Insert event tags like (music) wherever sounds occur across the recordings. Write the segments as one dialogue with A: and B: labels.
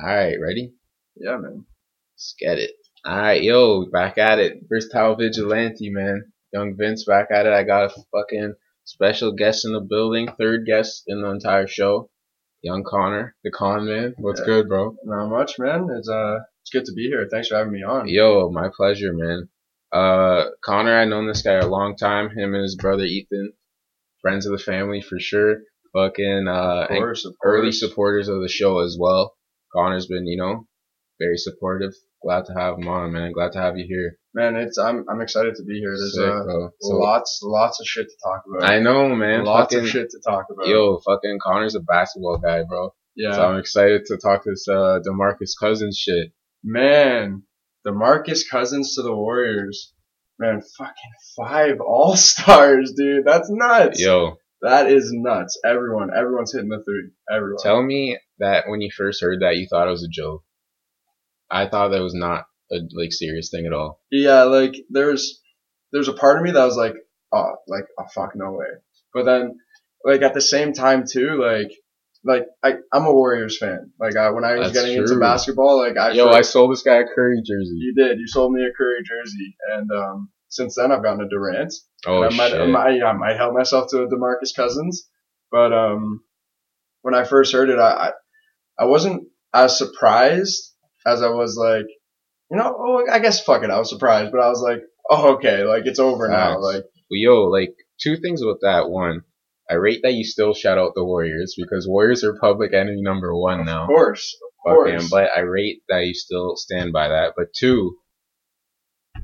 A: All right, ready?
B: Yeah, man.
A: Let's get it. All right, yo, back at it. Versatile Vigilante, man. Young Vince back at it. I got a fucking special guest in the building, third guest in the entire show. Young Connor, the con man. What's
B: Yeah.
A: good, bro?
B: Not much, man. It's uh, it's good to be here. Thanks for having me on.
A: Yo, my pleasure, man. Uh, Connor, I've known this guy a long time. Him and his brother Ethan, friends of the family for sure. Fucking uh,
B: Of
A: and
B: course, of
A: early
B: course.
A: supporters of the show as well. Connor's been, you know, very supportive. Glad to have him on, man. Glad to have you here.
B: Man, it's I'm I'm excited to be here. There's
A: Sick,
B: uh,
A: bro. So-
B: lots lots of shit to talk about.
A: I know, man.
B: lots
A: fucking,
B: of shit to talk about.
A: Yo, fucking Connor's a basketball guy, bro.
B: yeah,
A: So I'm excited to talk this uh, Demarcus Cousins shit.
B: man. The Marcus Cousins to the Warriors. Man, fucking five All Stars, dude. That's nuts.
A: Yo,
B: That is nuts. Everyone, everyone's hitting the three. Everyone.
A: tell me that when you first heard that, you thought it was a joke. I thought that was not a like serious thing at all.
B: Yeah, like there's there's a part of me that was like, oh, like oh fuck, no way. But then, like at the same time too, like like I I'm a Warriors fan. Like I, when I was
A: That's
B: getting into
A: true.
B: basketball, like I
A: Yo,
B: felt-
A: I sold this guy a Curry jersey.
B: you did you sold me a Curry jersey, and um since then I've gotten a Durant.
A: Oh
B: I might, I
A: shit!
B: might, yeah, I might help myself to a Demarcus Cousins, but um, when I first heard it, I, I I wasn't as surprised as I was like, you know, oh, I guess fuck it, I was surprised, but I was like, oh, okay, like it's over now,
A: Facts.
B: like
A: But yo, like two things with that. One, I rate that you still shout out the Warriors because Warriors are public enemy number one now.
B: of course, of
A: Fuck him,
B: course,
A: but I rate that you still stand by that. But two,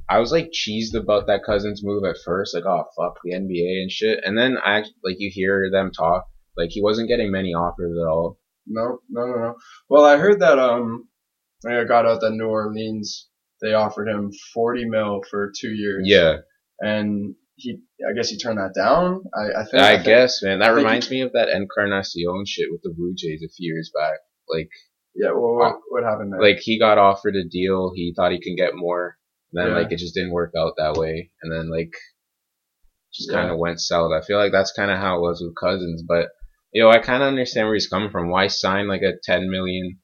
A: I was like cheesed about that Cousins move at first, like oh fuck the NBA and shit. And then I act- like you hear them talk, like he wasn't getting many offers at all.
B: no, no, no, no. Well, I heard that um, when I got out that New Orleans they offered him forty mil for two years,
A: Yeah,
B: and he, I guess he turned that down. I, I think,
A: I
B: think-
A: guess man, that
B: think
A: reminds me of that Encarnacion shit with the Blue Jays a few years back. Like,
B: yeah. Well, what, what happened there?
A: Uh, like he got offered a deal, he thought he can get more, and then
B: Yeah.
A: like it just didn't work out that way, and then like just
B: Yeah.
A: kind of went south. I feel like that's kind of how it was with Cousins, but you know, I kind of understand where he's coming from. Why sign like a ten million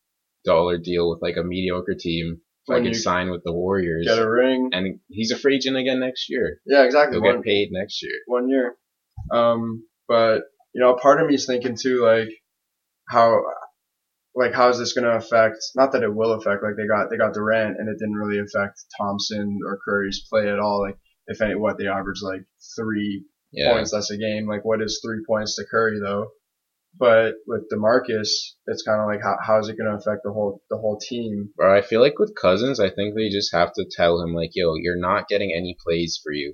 A: dollar deal with like a mediocre team? If I
B: When
A: could
B: you
A: sign with the Warriors,
B: get a ring.
A: and he's a free agent again next year.
B: Yeah, exactly.
A: He'll
B: One,
A: get paid next year.
B: one year. Um, but you know, part of me is thinking too, like how, like how is this going to affect? Not that it will affect. Like they got they got Durant, and it didn't really affect Thompson or Curry's play at all. Like if any, what they averaged like three
A: Yeah,
B: points less a game. Like what is three points to Curry though? But with Demarcus, it's kind of like how, how is it going to affect the whole the whole team?
A: Bro, I feel like with Cousins, I think they just have to tell him like, "Yo, you're not getting any plays for you.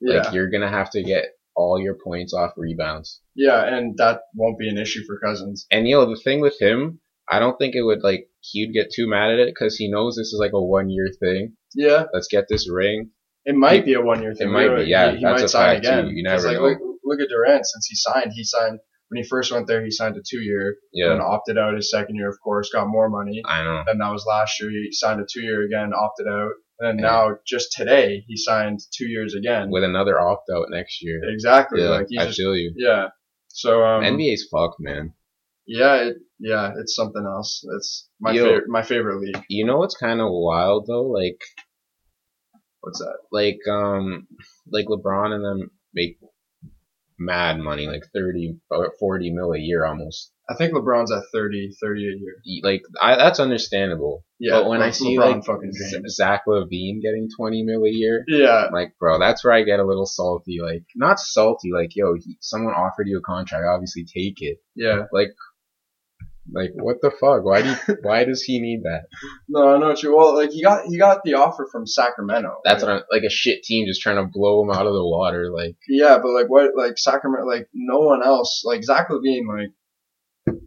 B: Yeah,
A: Like, you're gonna have to get all your points off rebounds."
B: yeah, and that won't be an issue for Cousins.
A: And yo, the thing with him, I don't think it would like he'd get too mad at it because he knows this is like a one year thing.
B: Yeah,
A: Let's get this ring.
B: It might
A: It-
B: be a one year thing.
A: might be,
B: Really.
A: yeah,
B: He, he
A: that's
B: might
A: a
B: sign
A: fact,
B: again.
A: too. You
B: 'Cause,
A: never
B: like, Look, look at Durant. Since he signed, he signed when he first went there. He signed a two year and
A: Yeah,
B: opted out his second year. Of course, got more money.
A: I know.
B: Then that was last year. He signed a two year again, opted out, and then
A: Yeah.
B: now just today he signed two years again.
A: With another opt out next year.
B: exactly.
A: Yeah,
B: like he's
A: I
B: just
A: feel you.
B: yeah. So um,
A: NBA's fucked, man.
B: yeah, it, yeah, it's something else. It's my
A: Yo.
B: favorite, my favorite league.
A: You know what's kind of wild though? Like,
B: What's that?
A: like um like LeBron and them make mad money, like 30 or 40 mil a year almost.
B: I think LeBron's at 30, 30 a year.
A: Like I, that's understandable.
B: Yeah,
A: but when I
B: Le-
A: see
B: LeBron
A: like
B: fucking
A: Z-
B: James.
A: Zach Levine getting 20 mil a year,
B: Yeah,
A: I'm like, bro, that's where I get a little salty. Like, not salty, like, yo, he, someone offered you a contract, obviously take it.
B: yeah.
A: Like, what the fuck? Why do
B: (laughs)
A: you, why does he need that?
B: No, I know what you. Well, like he got he got the offer from Sacramento.
A: That's
B: like,
A: what I'm, like a shit team just trying to blow him out of the water. Like,
B: yeah, but like what like Sacramento like no one else like Zach Levine like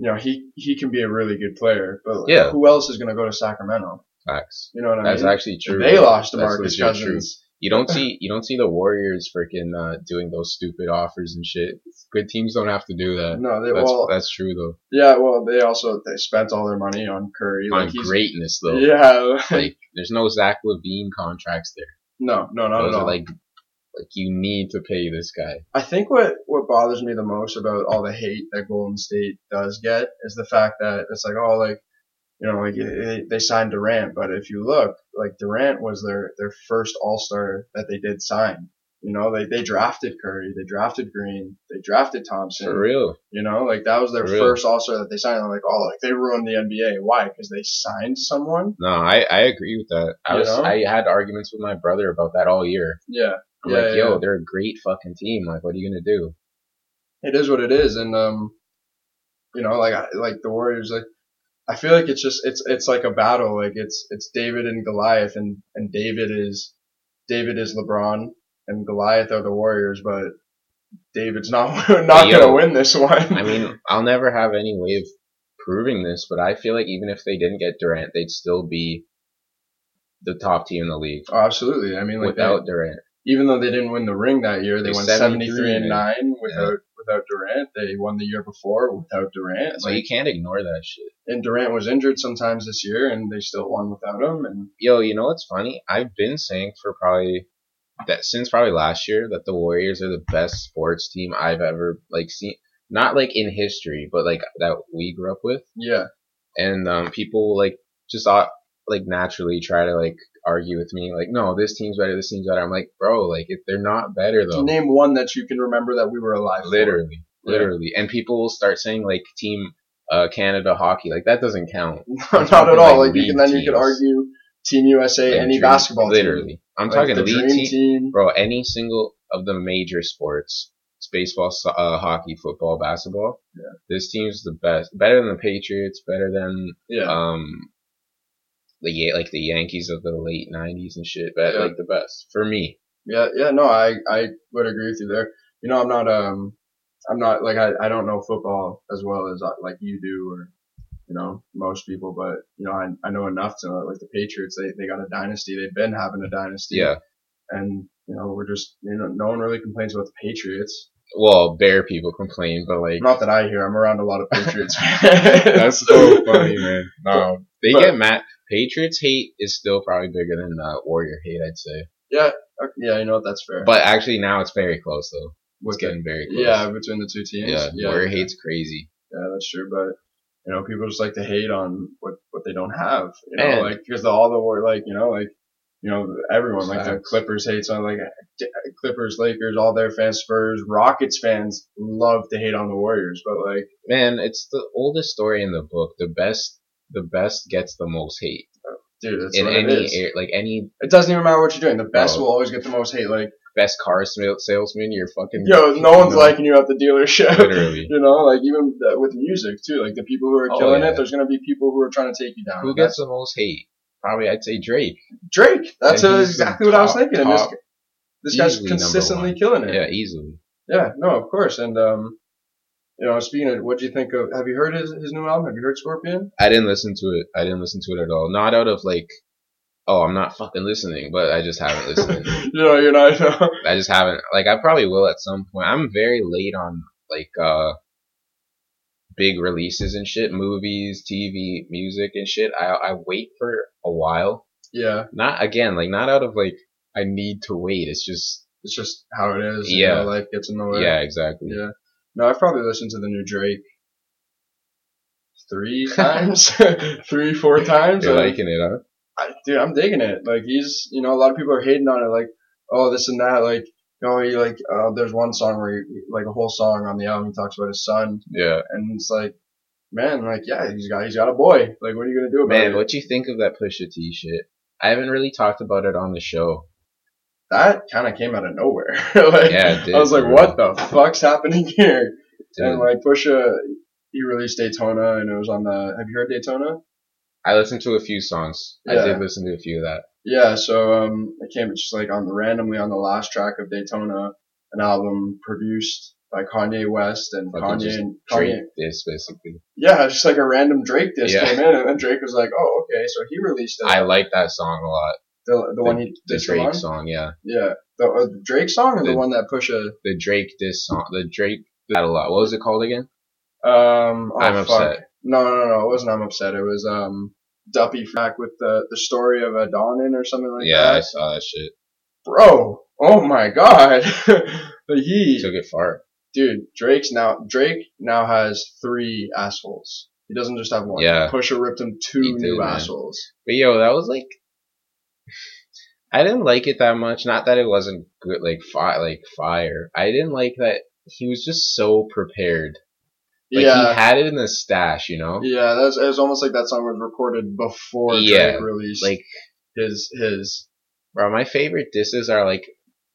B: you know he he can be a really good player, but like,
A: Yeah.
B: who else is gonna go to Sacramento?
A: facts.
B: You know what I
A: That's
B: mean?
A: actually true.
B: they lost to
A: That's
B: Marcus
A: legit true.
B: Cousins.
A: You don't see you don't see the Warriors freaking uh, doing those stupid offers and shit. Good teams don't have to do that.
B: No, they
A: That's
B: well
A: that's true though.
B: yeah, well they also they spent all their money on Curry.
A: On
B: like he's
A: greatness though,
B: yeah, (laughs)
A: like there's no Zach Levine contracts there.
B: no, no, not
A: Those
B: at
A: are
B: all.
A: like like you need to pay this guy.
B: I think what, what bothers me the most about all the hate that Golden State does get is the fact that it's like, oh, like, you know, like they, they signed Durant, but if you look, like Durant was their, their first All Star that they did sign. You know, they, they drafted Curry, they drafted Green, they drafted Thompson.
A: For real.
B: You know, like that was their
A: For real.
B: first All Star that they signed. I'm like, oh, like they ruined the NBA. Why? Because they signed someone.
A: No, I, I agree with that. I
B: You
A: was
B: know?
A: I had arguments with my brother about that all year.
B: Yeah,
A: I'm
B: Yeah,
A: like,
B: yeah.
A: yo, they're a great fucking team. Like, what are you gonna do?
B: it is what it is, and um, you know, like I, like the Warriors, like I feel like it's just it's it's like a battle. Like it's it's David and Goliath, and and David is David is LeBron, and Goliath are the Warriors, but. David's not (laughs) not
A: Yo.
B: gonna win this one.
A: I mean, I'll never have any way of proving this, but I feel like even if they didn't get Durant, they'd still be the top team in the league
B: Oh, (laughs) absolutely. I mean, like
A: without
B: that,
A: Durant.
B: even though they didn't win the ring that year, they,
A: They
B: went
A: 73
B: 73 and
A: and-
B: 9 without without Durant. They won the year before without Durant.
A: So
B: Like,
A: you can't ignore that shit.
B: and Durant was injured sometimes this year and they still won without him and
A: Yo, you know what's funny? I've been saying for probably that since probably last year that the Warriors are the best sports team I've ever like seen. Not like in history, but like that we grew up with.
B: yeah.
A: and um, people like just uh, like naturally try to like argue with me like no this team's better this team's better i'm like bro like if they're not better though
B: Name one that you can remember that we were alive. for.
A: literally
B: Yeah.
A: literally and people will start saying like team uh, canada hockey like that doesn't count
B: No,
A: I'm
B: (laughs) not at
A: talking,
B: all.
A: like,
B: Like, you
A: league
B: can, then you could
A: teams.
B: argue Team USA,
A: Like,
B: any
A: dream-
B: basketball
A: literally
B: team.
A: i'm
B: Like,
A: talking
B: the
A: league
B: dream
A: team, bro any single of the major sports it's baseball so- uh, hockey football basketball
B: Yeah.
A: this team's the best better than the patriots better than
B: Yeah.
A: um the Ya- like the Yankees of the late '90s and shit, but
B: Yeah.
A: like the best for me.
B: Yeah, yeah, no, I, I would agree with you there. You know, I'm not, um, I'm not like, I, I don't know football as well as uh, like you do or, you know, most people, but you know, I, I know enough to know, like the Patriots, they, they got a dynasty. They've been having a dynasty.
A: Yeah.
B: And, you know, we're just, you know, no one really complains about the Patriots.
A: Well, bear people complain, but like
B: Not that I hear. I'm around a lot of Patriots (laughs)
A: (laughs)
B: fans.
A: that's so funny, man. No, they
B: But-
A: get mad. Patriots hate is still probably bigger than uh, Warrior hate, I'd say.
B: Okay, Yeah, you know what? That's fair.
A: But actually, now it's very close though. It's
B: With
A: getting very close.
B: yeah, between the two teams.
A: yeah. Warrior hate's crazy.
B: Yeah, that's true. But you know, people just like to hate on what what they don't have. You know,
A: Man.
B: like because all the war, like you know, like you know, everyone like the
A: Facts.
B: Clippers hates on like D- Clippers, Lakers, all their fans, Spurs, Rockets fans love to hate on the Warriors. But like,
A: Man, it's the oldest story in the book. The best, the best gets the most hate
B: dude, that's
A: in
B: what it
A: any
B: is.
A: air, like any
B: it doesn't even matter what you're doing. The best
A: Bro.
B: will always get the most hate. Like,
A: best car sale- salesman. You're fucking
B: yo, no one's
A: No.
B: liking you at the
A: (laughs)
B: dealership.
A: literally.
B: You know, like even th- with music too, like the people who are
A: Oh,
B: killing
A: yeah.
B: it, there's gonna be people who are trying to take you down.
A: Who
B: (laughs) And
A: gets the most hate? Probably I'd say Drake.
B: that's- Drake? That's
A: And
B: uh,
A: he's the
B: exactly what I was
A: top-
B: thinking. And this
A: top-
B: this guy's
A: easily number
B: consistently
A: one.
B: killing it.
A: Yeah, easily.
B: Yeah, no, of course. And um, you know, speaking of, what do you think of? Have you heard his his new album? Have you
A: (laughs)
B: heard Scorpion?
A: I didn't listen to it. I didn't listen to it at all. Not out of like, oh, I'm not fucking listening, but I just haven't
B: (laughs)
A: listened.
B: you know, you're not. You know.
A: I just haven't. Like, I probably will at some point. I'm very late on like uh big releases and shit, movies, TV, music and shit. I I wait for a while.
B: Yeah,
A: Not again, like not out of like I need to wait. It's just
B: it's just how it is. you
A: Yeah.
B: know, life gets in the way.
A: yeah, exactly.
B: yeah. No, I've probably listened to the new Drake
A: (laughs)
B: three times, (laughs) three four times.
A: You're
B: and-
A: liking it, huh?
B: I, dude, I'm digging it. Like he's, you know, a lot of people are hating on it. Like, oh, this and that. Like, oh, he like, uh, there's one song where, he, like, a whole song on the album he talks about his son,
A: Yeah.
B: and it's like, man, like, yeah, he's got, he's got a boy. Like, what are you gonna do about
A: Man,
B: it?
A: what you think of that Pusha T shit? I haven't really talked about it on the show.
B: That kind of came out of nowhere. (laughs) like,
A: Yeah, it did,
B: I was like,
A: for
B: what the fuck's happening (laughs) here?
A: Dude,
B: And like, Pusha, he released Daytona, and it was on the. Have you heard Daytona?
A: I listened to a few songs. I
B: Yeah.
A: did listen to a few of that.
B: Yeah, so um, it came just like on the randomly on the last track of Daytona, an album produced by Kanye West and
A: Fucking
B: Kanye
A: just
B: and Kanye.
A: Drake this basically.
B: Yeah, it's just like a random Drake disc
A: Yeah.
B: came in, and then Drake was like, "Oh, okay." So he released it.
A: I like that song a lot.
B: the, the one he
A: The
B: dissed
A: Drake
B: on?
A: song, yeah.
B: Yeah, the uh, Drake song or the,
A: The-
B: one that Pusha.
A: The Drake diss song. The Drake that a lot. What was it called again?
B: Um, oh,
A: I'm
B: fuck.
A: upset.
B: No, no, no, it wasn't. I'm upset. It was um. Duppy back with the the story of a Donin or something like
A: yeah, I
B: that.
A: saw that shit.
B: Bro, oh my god, (laughs) the he
A: Took it far.
B: dude, Drake's now Drake now has three assholes. He doesn't just have one.
A: Yeah.
B: Pusher ripped him two
A: He did,
B: new
A: man.
B: assholes.
A: But yo, that was like, (sighs) I didn't like it that much. Not that it wasn't good, like fi- like fire. I didn't like that he was just so prepared. Like
B: yeah.
A: he had it in the stash, you know.
B: yeah, that was, it was almost like that song was recorded before
A: Yeah,
B: Drake released
A: Like,
B: his his.
A: bro, my favorite disses are like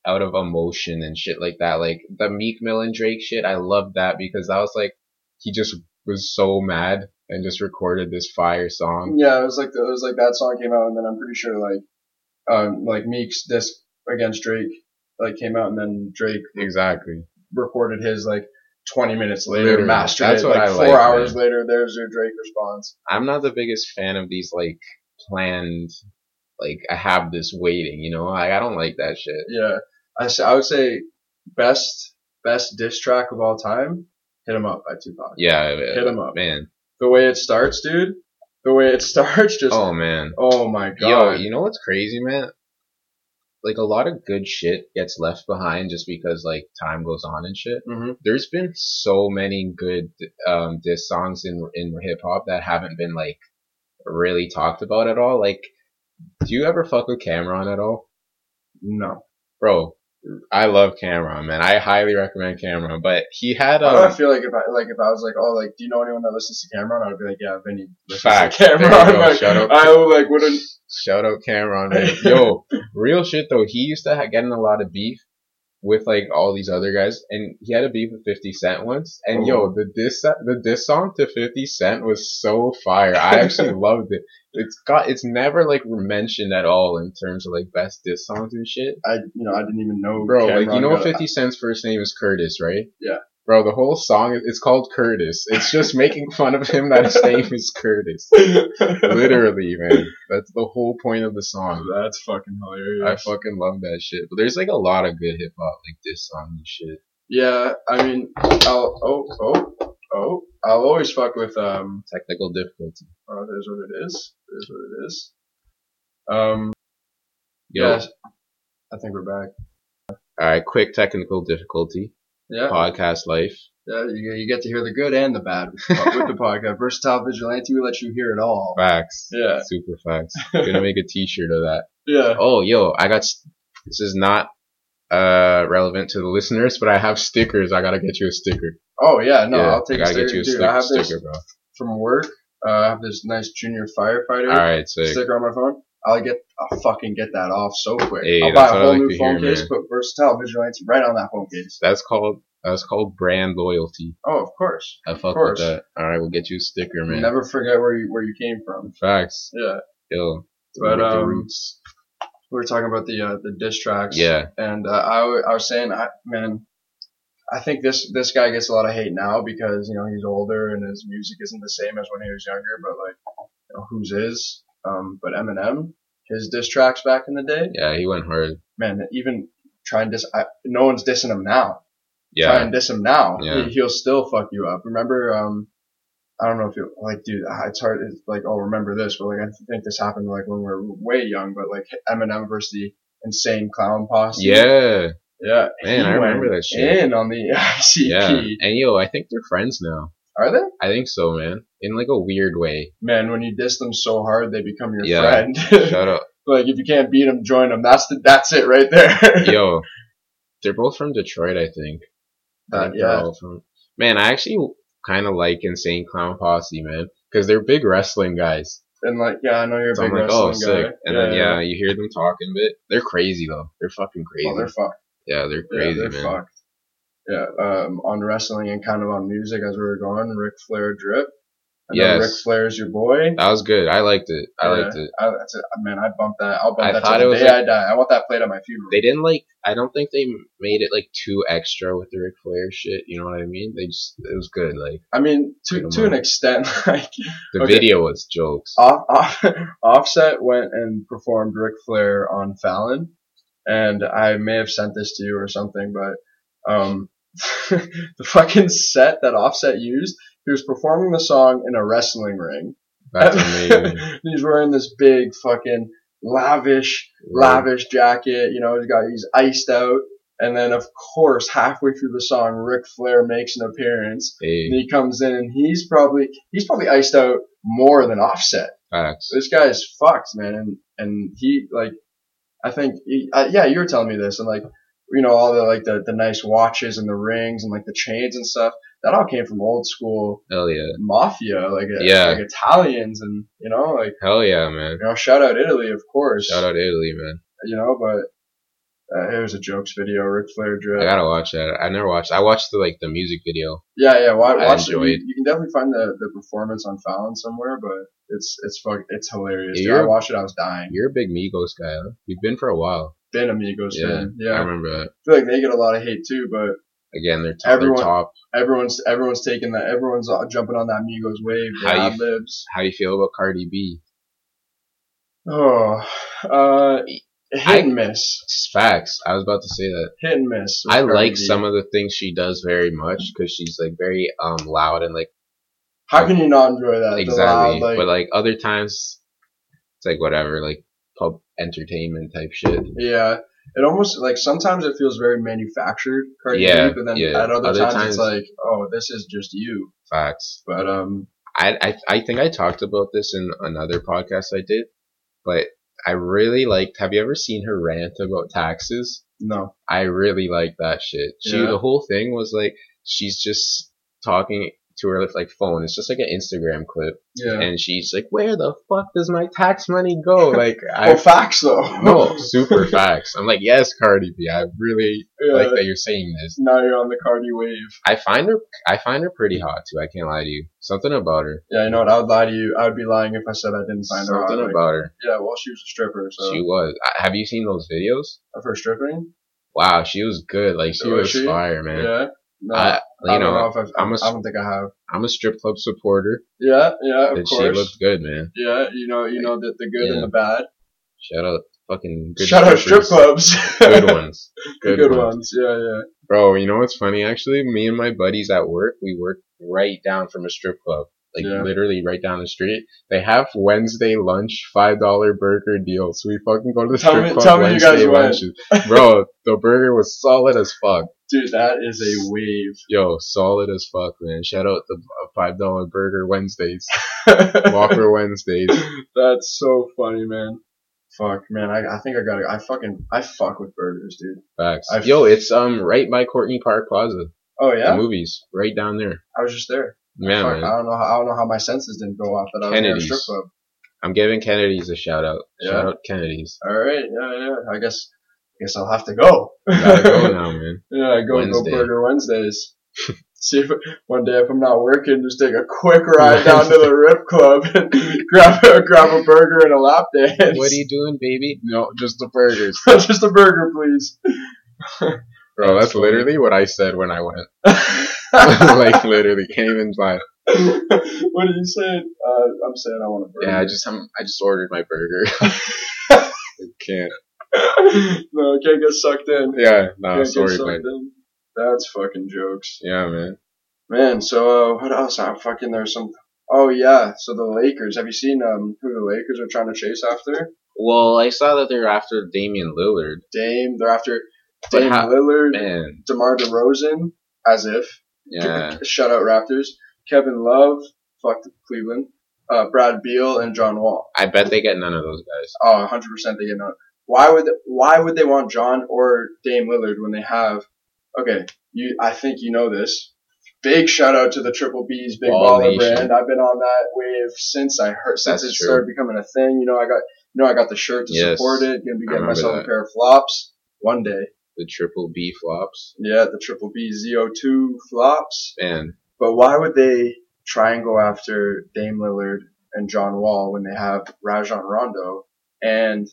A: out of emotion and shit like that. Like the Meek Mill and Drake shit, I loved that because that was like he just was so mad and just recorded this fire song.
B: Yeah, it was like it was like that song came out, and then I'm pretty sure like, um, like Meek's disc against Drake like came out, and then Drake
A: Exactly.
B: recorded his like 20 minutes later,
A: Literally,
B: mastered
A: that's
B: it.
A: what
B: like
A: I
B: four
A: like,
B: hours
A: man.
B: later, there's your Drake response.
A: I'm not the biggest fan of these like planned like I have this waiting, you know? Like I don't like that shit.
B: Yeah, I s- I would say best best diss track of all time. Hit 'em up by Tupac.
A: Yeah,
B: Hit
A: uh,
B: 'em up.
A: man.
B: The way it starts, dude. The way it (laughs) starts, just oh,
A: Oh man.
B: my god.
A: Yo, you know what's crazy, man? Like a lot of good shit gets left behind just because like time goes on and shit.
B: hmm
A: There's been so many good um diss songs in in hip hop that haven't been like really talked about at all. Like, do you ever fuck with Cameron at all?
B: No.
A: bro, I love Cameron, man. I highly recommend Cameron, but he had um,
B: I don't
A: a
B: feel like if I like if I was like, oh, like, do you know anyone that listens to Cameron? I'd be like, yeah, Vinny. listens to
A: Facts. There you
B: Cameron.
A: go.
B: Like,
A: Shout out.
B: I like wouldn't.
A: shout out Cameron, man. Yo, real shit though. He used to ha- get in a lot of beef with like all these other guys, and he had a beef with Fifty Cent once. And yo, the diss the diss song to Fifty Cent was so fire. I actually loved it. It's got it's never like mentioned at all in terms of like best diss songs and shit.
B: I you know I didn't even know.
A: Bro, like you
B: Cameron
A: know,
B: got-
A: Fifty Cent's first name is Curtis, right?
B: Yeah.
A: Bro, the whole song it's called Curtis. It's just making fun of him
B: (laughs)
A: that his name is Curtis. Literally, man. That's the whole point of the song.
B: That's fucking hilarious.
A: I fucking love that shit. But there's like a lot of good hip hop, like this song and shit.
B: Yeah, I mean, I'll oh oh oh, I'll always fuck with um.
A: Technical difficulty.
B: Oh, there's what it is. There's what it is. Um.
A: Yo,
B: yes, I think we're back.
A: all right, quick technical difficulty.
B: Yeah.
A: Podcast life.
B: Yeah. You, you get to hear the good and
A: (laughs)
B: the bad with the, po- with the podcast. Versatile vigilante, we let you hear it all.
A: Facts.
B: Yeah.
A: Super
B: (laughs)
A: facts. Gonna make a T-shirt of that.
B: Yeah.
A: Oh, yo, I got. s- This is not uh relevant to the listeners, but I have stickers. I gotta get you a sticker.
B: Oh yeah. No,
A: Yeah,
B: I'll take
A: I gotta
B: a sticker.
A: get you a
B: Dude,
A: stick-
B: I have this
A: sticker, bro.
B: from work. Uh, I have this nice junior firefighter
A: All right, sick.
B: sticker on my phone. I'll get, I'll fucking get that off so quick.
A: Hey,
B: I'll
A: that's
B: buy a
A: what I
B: whole
A: like
B: new
A: to
B: phone
A: hear,
B: case,
A: man.
B: put versatile vigilante right on that phone case.
A: That's called that's called brand loyalty.
B: Oh, of course.
A: I fuck with
B: course.
A: that. All right, we'll get you a sticker, man.
B: Never forget where you where you came from.
A: Facts,
B: Yeah,
A: yo.
B: but
A: The
B: um,
A: roots.
B: we were talking about the uh, the diss tracks.
A: yeah,
B: and uh, I wa- I was saying, I, man, I think this this guy gets a lot of hate now because you know he's older and his music isn't the same as when he was younger. But like, you know, whose is? Um, but Eminem, his diss tracks back in the day,
A: yeah, he went hard.
B: man, even trying to, I, no one's dissing him now. Try
A: Yeah,
B: and diss him now.
A: Yeah.
B: He, he'll still fuck you up. Remember, um, I don't know if you like, dude. ah, It's hard. It's like, oh, remember this, but like, I think this happened like when we were way young. But like Eminem versus the Insane Clown Posse. (laughs)
A: yeah,
B: yeah.
A: Man,
B: he
A: I remember
B: went
A: that shit.
B: In on the (laughs) ICP.
A: yeah. And yo, I think they're friends now.
B: Are they?
A: I think so, man. In like a weird way.
B: Man, when you diss them so hard, they become your
A: Yeah.
B: friend. (laughs)
A: Shout out,
B: like if you can't beat them, join them. That's the that's it right there. (laughs)
A: yo. They're both from Detroit, I think. I
B: Uh,
A: think they're
B: yeah.
A: all from- Man, I actually kind of like Insane Clown Posse, man, because they're big wrestling guys.
B: And like, yeah, I know you're a
A: So
B: big
A: I'm like,
B: wrestling
A: oh,
B: guy.
A: sick. And then yeah, you hear them talking a bit. They're crazy though. They're fucking crazy.
B: Well, they're fucked.
A: yeah, they're crazy,
B: yeah, they're
A: man.
B: fucked. Yeah, um, on wrestling and kind of on music as we were going, Ric Flair drip. And then
A: Yes.
B: Ric Flair's your boy.
A: That was good. I liked it. I
B: Yeah.
A: liked it.
B: I, that's it. Man, I bump that. I'll bump
A: I
B: that
A: thought
B: till the
A: it was
B: day
A: like-
B: I die. I want that played at my funeral.
A: They didn't like. I don't think they made it like too extra with the Ric Flair shit. You know what I mean? They just it was good. Like
B: I mean,
A: Put
B: to
A: 'em
B: to an
A: on.
B: extent, (laughs) like
A: the
B: Okay. Oh.
A: video was jokes.
B: off, off, (laughs) Offset went and performed Ric Flair on Fallon, and I may have sent this to you or something, but um, (laughs) the fucking set that Offset used, he was performing the song in a wrestling ring. (laughs)
A: That's amazing.
B: he's wearing this big fucking lavish,
A: Right.
B: lavish jacket. You know, he's got he's iced out. And then, of course, halfway through the song, Ric Flair makes an appearance.
A: Hey,
B: And he comes in, and he's probably he's probably iced out more than Offset.
A: facts.
B: This guy is fucked, man. And and he like, I think he, I, yeah, you were telling me this, and like, you know, all the like the the nice watches and the rings and like the chains and stuff. That all came from old school
A: Hell yeah.
B: mafia, like
A: Yeah.
B: like Italians, and you know, like
A: Hell yeah, man.
B: you know, shout out Italy, of course,
A: Shout out Italy, man.
B: you know, but uh, it was a jokes video, Ric Flair drip.
A: I gotta watch that. I never watched. I watched the like the music video.
B: Yeah, yeah. Watch,
A: I
B: watch it.
A: enjoyed-
B: You, you can definitely find the, the performance on Fallon somewhere, but it's it's fuck, it's hilarious.
A: Yeah,
B: dude. I
A: you're-
B: watched it. I was dying.
A: You're a big Migos guy. Huh? You've been for a while.
B: Been Amigos
A: Yeah,
B: fan.
A: I
B: Yeah,
A: remember that.
B: I feel like they get a lot of hate too, but
A: Again, they're, top, they're
B: Everyone-
A: top.
B: everyone's everyone's taking that. Everyone's uh, jumping on that Amigos wave. The
A: How you-
B: ad libs.
A: How you feel about Cardi B?
B: Oh, uh, hit
A: I-
B: and miss.
A: It's facts. I was about to say that.
B: Hit and miss. with
A: I
B: Cardi
A: like
B: B.
A: some of the things she does very much because she's like very um loud and like
B: How can you not enjoy that? The
A: exactly.
B: loud, like-
A: but like other times, it's like whatever, like pub entertainment type shit.
B: Yeah. It almost like sometimes it feels very manufactured, Cardi
A: Yeah,
B: B, but then
A: yeah.
B: at other,
A: Other
B: times,
A: times-
B: it's like, oh, this is just you.
A: Facts.
B: But um,
A: I, I I think I talked about this in another podcast I did, but I really liked. Have you ever seen her rant about taxes?
B: no,
A: I really like that shit. She
B: Yeah.
A: the whole thing was like she's just talking to her like phone. It's just like an Instagram clip,
B: yeah.
A: and she's like, "Where the fuck does my tax money
B: (laughs)
A: go?" Like
B: Oh,
A: I
B: facts though.
A: no super facts. I'm like, yes, Cardi B. I really
B: (laughs) Yeah,
A: like that you're saying this.
B: Now you're on the Cardi wave.
A: I find her I find her pretty hot too. I can't lie to you. Something about her.
B: Yeah, you know what? I would lie to you. I would be lying if I said I didn't find her.
A: Something
B: hot. Like,
A: about her.
B: yeah, well, she was a stripper, so
A: She was. I- Have you seen those videos?
B: of her stripping.
A: Wow, she was good. Like she
B: Was
A: was,
B: Oh, she?
A: fire, man.
B: Yeah. No,
A: I,
B: I
A: you
B: don't
A: know,
B: know if I've,
A: I'm a-
B: I don't think I have.
A: I'm a strip club supporter,
B: Yeah, yeah, of
A: and she
B: course.
A: looked good, man.
B: yeah, you know, you know that the good
A: Yeah.
B: and the bad.
A: Shout out, fucking good.
B: Shout out strip
A: strippers.
B: clubs.
A: Good
B: (laughs)
A: ones.
B: The
A: Good,
B: good
A: ones.
B: ones. Yeah, yeah.
A: Bro, you know what's funny? Actually, me and my buddies at work, we work right down from a strip club. Like
B: Yeah.
A: literally right down the street. They have Wednesday lunch five dollar burger deal. So we fucking go to the
B: Tell
A: strip
B: me-
A: club
B: tell me you
A: Wednesday
B: guys went.
A: lunches. Bro, the burger was solid as fuck.
B: Dude, that is a wave.
A: Yo, solid as fuck, man. Shout out the uh, five dollar burger Wednesdays, Whopper Wednesdays.
B: (laughs) That's so funny, man. Fuck, man. I, I think I gotta. I fucking. I fuck with burgers, dude.
A: Facts.
B: I've-
A: Yo, it's um right by Courtney Park Plaza.
B: Oh
A: The
B: yeah.
A: movies right down there.
B: I was just there.
A: Yeah,
B: Fuck,
A: man.
B: I don't know. How, I don't know how my senses didn't go off that I was in a
A: Kennedy's.
B: strip club.
A: I'm giving Kennedy's a shout out. Shout
B: Yeah.
A: out Kennedy's.
B: All right. Yeah, yeah. I guess. I guess I'll have to go.
A: Gotta
B: (laughs)
A: go now, man.
B: yeah, go
A: Wednesday.
B: go burger
A: (laughs)
B: Wednesdays. See if one day if I'm not working, just take a quick ride down
A: (laughs)
B: to the rip club and (laughs) grab a, grab a burger and a lap dance.
A: What are you doing, baby? No, just the burgers.
B: (laughs) just a burger,
A: (laughs)
B: please. (laughs)
A: Bro, that's
B: That's funny.
A: literally what I said when I went. (laughs) like literally, can't even lie.
B: (laughs) what did you say? Uh, I'm saying I want a burger. (laughs)
A: Yeah, I just I'm, I just ordered my burger. (laughs) can't.
B: no, I can't get sucked in.
A: Yeah, no,
B: Can't
A: Uh, sorry,
B: get sucked
A: man.
B: in. That's fucking jokes,
A: Yeah, man.
B: man. So uh, what else? I'm fucking there's some. Oh yeah, so the Lakers. Have you seen um who the Lakers are trying to chase after?
A: Well, I saw that they're after Damian Lillard.
B: Dame. They're after
A: But
B: Dame
A: how-
B: Lillard,
A: Man,
B: DeMar DeRozan, as if.
A: yeah.
B: Shout out Raptors. Kevin Love. Fuck Cleveland. Uh, Brad Beal and John Wall.
A: I bet they get none of those guys.
B: Oh, 100 percent they get not. Why would why would they want John or Dame Lillard when they have? Okay, you I think you know this. Big shout out to the Triple B's Big
A: Ball
B: Baller
A: Nation.
B: brand. I've been on that wave since I heard since
A: That's
B: it
A: true.
B: started becoming a thing. You know I got you know I got the shirt to
A: Yes.
B: support it. Gonna be
A: I
B: getting
A: remember
B: myself
A: that.
B: a pair of flops one day.
A: The triple B flops.
B: Yeah, the Triple B ZO2 flops.
A: Man,
B: But why would they try and go after Dame Lillard and John Wall when they have Rajon Rondo and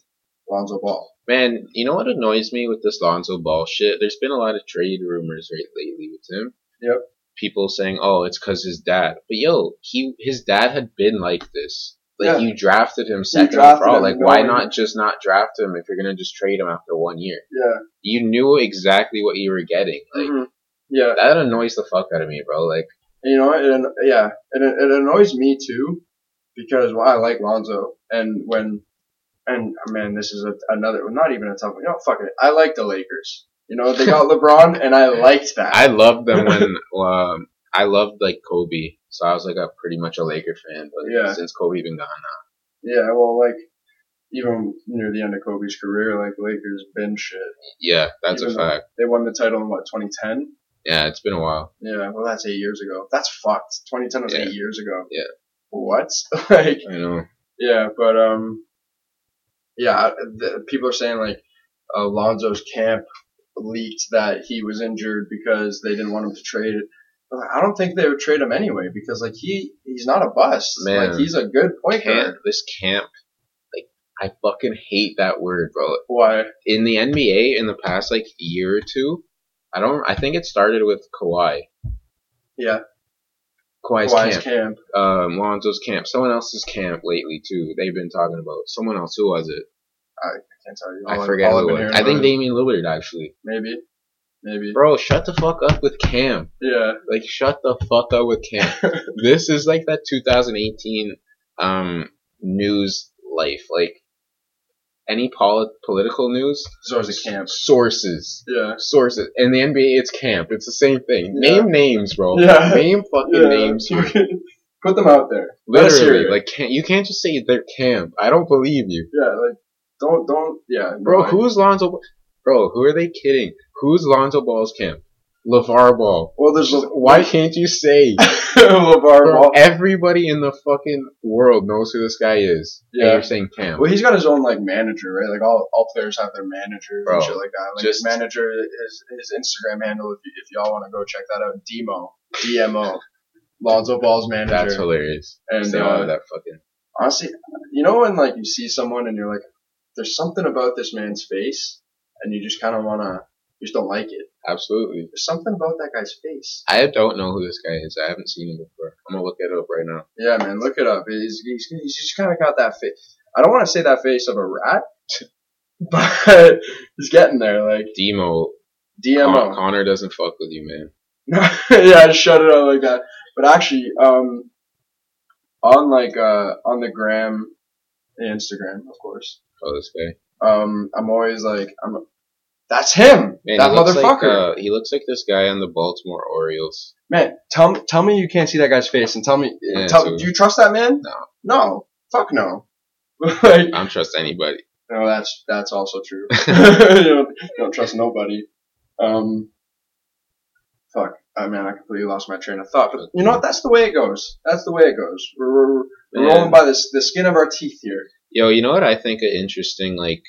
B: Lonzo Ball?
A: man, you know what annoys me with this Lonzo Ball shit? There's been a lot of trade rumors right lately with him.
B: Yep.
A: People saying, "Oh, it's cause his dad." But yo, he his dad had been like this. Like
B: Yeah.
A: you drafted him second
B: drafted
A: overall.
B: him
A: Like why
B: knowing-
A: not just not draft him if you're gonna just trade him after one year?
B: Yeah.
A: You knew exactly what you were getting. Like
B: Mhm. Yeah,
A: that annoys the fuck out of me, bro. Like
B: you know, it, an- yeah, it, it annoys me too because well, I like Lonzo, and oh, when and man, this is a, another not even a tough one. You know, fuck it, I like the Lakers. You know,
A: (laughs)
B: they got LeBron, and I liked that.
A: I loved them
B: (laughs)
A: when um, I loved like Kobe, so I was like a pretty much a Laker fan. But
B: Yeah.
A: since Kobe been gone now,
B: yeah, well, like even near the end of Kobe's career, like the Lakers been shit.
A: yeah, that's a
B: Even though-
A: fact.
B: They won the title in what 2010.
A: Yeah, it's been a while.
B: Yeah, well, that's eight years ago. That's fucked. 2010 was
A: Yeah.
B: eight years ago.
A: Yeah.
B: What? (laughs) like,
A: I know.
B: yeah, but um, yeah, the, people are saying like Alonzo's camp leaked that he was injured because they didn't want him to trade. I don't think they would trade him anyway because like he he's not a bust.
A: Man.
B: Like he's a good point guard.
A: Camp, this camp, like I fucking hate that word, bro.
B: Why?
A: in the NBA in the past like year or two, I don't. I think it started with Kawhi.
B: Yeah.
A: Kawhi's
B: Why
A: camp,
B: is camp?
A: um, Lonzo's camp, someone else's camp lately too. They've been talking about someone else. Who was it?
B: Can't tell you.
A: I forget who
B: I've
A: it
B: been
A: was.
B: hearing
A: I think
B: about it.
A: Damian Lillard actually.
B: maybe, maybe.
A: Bro, shut the fuck up with Cam.
B: Yeah,
A: Like, shut the fuck up with
B: (laughs)
A: Cam. this is like that 2018 um news life. Like, any poli- political news
B: so is a camp.
A: sources.
B: Yeah,
A: sources. In the NBA, it's camp. It's the same thing.
B: Yeah.
A: Name names, bro.
B: Yeah.
A: Name fucking
B: yeah.
A: names.
B: (laughs)
A: here.
B: Put them out there. Let us hear
A: Literally,
B: it.
A: like can't, you can't just say they're camp. I don't believe you,
B: Yeah, like don't don't yeah.
A: bro.
B: no, I-
A: Who's Lonzo? Bro, who are they kidding? Who's Lonzo Ball's camp? Levar Ball.
B: Well, there's
A: Just- Why can't you say?
B: (laughs) LeVar
A: Bro,
B: Ball.
A: everybody in the fucking world knows who this guy is. Yeah,
B: Yeah.
A: you're saying camp.
B: Well, he's got his own like manager, right? Like all, all players have their managers
A: Bro,
B: and shit like that. Like
A: just-
B: his manager, his his Instagram handle, if, y- if y'all want to go check that out, Demo, DMO, Lonzo Ball's manager.
A: That's hilarious.
B: And,
A: Say all
B: uh,
A: of that fucking.
B: honestly, you know when like you see someone and you're like, there's something about this man's face, and you just kind of wanna, you just don't like it.
A: Absolutely.
B: There's something about that guy's face.
A: I don't know who this guy is. I haven't seen him before. I'm gonna look it up right now.
B: Yeah, man, look it up. He's he's, he's just kind of got that face. I don't want to say that face of a rat, (laughs) but he's getting there. Like
A: Demo Con-
B: DMO.
A: Connor doesn't fuck with you, man.
B: (laughs) yeah, I shut it out like that. But actually, um, on like uh on the gram, Instagram, of course.
A: Oh, this guy.
B: Um, I'm always like, I'm. That's him.
A: Man,
B: that
A: he looks Like,
B: motherfucker.
A: uh, he looks like this guy on the Baltimore Orioles.
B: man, tell me- tell me you can't see that guy's face, and tell me,
A: Yeah,
B: tell,
A: so-
B: do you trust that man?
A: No.
B: No. Fuck no. (laughs) like,
A: I don't trust anybody.
B: No, that's that's also true. (laughs) you don't, you don't trust nobody. Um, fuck, I man, I completely lost my train of thought. But you know what? That's the way it goes. That's the way it goes. We're, we're, we're
A: Man.
B: rolling by the, s- the skin of our teeth here.
A: Yo, you know what I think an interesting like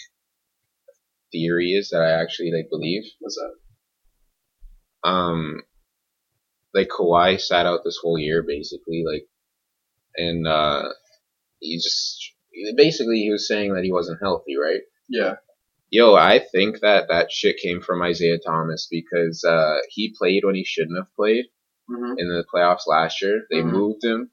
A: theory is that I actually like believe.
B: What's that?
A: Um, like Kawhi sat out this whole year basically, like, and uh, he just basically he was saying that he wasn't healthy, right?
B: Yeah,
A: Yo, I think that that shit came from Isaiah Thomas because uh, he played when he shouldn't have played.
B: hmm
A: in the playoffs last year. They
B: Mhm.
A: moved him,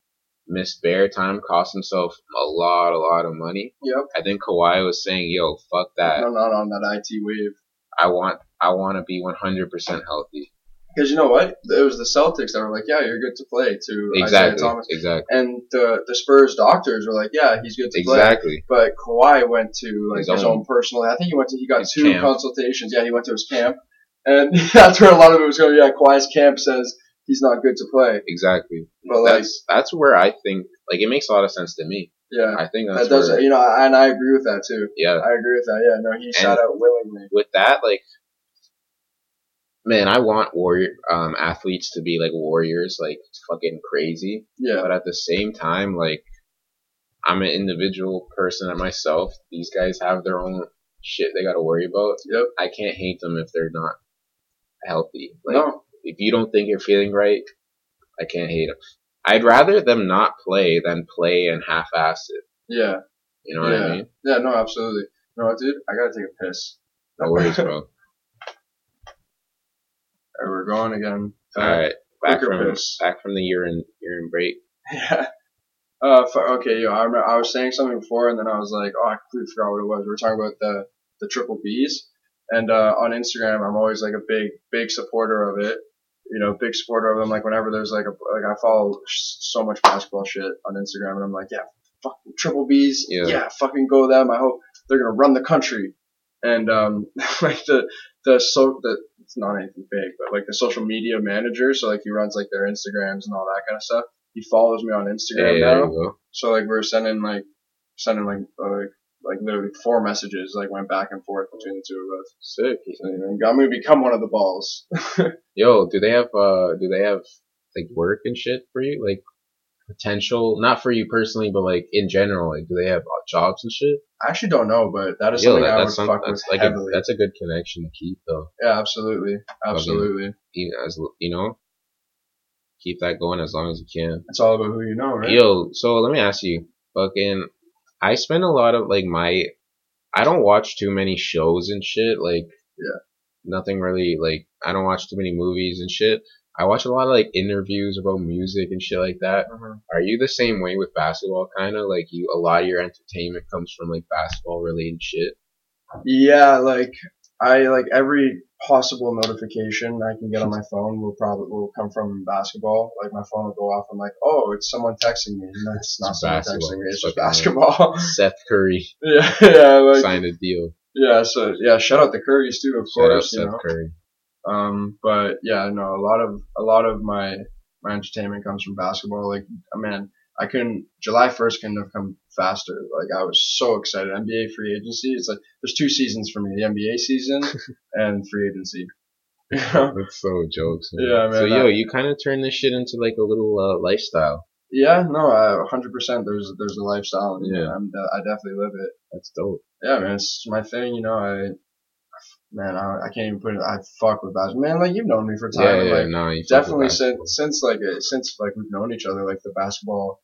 A: missed bare time, cost himself a lot, a lot of money.
B: yep.
A: I think Kawhi was saying, "Yo, fuck that.
B: No, not on that IT wave.
A: I want, I want to be 100% healthy."
B: Because you know what? It was the Celtics that were like, "Yeah, you're good to play." To Isaiah
A: Exactly,
B: Thomas.
A: exactly,
B: And the the Spurs doctors were like, "Yeah, he's good to play."
A: exactly.
B: But Kawhi went to like
A: His
B: his,
A: own.
B: own. personal. I think he went to he got
A: His
B: two
A: camp.
B: consultations. Yeah, he went to his camp, and (laughs) that's where a lot of it was going. Yeah, Kawhi's camp says he's not good to play,
A: Exactly.
B: but like,
A: That's that's where I think like it makes a lot of sense to me.
B: yeah,
A: I think that's
B: that does
A: where,
B: you know, and I agree with that too.
A: yeah.
B: I agree with that. Yeah, no, he shot out willingly.
A: With that, like, man, I want warrior um, athletes to be like warriors, like fucking crazy.
B: Yeah,
A: but at the same time, like I'm an individual person at myself. These guys have their own shit they gotta worry about.
B: Yep.
A: I can't hate them if they're not healthy. Like
B: no,
A: if you don't think you're feeling right, I can't hate them. I'd rather them not play than play and half-ass it.
B: yeah,
A: You know what I mean?
B: yeah, no, absolutely. No, dude, I gotta take a piss.
A: No worries,
B: (laughs)
A: bro.
B: Alright, we're going again.
A: All right, back
B: Quicker
A: from
B: piss.
A: back from the urine urine break.
B: Yeah. Uh, fu- okay, yo, I, remember, I was saying something before, and then I was like, oh, I completely forgot what it was. We were talking about the, the triple Bs, and uh, on Instagram, I'm always like a big, big supporter of it. You know, big supporter of them. Like whenever there's like a like, I follow s- so much basketball shit on Instagram, and I'm like, yeah, fucking triple Bs,
A: Yeah.
B: yeah, fucking go them. I hope they're gonna run the country. And um, (laughs) like the the so the it's not anything big, but like the social media manager, so like he runs like their Instagrams and all that kind of stuff. He follows me on
A: Yeah,
B: Instagram
A: yeah, there
B: now.
A: you go.
B: So like we were sending like sending like uh, like like literally four messages like went back and forth between the two of us.
A: Sick.
B: And I'm gonna become one of the balls. (laughs)
A: Yo, do they have uh do they have like work and shit for you? Like potential not for you personally, but like in general, like do they have uh, jobs and shit?
B: I actually don't know, but that is
A: Yo,
B: something
A: that-
B: I would
A: that's some,
B: fuck
A: that's
B: with
A: like a,
B: heavily.
A: that's a good connection to keep though.
B: yeah, absolutely, absolutely.
A: You know, as you know, keep that going as long as you can.
B: It's all about who you know, right?
A: Yo, so let me ask you, fucking, I spend a lot of like my, I don't watch too many shows and shit. Like,
B: Yeah.
A: nothing really. Like, I don't watch too many movies and shit. I watch a lot of like interviews about music and shit like that.
B: Mhm.
A: Are you the same way with basketball? Kind of like you, a lot of your entertainment comes from like basketball related
B: (sighs)
A: shit.
B: Yeah, like I like every possible notification I can get on my phone will probably will come from basketball. Like my phone will go off. I'm like, oh, it's someone texting me. No, it's not
A: It's
B: someone
A: basketball.
B: texting me. It's
A: It's
B: just
A: fucking
B: basketball. (laughs)
A: Seth Curry
B: yeah, yeah, like
A: signed a deal.
B: yeah. So yeah, shout out the Currys too, of
A: Shout out
B: course. you
A: Seth
B: know.
A: Curry.
B: Um, but yeah, no, a lot of a lot of my my entertainment comes from basketball. Like, uh, man, I couldn't. July first couldn't have come faster. Like, I was so excited. NBA free agency. It's like there's two seasons for me: the
A: (laughs)
B: NBA season and free agency. (laughs) yeah,
A: That's so jokes. man.
B: Yeah, man,
A: So yo,
B: that-
A: you kind of turn this shit into like a little uh, lifestyle.
B: no, hundred percent. There's there's a lifestyle. Yeah,
A: Yeah.
B: I'm, uh, I definitely live it.
A: That's dope.
B: Yeah, man, it's my thing. You know, I man, I, I can't even put it. I fuck with basketball. Man, like you've known me for time.
A: Yeah,
B: and,
A: yeah,
B: like,
A: no, you fuck with
B: definitely
A: that.
B: since since like uh, since like we've known each other, like the basketball,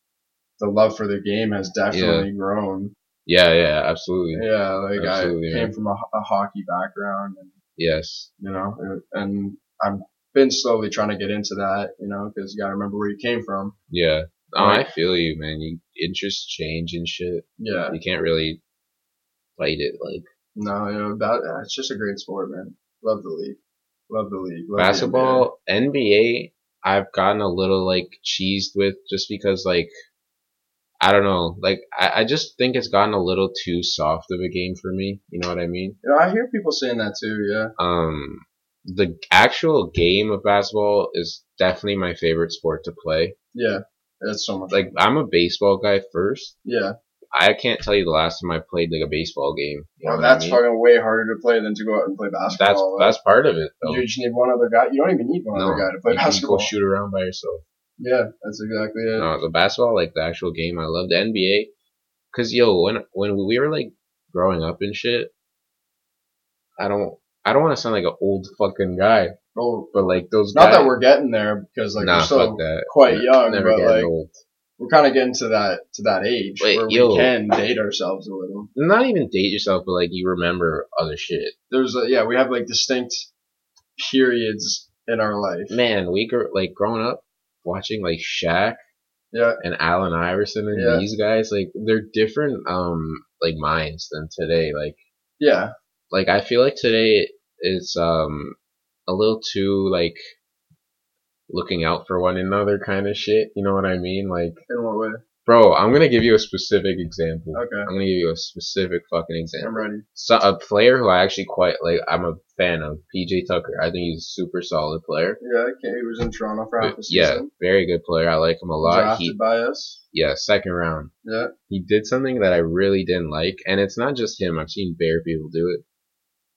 B: the love for the game has definitely grown.
A: Yeah, yeah, absolutely.
B: Yeah, like
A: Absolutely,
B: I
A: man.
B: came from a, ho- a hockey background, and
A: Yes.
B: you know, it- and I've been slowly trying to get into that, you know, because you got to remember where you came from.
A: Yeah. Oh, I
B: Right.
A: feel you, man. You interests change and shit.
B: Yeah,
A: You can't really fight it. Like
B: no, you know, that uh, it's just a great sport, man. Love the league, love the league. Love the
A: basketball, NBA, I've gotten a little like cheesed with just because like I don't know. Like I, I just think it's gotten a little too soft of a game for me. You know what I mean?
B: NBA. You know, I hear people saying that too. Yeah,
A: Um the actual game of basketball is definitely my favorite sport to play.
B: yeah, it's so much.
A: Like I'm a baseball guy first,
B: yeah,
A: I can't tell you the last time I played like a baseball game. You
B: no,
A: know what I
B: that's
A: mean?
B: fucking way harder to play than to go out and play
A: That's
B: basketball. like.
A: that's part of it though.
B: You just need one other guy. You don't even need one
A: No,
B: other guy to play
A: you can
B: basketball.
A: go shoot around by yourself.
B: Yeah, that's exactly it.
A: No, the basketball, like the actual game, I love the NBA. Cause yo, when when we were like growing up and shit, I don't I don't want to sound like an old fucking guy,
B: Oh,
A: but like those
B: not
A: guys,
B: that we're getting there because like
A: nah,
B: we're
A: fuck
B: still
A: that.
B: quite
A: We're
B: young,
A: never
B: but
A: getting
B: like
A: old.
B: we're kind of getting to that to that age
A: Wait,
B: where
A: yo.
B: we can date ourselves a little.
A: Not even date yourself, but like you remember other shit.
B: There's a, yeah, we have like distinct periods in our life.
A: Man, we grew like growing up watching like Shaq
B: Yeah,
A: and Allen Iverson and
B: Yeah.
A: these guys, like they're different um like minds than today. Like
B: yeah,
A: like I feel like today it's um a little too like looking out for one another kind of shit. You know what I mean? Like
B: in what way?
A: bro, I'm gonna give you a specific example.
B: Okay,
A: I'm gonna give you a specific fucking example.
B: I'm ready.
A: So a player who I actually quite like I'm a fan of, PJ Tucker. I think he's a super solid player.
B: Yeah, okay, he was in Toronto for half
A: But,
B: a
A: yeah,
B: season.
A: very good player. I like him a lot.
B: drafted
A: He
B: by us.
A: yeah, second round.
B: Yeah,
A: he did something that I really didn't like, and it's not just him. I've seen bare people do it.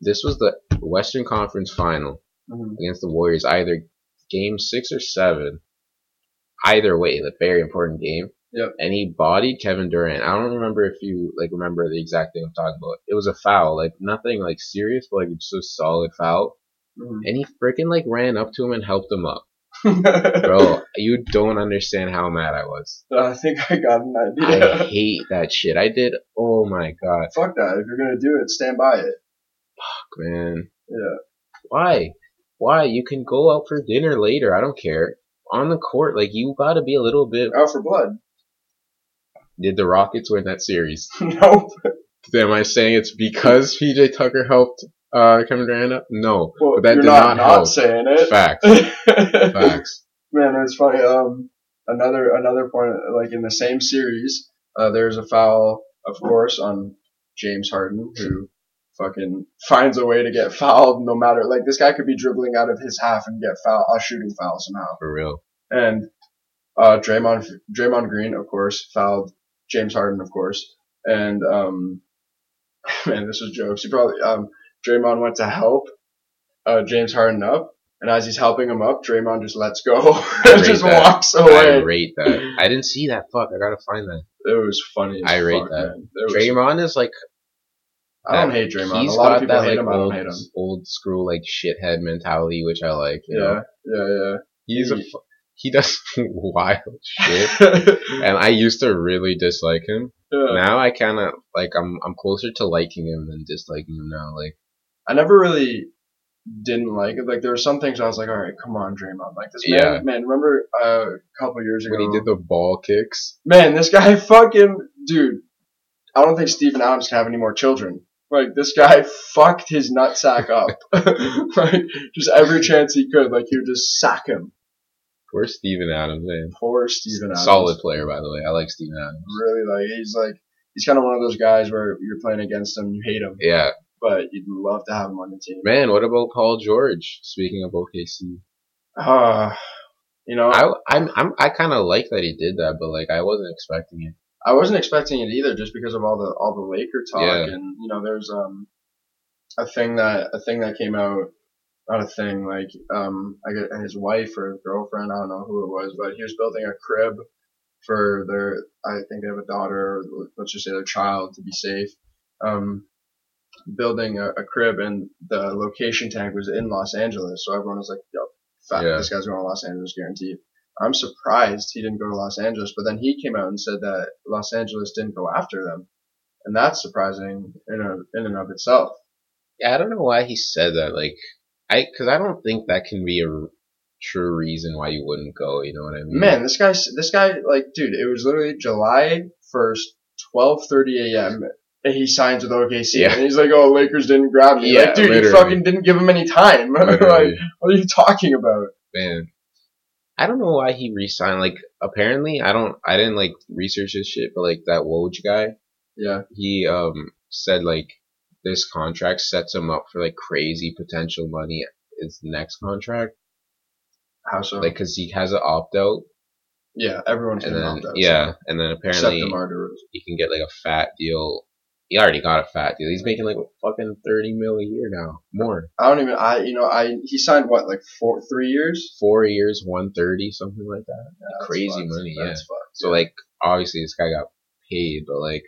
A: This was the Western Conference Final
B: hmm
A: against the Warriors, either game six or seven. Either way, the very important game.
B: Yep.
A: And he bodied Kevin Durant. I don't remember if you like remember the exact thing I'm talking about. It was a foul, like nothing like serious, but like just a solid foul.
B: hmm
A: And he freaking like ran up to him and helped him up, (laughs) bro. you don't understand how mad I was.
B: Mm-hmm. (laughs) I think I got an idea.
A: I hate that shit. I did. Oh my god.
B: Fuck that. If you're gonna do it, stand by it.
A: man.
B: Yeah.
A: Why? Why? You can go out for dinner later. I don't care. On the court, like you got to be a little bit.
B: Out for blood. (laughs)
A: Did the Rockets win that series?
B: nope.
A: Am I saying it's because PJ Tucker helped uh, Kevin Durant up? No,
B: Well,
A: but that
B: you're
A: did
B: not
A: not,
B: not
A: help.
B: saying it.
A: Facts.
B: (laughs)
A: Facts.
B: Man, it's funny. Um, another another point, like in the same series, uh, there's a foul, of course, on James Harden, who fucking finds a way to get fouled no matter like this guy could be dribbling out of his half and get foul a shooting foul somehow.
A: for real.
B: And uh, Draymond Draymond Green, of course, fouled James Harden, of course, and um, (laughs) man, this was jokes. He probably um, Draymond went to help uh, James Harden up, and as he's helping him up, Draymond just lets go (laughs) and
A: rate
B: just
A: that.
B: walks
A: I
B: away.
A: rate that. I didn't see that. Fuck, I gotta find that.
B: It was funny. As
A: I rate
B: fuck,
A: that.
B: man. It was-
A: Draymond is like
B: I don't
A: that-
B: hate Draymond.
A: he's
B: A lot
A: got
B: of people
A: that
B: hate
A: like
B: him. I
A: old,
B: don't hate him.
A: old school like shithead mentality, which I like. You
B: Yeah,
A: know?
B: yeah,
A: he's a
B: He-
A: fu- he does (laughs) wild shit,
B: (laughs) yeah.
A: and I used to really dislike him.
B: yeah.
A: Now I kind of like I'm I'm closer to liking him than disliking him now. Like
B: I never really didn't like it. Like there were some things I was like, all right, come on, Draymond. Like this man,
A: Yeah.
B: man. Remember uh, a couple years ago
A: when he did the ball kicks,
B: man, this guy (laughs) fucking dude. I don't think Steven Adams can have any more children. Like this guy (laughs) fucked his nutsack up. (laughs) like just every chance he could, like he would just sack him.
A: poor Steven Adams. Man.
B: Poor Steven Adams.
A: Solid player, by the way. I like Steven Adams.
B: Really like he's like he's kind of one of those guys where you're playing against him, you hate him,
A: Yeah,
B: but you'd love to have him on the team.
A: man. What about Paul George? Speaking of OKC,
B: Ah, you know,
A: I I'm, I'm I kind of like that he did that, but like I wasn't expecting it.
B: I wasn't expecting it either, just because of all the all the Laker talk,
A: Yeah.
B: and you know, there's um a thing that a thing that came out, not a thing like um I guess his wife or girlfriend, I don't know who it was, but he was building a crib for their I think they have a daughter, or let's just say their child to be safe, um building a, a crib, and the location tag was in Los Angeles, so everyone was like, yo, fat,
A: Yeah.
B: this guy's going to Los Angeles guaranteed. I'm surprised he didn't go to Los Angeles, but then he came out and said that Los Angeles didn't go after them, and that's surprising in a, in and of itself.
A: Yeah, I don't know why he said that. Like, I because I don't think that can be a r- true reason why you wouldn't go. You know what I mean?
B: Man, (laughs) this guy, this guy, like, dude, it was literally July first, twelve thirty a.m. And he signs with OKC,
A: Yeah.
B: and he's like, "Oh, Lakers didn't grab me."
A: Yeah,
B: like, dude, you
A: literally.
B: fucking didn't give him any time. (laughs) like,
A: Literally,
B: what are you talking about?
A: man. I don't know why he resigned. Like, apparently, I don't. I didn't like research this shit, but like that Woj guy,
B: Yeah,
A: he um said like this contract sets him up for like crazy potential money. His next contract,
B: how so?
A: like, cause he has an opt out,
B: yeah, everyone's
A: and
B: gonna
A: then
B: opt out,
A: yeah, and then
B: so, except
A: apparently
B: DeMar DeRozan.
A: he can get like a fat deal. He already got a fat deal. He's making like fucking thirty mil a year now, more.
B: I don't even. I you know I he signed what like four three years.
A: Four years, one thirty, something like that.
B: Yeah, that's
A: Crazy
B: fucked.
A: money,
B: That's fucked.
A: So like, obviously this guy got paid, but like,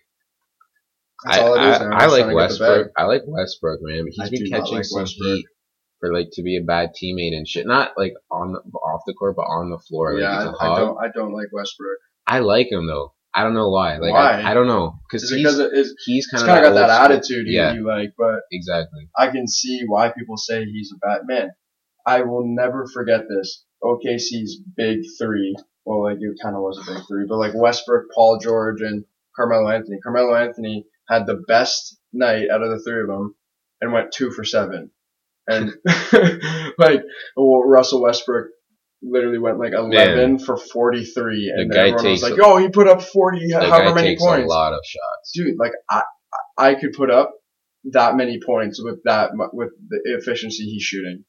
B: That's
A: I
B: all it is
A: I,
B: now.
A: I like
B: He's trying to get the
A: Westbrook. I like Westbrook, man. He's
B: I
A: been
B: do not
A: catching
B: like
A: some
B: Westbrook.
A: heat for like to be a bad teammate and shit. Not like on the, off the court, but on the floor. Like, he's
B: Yeah,
A: a
B: I, I
A: hog.
B: don't. I don't like Westbrook.
A: I like him though. I don't know why. Like
B: Why?
A: I, I don't know because
B: Is
A: he's
B: it because it- it's,
A: he's
B: it's
A: kind of
B: kind of got that attitude he-
A: Yeah.
B: you like? But
A: Exactly.
B: I can see why people say he's a bad man. I will never forget this. OKC's big three. Well, like it kind of was a big three, but like Westbrook, Paul George, and Carmelo Anthony. Carmelo Anthony had the best night out of the three of them and went two for seven. And (laughs) like, well, Russell Westbrook literally went like 11 for 43. And
A: The
B: then
A: guy
B: everyone was
A: takes
B: like, yo, he put up 40,
A: That
B: however
A: guy
B: many
A: takes a
B: points.
A: lot of shots.
B: Dude, like, I, I could put up that many points with that, mu- with the efficiency he's shooting.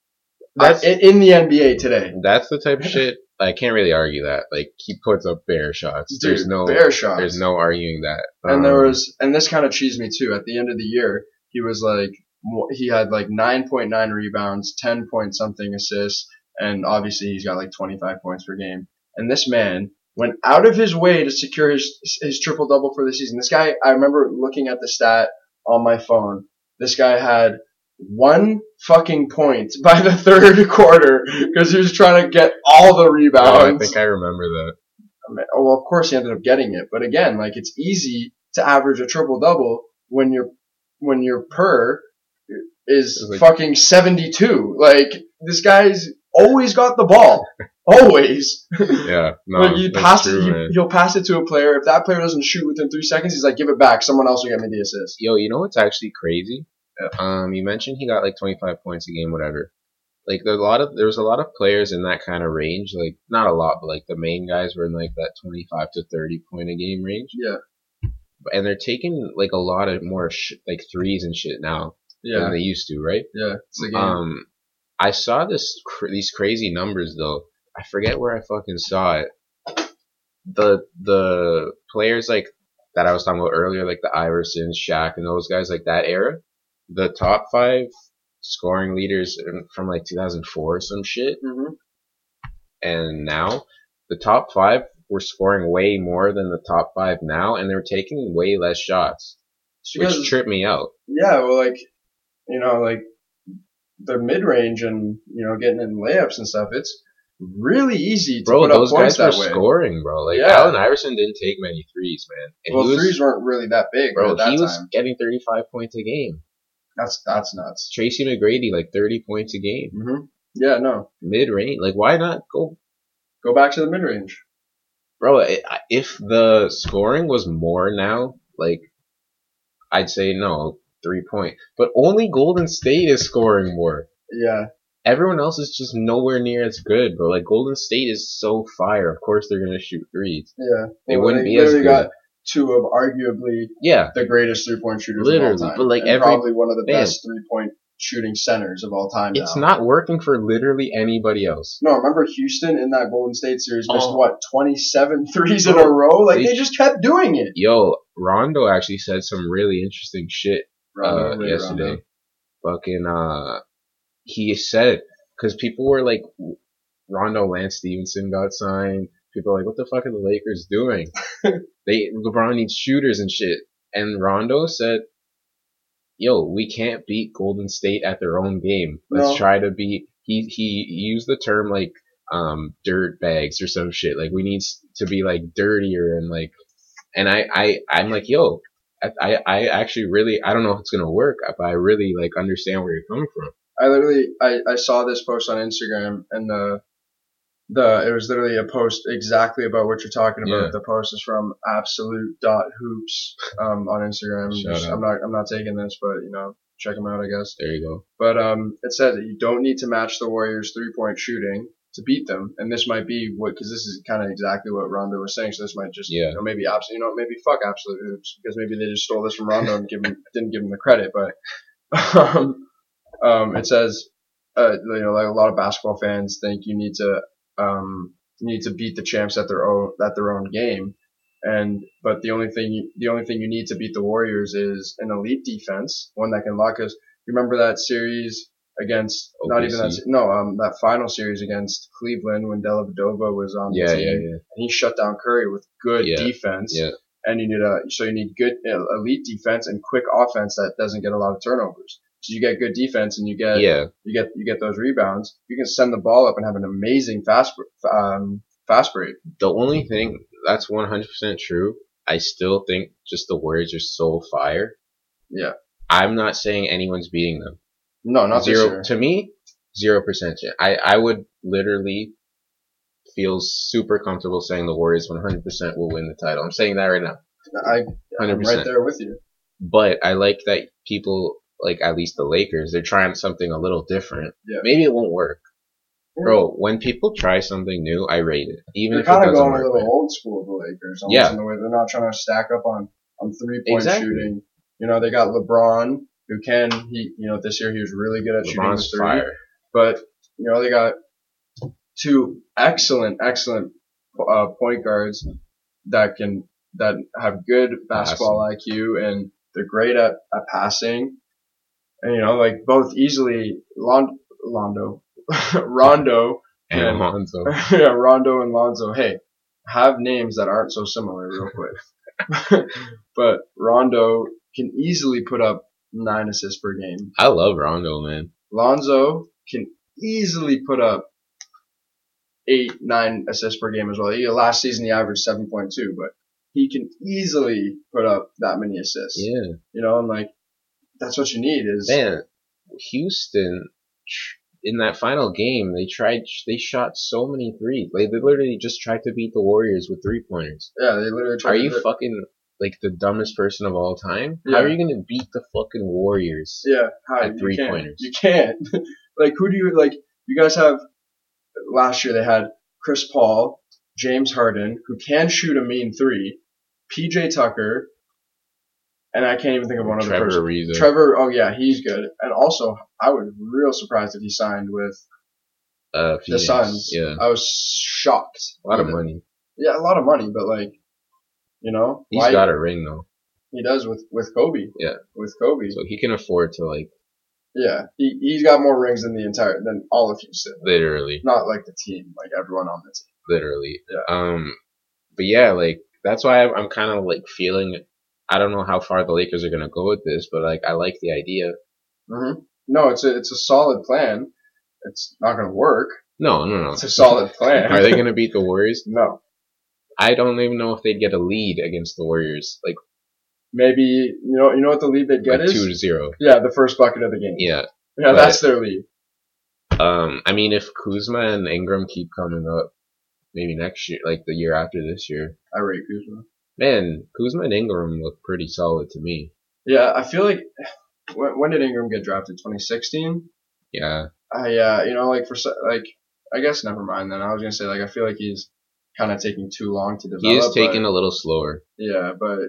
B: I,
A: That's-
B: in, in the NBA today.
A: That's the
B: (laughs)
A: type of shit I can't really argue that. Like he puts up bare shots.
B: Dude,
A: there's no
B: bare shots.
A: there's no arguing that.
B: And there
A: Um,
B: was, and this kind of cheesed me too. At the end of the year, he was like, mo- he had like 9.9 rebounds, 10 point something assists, and obviously he's got like 25 points per game. And this man went out of his way to secure his his triple double for the season. This guy, I remember looking at the stat on my phone. This guy had one fucking point (laughs) by the third quarter because he was trying to get all the
A: oh, I
B: rebounds.
A: think I remember that.
B: I mean, Oh, well, of course he ended up getting it, but again, like it's easy to average a triple double when your when your per is
A: It's like-
B: fucking seventy two. Like this guy's always got
A: (laughs)
B: the ball, always.
A: Yeah. No,
B: like you
A: that's
B: pass
A: true,
B: it, you,
A: man.
B: he'll pass it to a player. If that player doesn't shoot within three seconds, he's like, "Give it back. Someone else will get me the assist."
A: Yo, you know what's actually crazy?
B: Yeah.
A: Um, you mentioned he got like 25 points a game, whatever. Like there's a lot of there was a lot of players in that kind of range. Like not a lot, but like the main guys were in like that 25 to 30 point a game range.
B: Yeah,
A: and they're taking like a lot of more sh- like threes and shit now. than
B: Yeah,
A: they used to, right?
B: yeah, it's a game.
A: Um, I saw this cr- these crazy numbers though. I forget where I fucking saw it. The the players like that I was talking about earlier, like the Iverson, Shaq, and those guys, like that era, the top five scoring leaders in- from like 2004 or some shit,
B: Mhm.
A: and now the top five were scoring way more than the top five now, and they were taking way less shots,
B: It's
A: which
B: because-
A: tripped me out.
B: yeah, well, like you know, like the mid range and you know getting in layups and stuff. It's really easy to
A: Mm-hmm. Bro,
B: put
A: those
B: up points
A: guys were
B: that way.
A: scoring, bro. Like
B: Yeah.
A: Allen Iverson didn't take many threes, man. And
B: well,
A: he was,
B: threes weren't really that big
A: bro,
B: at that
A: he
B: time.
A: was getting 35 points a game.
B: That's that's nuts.
A: Tracy McGrady like 30 points a game,
B: hmm Yeah, no,
A: mid range. Like why not go,
B: go back to the mid range.
A: bro? i- I- If the scoring was more now, like I'd say no three point. But only Golden State is scoring more.
B: Yeah,
A: Everyone else is just nowhere near as good, bro. Like Golden State is so fire. Of course they're gonna shoot threes.
B: yeah.
A: They
B: Well,
A: wouldn't
B: they
A: be as
B: literally
A: good.
B: got two of arguably
A: yeah,
B: the greatest three point shooters
A: Literally,
B: of all time,
A: but, like,
B: and
A: every-
B: probably one of the
A: man.
B: best three point shooting centers of all time.
A: it's
B: now.
A: not working for literally anybody else.
B: No, remember Houston in that Golden State series missed
A: Oh.
B: what 27 threes in a row? Like
A: They-
B: they, just kept doing it.
A: yo, Rondo actually said some really interesting shit uh,
B: Rondo, Ray
A: yesterday.
B: Rondo.
A: Fucking, uh, he said because people were like, Rondo, Lance Stevenson got signed. People are like, what the fuck are the Lakers doing?
B: (laughs)
A: they LeBron needs shooters and shit. And Rondo said, yo, we can't beat Golden State at their own game. Let's
B: No.
A: try to beat. He he used the term like um dirt bags or some shit. Like we need s- to be like dirtier and like. And I I I'm like yo. I- I, I actually really I don't know if it's gonna work, but I really like understand where you're coming from.
B: I literally I, I saw this post on Instagram and the the it was literally a post exactly about what you're talking about.
A: Yeah.
B: The post is from absolute dot hoops um, on Instagram.
A: Shout
B: Just-
A: out.
B: I'm not I'm not taking this, but you know check them out I guess.
A: There you go.
B: But um, it says that you don't need to match the Warriors three point shooting to beat them, and this might be what because this is kind of exactly what Rondo was saying. So this might just
A: Yeah.
B: you know, maybe absolute you know maybe fuck absolute hoops because maybe they just stole this from Rondo and give him, (laughs) didn't give him the credit. But (laughs) um, um, it says uh, you know like a lot of basketball fans think you need to um, you need to beat the champs at their own at their own game. And but the only thing you, the only thing you need to beat the Warriors is an elite defense, one that can lock us. You remember that series against not even that
A: OKC.
B: se- no um that final series against Cleveland when Dellavedova was on
A: Yeah,
B: the team
A: yeah, yeah.
B: and he shut down Curry with good
A: Yeah,
B: defense.
A: yeah.
B: And you need a so you need good uh, elite defense and quick offense that doesn't get a lot of turnovers. So you get good defense and you get
A: Yeah,
B: you get you get those rebounds. You can send the ball up and have an amazing fast br- um, fast break.
A: the only thing that's 100% true, I still think just the Warriors are so fire.
B: Yeah.
A: I'm not saying anyone's beating them.
B: No, not
A: zero
B: this
A: to
B: year.
A: me, 0% chance. I I would literally feel super comfortable saying the Warriors 100% will win the title. I'm saying that right now.
B: I,
A: 100%.
B: I'm right there with you.
A: But I like that people like at least the Lakers, they're trying something a little different.
B: Yeah.
A: Maybe it won't work. Bro, when people try something new, I rate it. Even
B: They're
A: if it
B: kind of
A: doesn't
B: going a
A: work.
B: little
A: man.
B: old school, the Lakers. Almost
A: Yeah.
B: In the way they're not trying to stack up on, on three point
A: Exactly.
B: shooting. You know, they got LeBron, who can, he, you know, this year he was really good at shooting the
A: LeBron's
B: three.
A: fire.
B: But, you know, they got two excellent, excellent uh, point guards that can, that have good basketball IQ and they're great at, at passing. And, you know, like both easily, Lon- Londo, (laughs) Rondo, (laughs)
A: and
B: Yeah.
A: Alonzo.
B: yeah, Rondo and Lonzo. Hey, have names that aren't so similar, real quick. (laughs) but Rondo can easily put up nine assists per game.
A: I love Rondo, man.
B: Lonzo can easily put up eight, nine assists per game as well. Yeah, last season he averaged seven point two, but he can easily put up that many assists.
A: Yeah,
B: You know, and like that's what you need is
A: man. Houston tr- in that final game, they tried. They shot so many threes. Like, they literally just tried to beat the Warriors with three pointers.
B: yeah. They literally try
A: Are
B: to
A: you
B: do it.
A: fucking like the dumbest person of all time?
B: Yeah.
A: How are you gonna beat the fucking Warriors?
B: Yeah, hi.
A: At
B: you
A: three
B: can't.
A: pointers.
B: You can't. (laughs) like, who do you like? You guys have. Last year they had Chris Paul, James Harden, who can shoot a mean three, PJ Tucker, and I can't even think of one other
A: Trevor
B: person.
A: Ariza.
B: Trevor, oh yeah, he's good. And also, I was real surprised if he signed with
A: uh,
B: the
A: Phoenix.
B: Suns.
A: Yeah,
B: I was shocked.
A: a lot of money.
B: Yeah, a lot of money, but like, you know,
A: He's
B: why-
A: got a ring though,
B: he does with with Kobe.
A: Yeah.
B: with Kobe.
A: so he can afford to like
B: Yeah, he he's got more rings than the entire than all of Houston.
A: literally,
B: Not like the team, like everyone on the team.
A: literally.
B: Yeah.
A: Um, but yeah, like that's why I'm, I'm kind of like feeling. I don't know how far the Lakers are gonna go with this, but like I like the idea.
B: hmm No, it's a it's a solid plan. It's not gonna work.
A: No, no, no.
B: It's a solid plan.
A: (laughs) Are they
B: (laughs)
A: gonna beat the Warriors?
B: No,
A: I don't even know if they'd get a lead against the Warriors, like,
B: maybe you know you know what the lead they'd get
A: like
B: is.
A: two to zero.
B: Yeah, the first bucket of the game.
A: Yeah.
B: Yeah,
A: but-
B: that's their lead.
A: Um, I mean, if Kuzma and Ingram keep coming up, maybe next year, like the year after this year,
B: I rate Kuzma.
A: man, Kuzma and Ingram look pretty solid to me.
B: Yeah, I feel like when, when did Ingram get drafted? 2016.
A: Yeah,
B: I uh, you know, like for so- like, I guess never mind. Then I was gonna say like I feel like he's kind of taking too long to develop.
A: he is
B: but-
A: taking a little slower.
B: yeah, but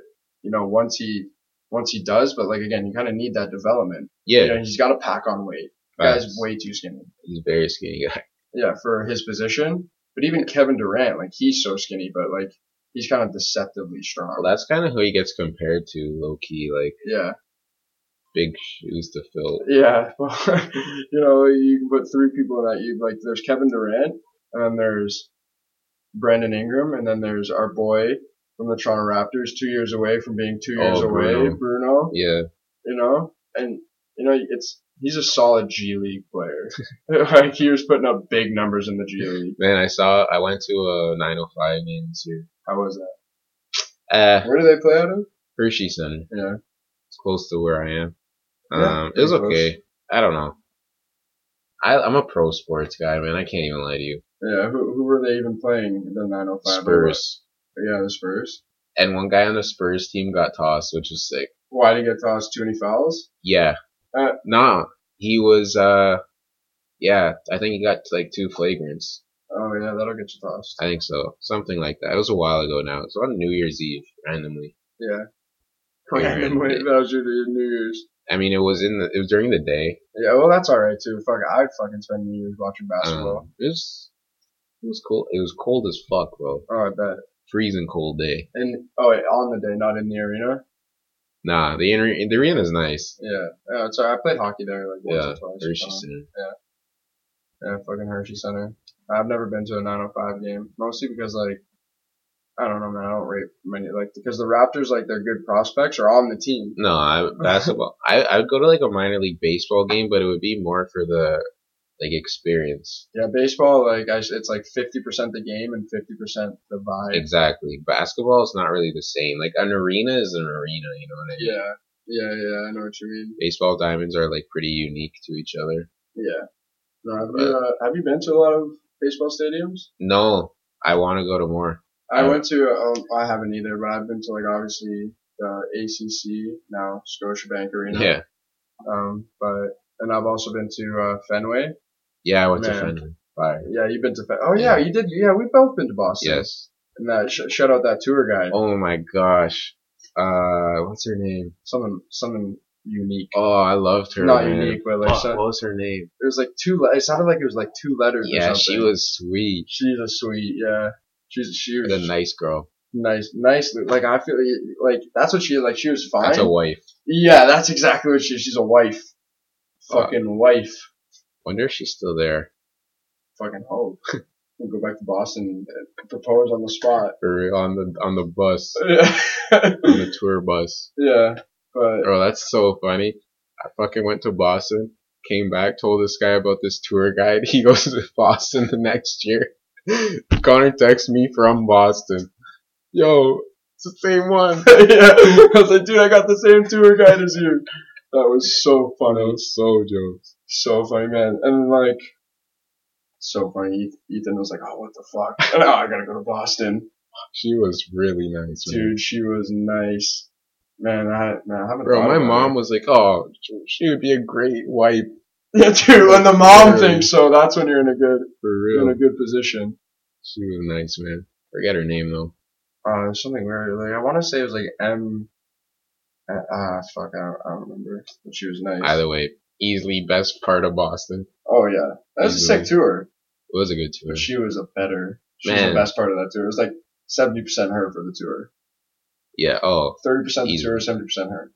B: you know, once he once he does, but like again, you kind of need that development.
A: Yeah,
B: You know, he's got to pack on weight. The Guy's
A: facts.
B: way too skinny.
A: he's a very skinny (laughs) guy.
B: Yeah, for his position. But even Kevin Durant, like he's so skinny, but like he's kind of deceptively strong.
A: Well, that's kind of who he gets compared to, low key, like
B: yeah,
A: big shoes to fill.
B: yeah. (laughs) Well, you know, you can put three people in that. You like there's Kevin Durant, and then there's Brandon Ingram, and then there's our boy from the Toronto Raptors, two years away from being two
A: Oh,
B: years away,
A: Bruno.
B: Bruno.
A: Yeah,
B: you know, and you know it's he's a solid G League player. (laughs) like he was putting up big numbers in the G League.
A: man, I saw. I went to a 905 game this year.
B: How was that?
A: Uh,
B: Where do they play out of?
A: Hershey Center.
B: Yeah,
A: It's close to where I am.
B: Yeah,
A: Um, it was
B: pretty close.
A: okay. I don't know. I, I'm a pro sports guy, man. I can't even lie to you.
B: yeah. Who, who were they even playing? The 905 They were-
A: Spurs.
B: Yeah, the Spurs.
A: and one guy on the Spurs team got tossed, which is sick.
B: Why did he get tossed? Too many fouls.
A: Yeah.
B: Uh,
A: no, he was. uh Yeah, I think he got like two flagrants.
B: Oh yeah, that'll get you tossed.
A: I think so, something like that. It was a while ago now. It was on New Year's Eve, randomly.
B: Yeah.
A: Yeah,
B: Randomly,
A: yeah.
B: that was your New Year's.
A: I mean, it was in the, it was during the day.
B: Yeah, well, that's all right too. Fuck, I'd fucking spend New Year's watching basketball.
A: Um, it was it was cool. It was cold as fuck, bro.
B: oh, I bet.
A: Freezing cold day.
B: And oh, wait, on the day, not in the arena.
A: Nah, the arena the arena's nice.
B: Yeah, yeah. Sorry, I played hockey there like once
A: Yeah,
B: or twice.
A: Hershey
B: Um,
A: Center.
B: Yeah, fucking Hershey Center. I've never been to a 905 game, mostly because like, I don't know, man. I don't rate many like because the Raptors like their good prospects are on the team.
A: No, I basketball. I I would go to like a minor league baseball game, but it would be more for the like experience.
B: Yeah, baseball like I, it's like 50% the game and 50% the vibe.
A: Exactly. Basketball is not really the same. Like an arena is an arena, you know what I mean?
B: yeah, yeah, yeah. I know what you mean.
A: Baseball diamonds are like pretty unique to each other.
B: Yeah. No, have, you, uh, have you been to a lot of baseball stadiums?
A: No, I want to go to more.
B: I
A: Yeah.
B: went to. Um, I haven't either, but I've been to like obviously the ACC now Scotiabank Arena.
A: Yeah.
B: Um, but and I've also been to uh, Fenway.
A: Yeah, I went to
B: Man.
A: Fenway. Fire.
B: Yeah, you've been to. Fa- oh yeah,
A: Yeah.
B: you did. Yeah, we've both been to Boston.
A: Yes.
B: And that sh- shout out that tour guy.
A: Oh my gosh. Uh, what's her name?
B: Something something unique.
A: Oh, I loved her.
B: Not
A: man.
B: unique, but like
A: Fuck,
B: so-
A: what was her name?
B: it was like two. Le- it sounded like it was like two letters.
A: Yeah,
B: or something.
A: she was sweet.
B: She's a sweet. Yeah. She's she was
A: The nice girl.
B: nice, nice. Like I feel like that's what she like. She was fine.
A: That's a wife.
B: yeah, that's exactly what she. She's a wife.
A: Fuck.
B: Fucking wife.
A: Wonder if she's still there.
B: Fucking
A: (laughs)
B: hope. We'll go back to Boston and propose on the spot. (laughs)
A: For real, on the on the bus, on
B: Yeah.
A: the tour bus.
B: yeah. But (laughs)
A: Bro, that's so funny. I fucking went to Boston, came back, told this guy about this tour guide. (laughs) He goes to Boston the next year. (laughs) Connor texts me from Boston. Yo, it's the same one.
B: yeah, I was like, dude, I got the same tour guide as you. That was so funny,
A: Bro, so jokes.
B: so funny, man. And like, so funny. Eth- Ethan was like, oh, what the fuck? (laughs) And, oh, I gotta go to Boston,
A: She was really nice, man.
B: dude. She was nice, man. I man, I haven't.
A: Bro,
B: thought
A: my
B: about
A: mom
B: her.
A: was like, "Oh, she would be a great wife
B: Yeah, dude. When the mom
A: Really?
B: thinks so, that's when you're in a good,
A: for
B: you're in a
A: real."
B: good position.
A: She was nice, man. Forget her name though.
B: Uh, something weird. Like I want to say it was like M, Uh, ah, fuck, I don't, I don't remember. But she was nice.
A: Either way, easily best part of Boston.
B: Oh yeah, that was a sick tour.
A: It was a good tour.
B: But she was a better. She was
A: Man.
B: the best part of that tour. It was like seventy percent her for the tour.
A: Yeah. Oh,
B: Thirty percent the
A: Easy.
B: tour, seventy percent her.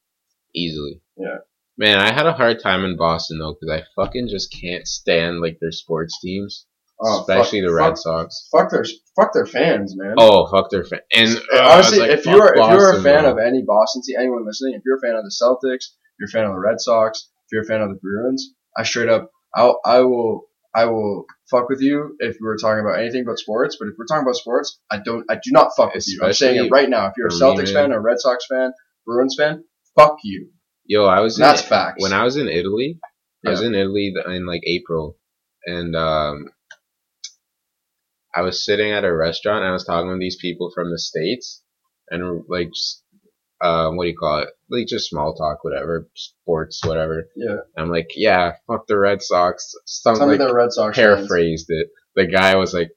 A: easily.
B: Yeah.
A: Man, I had a hard time in Boston though, because I fucking just can't stand like their sports teams,
B: Oh, fuck-
A: especially the Red
B: fuck,
A: Sox.
B: Fuck their fuck their fans, man.
A: Oh, fuck their fan. And
B: And
A: uh,
B: honestly,
A: I was like,
B: if
A: fuck
B: you're if you're a
A: Boston,
B: fan
A: though.
B: of any Boston team, anyone listening, if you're a fan of the Celtics, if you're a fan of the Red Sox, if you're a fan of the Bruins, I straight up, I'll, I will, I will fuck with you if we were talking about anything but sports. But if we're talking about sports, I don't, I do not fuck with you. I'm saying
A: Especially
B: it right now. If you're a Celtics
A: Arena.
B: fan, a Red Sox fan, Bruins fan, fuck you.
A: yo, I was in,
B: That's facts.
A: when I was in Italy. I was
B: Yeah.
A: in Italy th- in like April, and um, I was sitting at a restaurant. and I was talking with these people from the states, and like, just, um, what do you call it? Like just small talk, whatever, sports, whatever.
B: Yeah.
A: I'm like, yeah, fuck the Red Sox. Some
B: Some
A: like
B: of the Red Sox fans.
A: paraphrased it. The guy was like,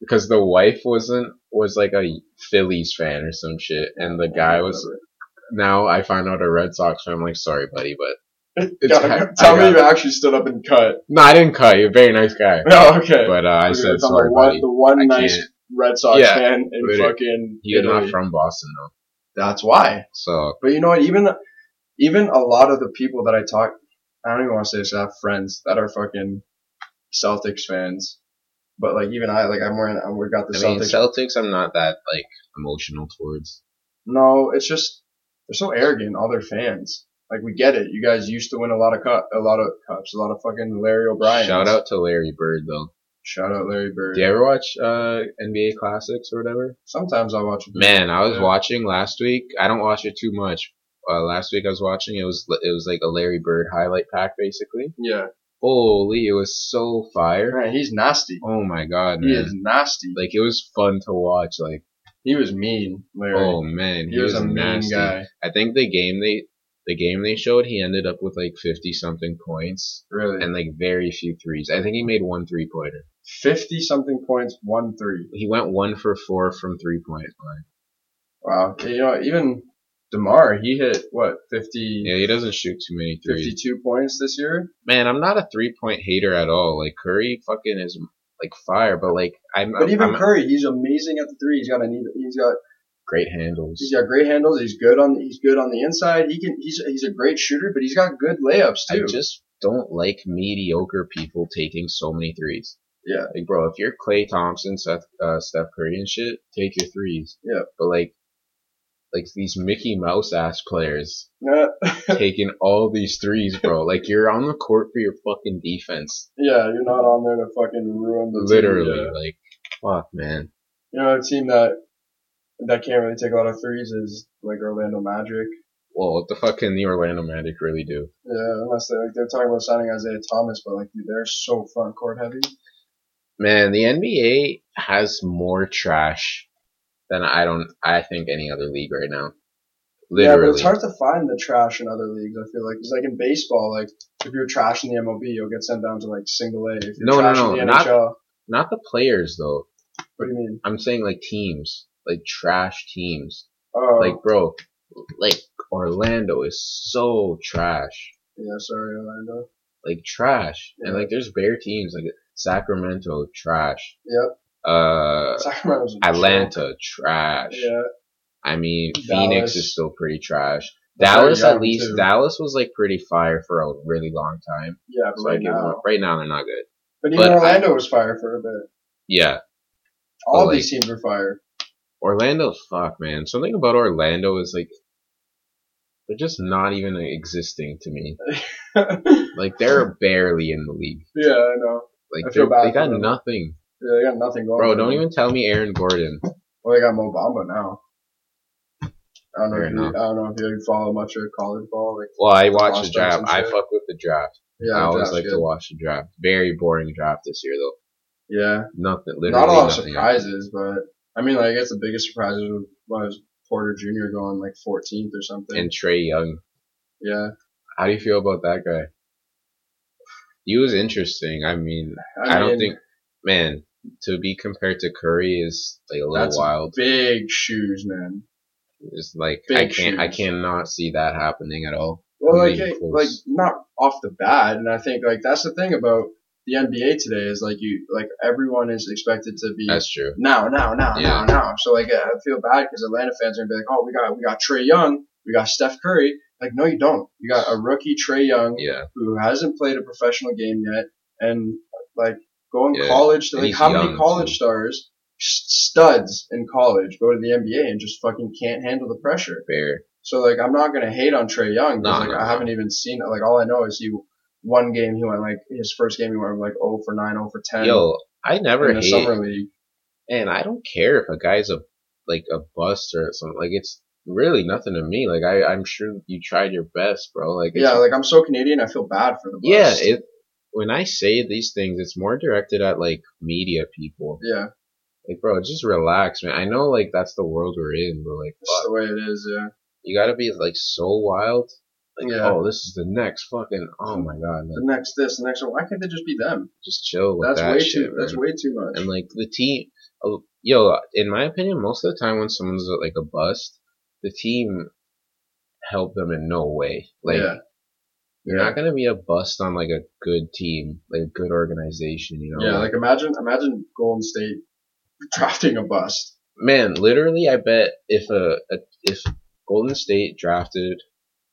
A: because the wife wasn't was like a Phillies fan or some shit, and the guy
B: (laughs)
A: was now I find out a Red Sox fan. I'm like, sorry, buddy, but it's-
B: Gotta-
A: (laughs) I
B: Tell
A: got
B: me you actually stood up and cut. (laughs)
A: no, I didn't cut. You're a very nice guy,
B: No, okay.
A: but uh, I
B: We're
A: said
B: gonna talk
A: sorry,
B: about one-
A: buddy.
B: The one
A: I
B: nice
A: can't.
B: Red Sox
A: Yeah.
B: fan in
A: But it-
B: fucking
A: You're not
B: Italy.
A: from Boston though,
B: That's why.
A: so
B: But you know what? Even even a lot of the people that I talk, I don't even want to say this. I have friends that are fucking Celtics fans. But like even I, like I'm wearing, I'm, we got the
A: I mean,
B: Celtics.
A: Celtics. I'm not that like emotional towards.
B: no, it's just they're so arrogant. All their fans. Like we get it. You guys used to win a lot of cup, a lot of cups, a lot of fucking Larry O'Brien.
A: Shout out to Larry Bird though.
B: shout out Larry Bird.
A: Do you ever watch uh, NBA classics or whatever?
B: Sometimes I watch.
A: Man, I was
B: Yeah.
A: watching last week. I don't watch it too much. Uh, last week I was watching it was it was like a Larry Bird highlight pack basically.
B: Yeah,
A: Holy, it was so fire!
B: man, he's nasty.
A: Oh my god,
B: He is
A: man!
B: nasty.
A: Like it was fun to watch. Like
B: He was mean, Larry.
A: oh man,
B: he, was, a mean
A: nasty.
B: guy.
A: I think the game they the game they showed he ended up with like fifty something points
B: Really.
A: and like very few threes. I think he made one three pointer.
B: 50 something points, one three.
A: He went one for four from three point line.
B: Wow. You know, even DeMar, he hit what, 50,
A: Yeah, he doesn't shoot too many threes.
B: 52 points this year?
A: man, I'm not a three point hater at all. Like Curry, fucking is like fire, but like I'm,
B: But
A: I'm,
B: even
A: I'm-
B: Curry, he's amazing at the three. He's got a neat, he's got
A: great handles.
B: he's got great handles. He's good on he's good on the inside. He can he's he's a great shooter, but he's got good layups
A: I
B: too.
A: just don't like mediocre people taking so many threes.
B: Yeah.
A: like bro, if you're Clay Thompson, Seth, uh, Steph Curry, and shit, take your threes.
B: Yeah.
A: but like, like these Mickey Mouse ass
B: (laughs)
A: players
B: Nah,
A: taking all these threes, bro. Like you're on the court for your fucking defense,
B: yeah, you're not on there to fucking ruin the team,
A: literally.
B: yeah.
A: Like, fuck, man.
B: You know, a team that that can't really take a lot of threes is like Orlando Magic.
A: Well, what the fuck can the Orlando Magic really do?
B: Yeah, unless they're like they're talking about signing Isaiah Thomas, but like dude, they're so front court heavy.
A: Man, the NBA has more trash than I don't I think any other league right now.
B: Yeah, but
A: Literally.
B: it's hard to find the trash in other leagues. I feel like it's like in baseball, like if you're trash in the MLB, you'll get sent down to like single A. If you're
A: No, no,
B: trash
A: no,
B: in the
A: not-
B: NHL,
A: Not the players though.
B: what do you mean?
A: I'm saying like teams, like trash teams.
B: Oh,
A: Like bro, like Orlando is so trash.
B: yeah, sorry, Orlando.
A: Like trash. And
B: Yeah.
A: like there's bare teams like Sacramento trash.
B: Yep, (laughs)
A: Uh
B: Sacramento's a
A: Atlanta trash.
B: joke. Yeah,
A: I mean, Phoenix
B: Dallas.
A: is still pretty trash.
B: They're
A: Dallas,
B: young,
A: at least,
B: too.
A: Dallas was like pretty fire for a really long time.
B: yeah, but
A: So I
B: right
A: give them
B: now,
A: up. Right now, they're not good.
B: but even
A: but I-
B: Orlando was fire for a bit.
A: Yeah,
B: All
A: like-
B: these teams were fire.
A: Orlando, fuck, man. Something about Orlando is like they're just not even existing to me.
B: (laughs) yeah, I
A: Like
B: (laughs)
A: they're barely in the league.
B: know. I
A: Like
B: feel
A: they're-
B: bad
A: they
B: for
A: got
B: them.
A: nothing,
B: Yeah, they got nothing going.
A: bro.
B: for
A: Don't
B: them.
A: even tell me Aaron Gordon.
B: Well, they got Mo Bamba now. I don't know.
A: Fair
B: If you, I
A: enough.
B: don't know if you follow much of college ball. Like,
A: Well, I
B: Lost
A: watch the
B: by
A: draft.
B: some
A: I
B: shit.
A: fuck with the draft.
B: yeah,
A: I always
B: that's
A: like
B: good.
A: to watch the draft. Very boring draft this year though.
B: Yeah.
A: Nothing. Literally
B: not a lot of
A: nothing.
B: surprises, but I mean, like, I guess the biggest surprise was, was Porter Jr. going like 14th or something.
A: And Trey Young.
B: yeah,
A: How do you feel about that guy? He was interesting. I mean, I, don't
B: mean,
A: think, man, to be compared to Curry is like a little
B: That's-
A: wild.
B: big shoes, man.
A: It's like
B: Big
A: I can't I
B: shoes.
A: cannot see that happening at all.
B: Well, like,
A: Really
B: it-
A: close.
B: like not off the bat, and I think like that's the thing about the NBA today is like you like everyone is expected to be
A: That's true.
B: now, now, now,
A: Yeah.
B: now, now. So like uh, I feel bad because Atlanta fans are gonna be like, oh, we got we got Trey Young, we got Steph Curry. Like no, you don't. You got a rookie Trey Young
A: Yeah.
B: who hasn't played a professional game yet, and like going
A: Yeah.
B: college to
A: And
B: like
A: he's
B: how
A: young,
B: many college
A: too.
B: stars s- studs in college go to the NBA and just fucking can't handle the pressure.
A: Fair.
B: So like I'm not gonna hate on Trey Young
A: No,
B: because like
A: no,
B: I
A: no.
B: haven't even seen it. Like all I know is he one game he went like his first game he went like 0 for 9, 0 for 10
A: Yo, I never
B: in the
A: hate
B: summer league.
A: and I don't care if a guy's a like a bust or something. Like it's really nothing to me. Like I, I'm sure you tried your best, bro. Like it's,
B: Yeah, like I'm so Canadian, I feel bad for the
A: yeah.
B: Bucks.
A: It when I say these things, it's more directed at like media people.
B: yeah,
A: Like, bro, just relax, man. I know like that's the world we're in, but like,
B: that's
A: fuck,
B: the way it is. Yeah,
A: you gotta be like so wild. Like,
B: Yeah.
A: oh, this is the next fucking. Oh my god,
B: the
A: man.
B: next this, the next one. Why can't they just be them?
A: just chill with
B: That's
A: that
B: way
A: shit.
B: too. That's
A: man.
B: way too much.
A: And like the team, oh, yo, in my opinion, most of the time when someone's like a bust, the team help them in no way. Like
B: yeah,
A: you're not gonna be a bust on like a good team, like a good organization. You know,
B: yeah. Like imagine, imagine Golden State (laughs) drafting a bust.
A: man, literally, I bet if a, a if Golden State drafted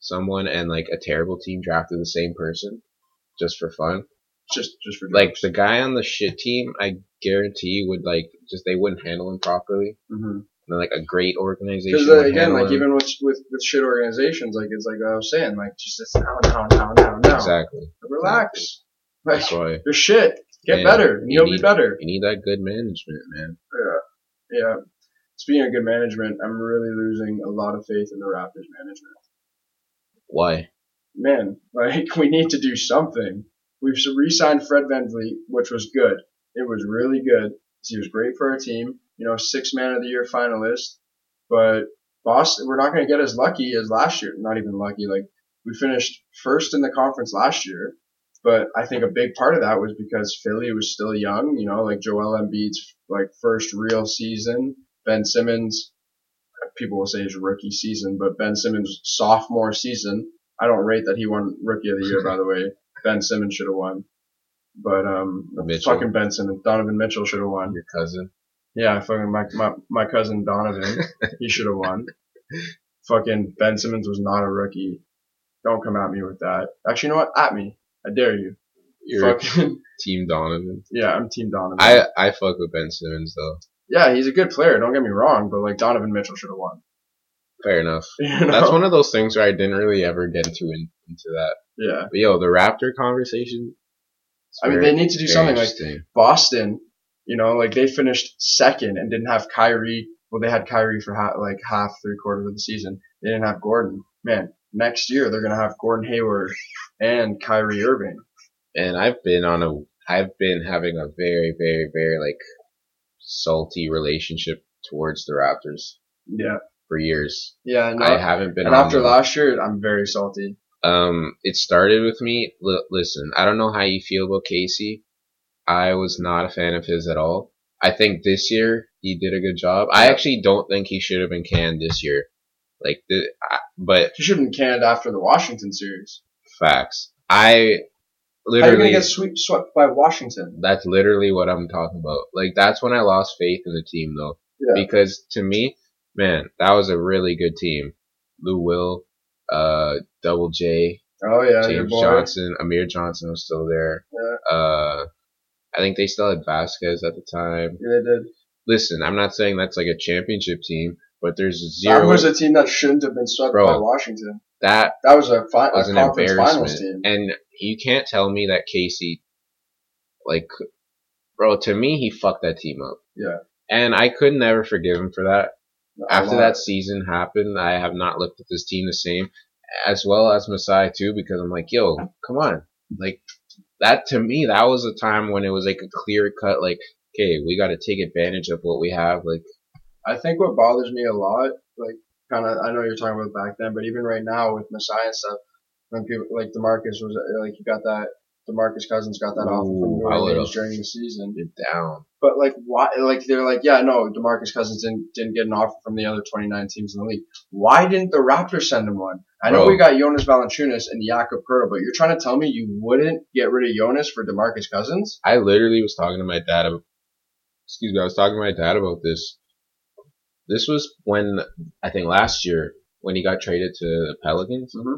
A: someone and like a terrible team drafted the same person just for fun,
B: Just, just for
A: like the guy on the shit team, I guarantee would like just they wouldn't handle him properly.
B: hmm
A: and like a great organization.
B: Because
A: would
B: uh, again,
A: handle
B: like
A: him.
B: even with, with with shit organizations, like it's like I was saying, like just this now, now, now, now, now.
A: exactly.
B: Relax. Like
A: That's why you
B: your shit. Get
A: Yeah,
B: better. And
A: you
B: you'll be
A: need-
B: better.
A: need that good management, man.
B: Yeah. Speaking of good management, I'm really losing a lot of faith in the Raptors management.
A: Why?
B: Man, (laughs) like we need to do something. We've re-signed Fred VanVleet, which was good. It was really good. He was great for our team. You know, six man of the year finalist. But Boston, we're not going to get as lucky as last year. Not even lucky. Like we finished first in the conference last year. But I think a big part of that was because Philly was still young. You know, like Joel Embiid's like first real season. Ben Simmons, people will say his rookie season, but Ben Simmons sophomore season. I don't rate that he won rookie of the year. by the way, Ben Simmons should have won. But um,
A: Mitchell.
B: fucking Ben Simmons, Donovan Mitchell should have won.
A: Your cousin.
B: Yeah, fucking my my, my cousin Donovan, he should have won. fucking Ben Simmons was not a rookie. Don't come at me with that. Actually, you know what? At me. I dare you.
A: Your
B: Fucking
A: team Donovan.
B: (laughs) yeah, I'm Team Donovan.
A: I I fuck with Ben Simmons though.
B: yeah, he's a good player. Don't get me wrong, but like Donovan Mitchell should have won. (laughs)
A: Fair enough.
B: You
A: That's
B: know?
A: one of those things where I didn't really ever get into in, into that.
B: Yeah,
A: But yo, the Raptor conversation. it's
B: I mean
A: very-
B: they need to do
A: very
B: something like
A: interesting.
B: Boston. You know, like they finished second and didn't have Kyrie. Well, they had Kyrie for ha- like half, three quarters of the season. They didn't have Gordon. Man, next year they're gonna have Gordon Hayward and Kyrie Irving.
A: and I've been on a I've been having a very very very like salty relationship towards the Raptors
B: Yeah,
A: for years.
B: yeah. No,
A: I haven't been
B: and
A: on
B: after
A: them.
B: last year, I'm very salty.
A: Um, it started with me. L- listen, I don't know how you feel about Casey. I was not a fan of his at all. I think this year he did a good job. I
B: Yeah.
A: actually don't think he should have been canned this year. Like the, I, but
B: He should have been canned after the Washington series.
A: facts. I
B: How are you gonna
A: literally
B: get sweep, swept by Washington?
A: that's literally what I'm talking about. Like that's when I lost faith in the team though,
B: Yeah.
A: because to me, man, that was a really good team. Lou Will, uh, Double J,
B: Oh yeah, your
A: James
B: boy.
A: Johnson, Amir Johnson was still there. Uh, I think they still had Vasquez at the time.
B: Yeah, they did.
A: Listen, I'm not saying that's like a championship team, but there's
B: That
A: zero
B: was a team that shouldn't have been swept
A: Bro.
B: by Washington.
A: that
B: That was a, fi-
A: was
B: a
A: an
B: conference finals
A: embarrassment,
B: team.
A: and you can't tell me that Casey, like, bro, to me he fucked that team up.
B: Yeah.
A: and I could never forgive him for that.
B: A
A: After
B: lot.
A: that season happened, I have not looked at this team the same, as well as Masai too, because I'm like, yo, come on, like that to me, that was a time when it was like a clear cut, like, okay, we got to take advantage of what we have, like,
B: I think what bothers me a lot, like kind of, I know you're talking about back then, but even right now with Messiah and stuff, when people like Demarcus was uh, like, you got that Demarcus Cousins got that offer
A: Ooh,
B: from New
A: I would've-
B: Orleans during the season.
A: You're down.
B: But like why? Like they're like, yeah, no, Demarcus Cousins didn't didn't get an offer from the other 29 teams in the league. Why didn't the Raptors send him one? I know
A: Bro.
B: we got Jonas Valanciunas and Jakob Purtle, but you're trying to tell me you wouldn't get rid of Jonas for Demarcus Cousins?
A: I literally was talking to my dad. ab- Excuse me, I was talking to my dad about this. This was when I think last year when he got traded to the Pelicans,
B: Mhm.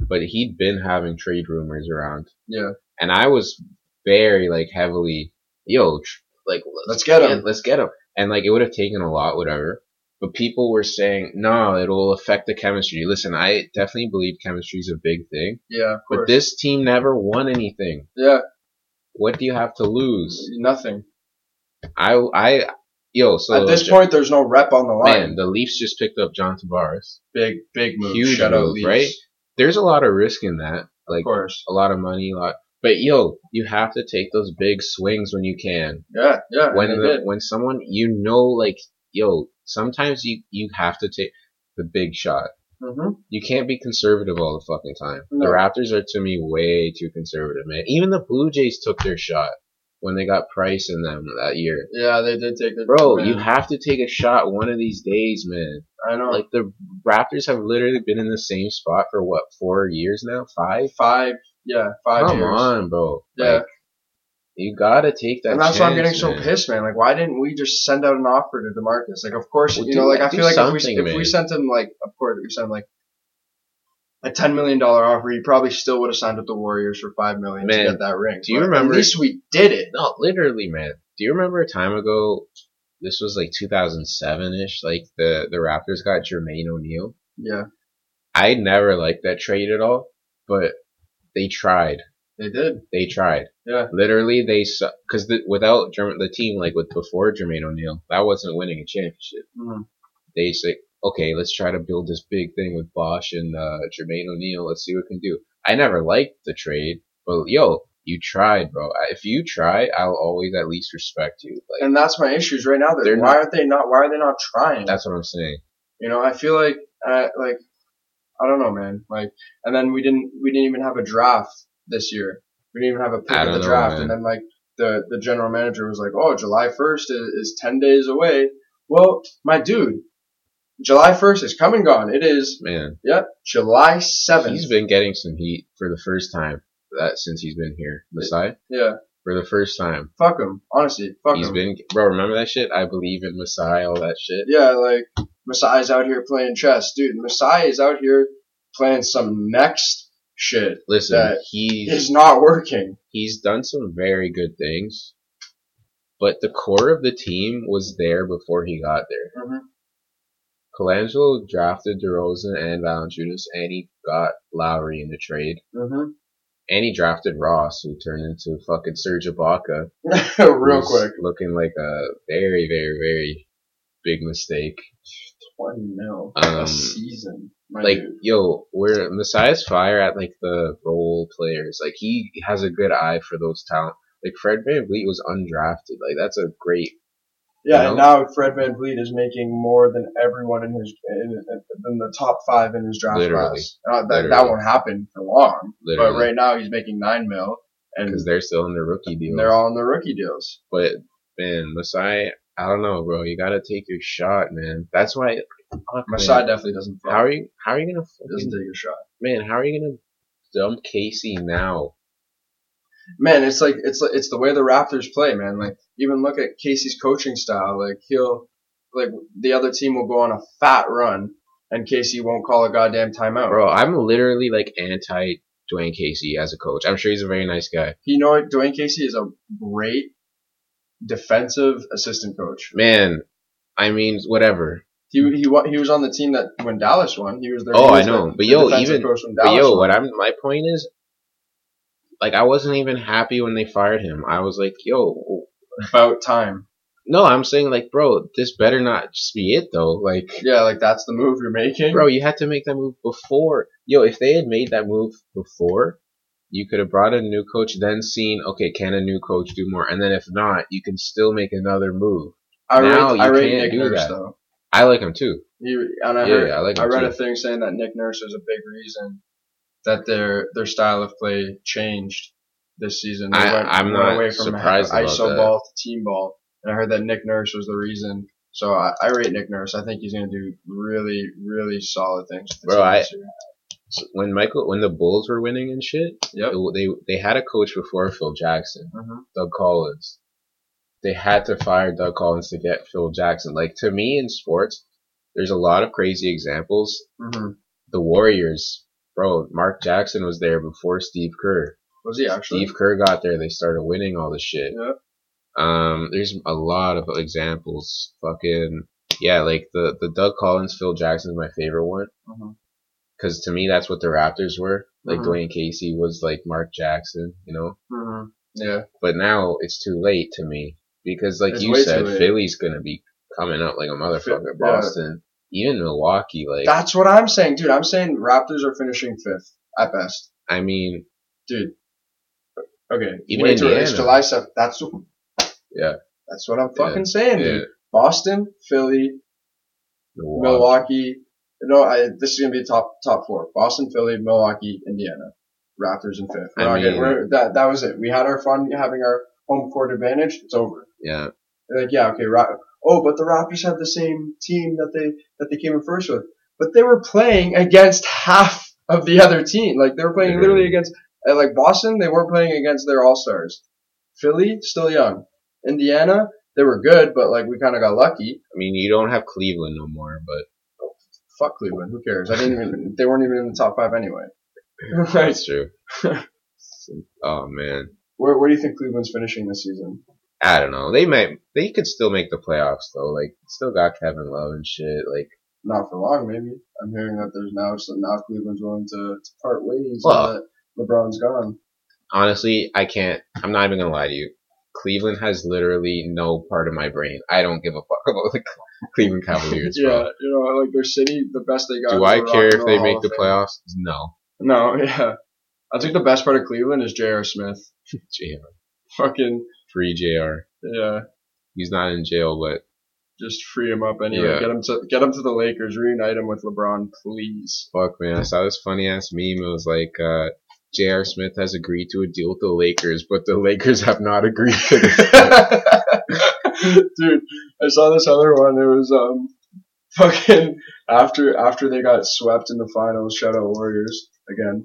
A: but he'd been having trade rumors around,
B: Yeah,
A: and I was very like heavily, yo, tr- like
B: Let's get
A: yeah,
B: him.
A: let's get him, and like it would have taken a lot, whatever. But people were saying, no, it'll affect the chemistry. Listen, I definitely believe chemistry is a big thing,
B: yeah, of
A: but
B: course.
A: this team never won anything.
B: yeah,
A: What do you have to lose?
B: nothing.
A: I I yo so
B: At this point, there's no rep on the line.
A: man, the Leafs just picked up John Tavares.
B: big, big move.
A: Huge
B: Shout out
A: move,
B: Leafs.
A: right? There's a lot of risk in that,
B: Of
A: like
B: course.
A: a lot of money, a lot. But yo, you have to take those big swings when you can.
B: Yeah, yeah.
A: When
B: and they
A: the,
B: did.
A: when someone you know, like yo, sometimes you you have to take the big shot.
B: Mhm.
A: You can't be conservative all the fucking time.
B: No.
A: The Raptors are to me way too conservative, man. Even the Blue Jays took their shot when they got Price in them that year.
B: Yeah, they did take it.
A: Bro,
B: man.
A: you have to take a shot one of these days, man.
B: I know.
A: Like the Raptors have literally been in the same spot for what four years now, five.
B: five. Yeah, five
A: Come
B: years.
A: on, bro.
B: Yeah.
A: Like, you gotta take that.
B: and that's why I'm getting
A: chance,
B: so
A: man.
B: pissed, man. Like, why didn't we just send out an offer to Demarcus? Like, of course,
A: Well,
B: you
A: do-
B: know, like I
A: do
B: feel like if we
A: something,
B: if we
A: man.
B: sent him like, of course, we sent him like a ten million dollar offer, he probably still would have signed with the Warriors for five million
A: Man,
B: to get that ring.
A: do you
B: But
A: remember-
B: At least we did it.
A: No, literally, man. Do you remember a time ago? This was like 2007 ish. Like the the Raptors got Jermaine O'Neal.
B: Yeah,
A: I never liked that trade at all, but they tried.
B: they did.
A: They tried.
B: Yeah.
A: Literally, they because the, without Jerm- the team like with before Jermaine O'Neal, that wasn't winning a championship.
B: Mm.
A: they say, okay, let's try to build this big thing with Bosch and uh, Jermaine O'Neal. Let's see what we can do. I never liked the trade, but yo, you tried, bro. I- If you try, I'll always at least respect you. Like
B: And that's my issues right now. That
A: They're
B: why aren't they not? Why are they not trying?
A: that's what I'm saying.
B: You know, I feel like I like I don't know, man. Like, and then we didn't we didn't even have a draft this year. We didn't even have a pick
A: I
B: at the
A: don't know,
B: draft,
A: man.
B: and then like the the general manager was like, "Oh, July first is, is ten days away." Well, my dude, July first is come and gone. It is
A: Man,
B: yep, July
A: he's
B: seventh.
A: been getting some heat for the first time that since he's been here. Masai,
B: Yeah,
A: for the first time,
B: fuck him. Honestly, fuck
A: he's
B: him.
A: been bro. Remember that shit? I believe in Masai, all that shit.
B: yeah, like Masai's out here playing chess, dude. Masai is out here playing some next shit.
A: Listen,
B: That
A: he's
B: It's not working.
A: he's done some very good things, but the core of the team was there before he got there.
B: Mhm.
A: Colangelo drafted DeRozan and Valanciunas, and he got Lowry in the trade.
B: Mm-hmm.
A: And he drafted Ross, who turned into fucking Serge Ibaka.
B: (laughs) Real
A: who's
B: quick.
A: Looking like a very, very, very big mistake.
B: 20 mil a
A: Um,
B: season. My
A: Like,
B: dude.
A: yo, we're Messiah's fire at like the role players. Like, he has a good eye for those talent. Like, Fred Van Vliet was undrafted. Like, that's a great
B: Yeah,
A: you
B: and now Fred Van Vliet is making more than everyone in his in, in, than the top five in his draft
A: Literally.
B: class. Uh, that, that
A: Literally.
B: won't happen for long. But
A: literally
B: right now he's making nine mil, and
A: because they're still in their rookie deals.
B: they're all in the rookie deals.
A: but man, Masai, I don't know, bro. You gotta take your shot, man. That's why. Fuck,
B: Masai
A: man.
B: definitely doesn't.
A: How
B: How
A: are you? How are you gonna?
B: doesn't
A: fucking-
B: take a shot.
A: Man, how are you gonna dump Casey now?
B: man, it's like it's like it's the way the Raptors play, man. Like even look at Casey's coaching style. Like he'll like the other team will go on a fat run, and Casey won't call a goddamn timeout.
A: Bro, I'm literally like anti Dwayne Casey as a coach. I'm sure he's a very nice guy.
B: You know, what? Dwayne Casey is a great defensive assistant coach.
A: Man, I mean, whatever.
B: He he wa- he was on the team that when Dallas won, he was there.
A: Oh,
B: he
A: I
B: was
A: know.
B: the-
A: But
B: the
A: yo,
B: defensive
A: even-
B: coach when
A: But
B: Dallas
A: yo,
B: won.
A: what I'm my point is, like, I wasn't even happy when they fired him. I was like, yo,
B: about time.
A: no, I'm saying like, bro, this better not just be it though. Like,
B: Yeah, like that's the move you're making.
A: Bro, you had to make that move before. Yo, if they had made that move before, you could have brought in a new coach, then seen, okay, can a new coach do more? And then if not, you can still make another move.
B: I rate,
A: now you
B: I rate
A: can't
B: Nick
A: do
B: Nurse
A: that.
B: though.
A: I like him too.
B: You, and I
A: Yeah,
B: heard,
A: yeah, I like
B: I
A: him
B: read
A: too.
B: a thing saying that Nick Nurse is a big reason that their their style of play changed this season.
A: I- I'm not surprised about
B: ISO
A: that.
B: ball to team ball, and I heard that Nick Nurse was the reason. So I, I rate Nick Nurse. I think he's going to do really, really solid things. with the
A: Bro,
B: team
A: I-
B: this year.
A: So when Michael, when the Bulls were winning and shit,
B: Yep.
A: it- they they had a coach before Phil Jackson,
B: Mhm.
A: Doug Collins. They had to fire Doug Collins to get Phil Jackson. Like to me in sports, there's a lot of crazy examples.
B: Mhm.
A: The Warriors, bro, Mark Jackson was there before Steve Kerr.
B: Was he actually?
A: Steve Kerr got there, they started winning all the shit.
B: Yeah.
A: Um, there's a lot of examples. Fucking yeah, like the the Doug Collins, Phil Jackson is my favorite one
B: Mhm.
A: because to me that's what the Raptors were. Like
B: Mhm.
A: Dwayne Casey was like Mark Jackson, you know.
B: Mhm. Yeah.
A: But now it's too late to me because, like
B: It's
A: you
B: way too
A: said,
B: late.
A: Philly's gonna be coming up like a motherfucker.
B: yeah.
A: Boston, even Milwaukee. Like
B: That's what I'm saying, dude. I'm saying Raptors are finishing fifth at best,
A: I mean,
B: dude. Okay.
A: Even
B: Way too early. It's
A: Indiana.
B: July 7th. That's
A: Yeah.
B: That's what I'm fucking saying,
A: yeah,
B: dude. Boston, Philly,
A: Milwaukee.
B: Milwaukee. No, I, this is gonna be top top four: Boston, Philly, Milwaukee, Indiana, Raptors, and fifth. We're
A: I
B: not getting-
A: mean-
B: we're- that that was it. We had our fun having our home court advantage. It's over.
A: Yeah,
B: They're like, yeah, okay, Ra- oh, but the Raptors have the same team that they that they came in first with, but they were playing against half of the other team. Like they were playing literally
A: Mhm.
B: against uh, like Boston. They weren't playing against their all stars. Philly still young. Indiana they were good, but like we kind of got lucky.
A: I mean you don't have Cleveland no more, but
B: fuck Cleveland. Who cares? I didn't even. (laughs) They weren't even in the top five anyway. (laughs) right.
A: that's
B: (laughs)
A: true. oh man,
B: Where, where do you think Cleveland's finishing this season?
A: I don't know. They might, they could still make the playoffs though. Like still got Kevin Love and shit. Like
B: Not for long, maybe. I'm hearing that there's now so now Cleveland's willing to, to part ways.
A: Well-
B: now that LeBron's gone.
A: honestly, I can't. I'm not even gonna lie to you. Cleveland has literally no part of my brain. I don't give a fuck (laughs) about the Cleveland Cavaliers.
B: (laughs) yeah,
A: bro.
B: you know, like their city, the best they got.
A: Do
B: is
A: I
B: the
A: care
B: Rock
A: if
B: and
A: they
B: Roll Hall
A: make
B: of
A: the
B: Fame.
A: playoffs? No.
B: No, (laughs) yeah. I think the best part of Cleveland is J.R. Smith. (laughs)
A: JR.
B: Fucking
A: Free JR.
B: yeah,
A: He's not in jail, but
B: just free him up anyway.
A: Yeah.
B: Get him to get him to the Lakers. Reunite him with LeBron, please.
A: fuck, man. I saw this funny ass meme. It was like, uh, J.R. Smith has agreed to a deal with the Lakers, but the (laughs) Lakers have not agreed to this.
B: Dude, I saw this other one. It was um fucking (laughs) after after they got swept in the finals, shout out Warriors again.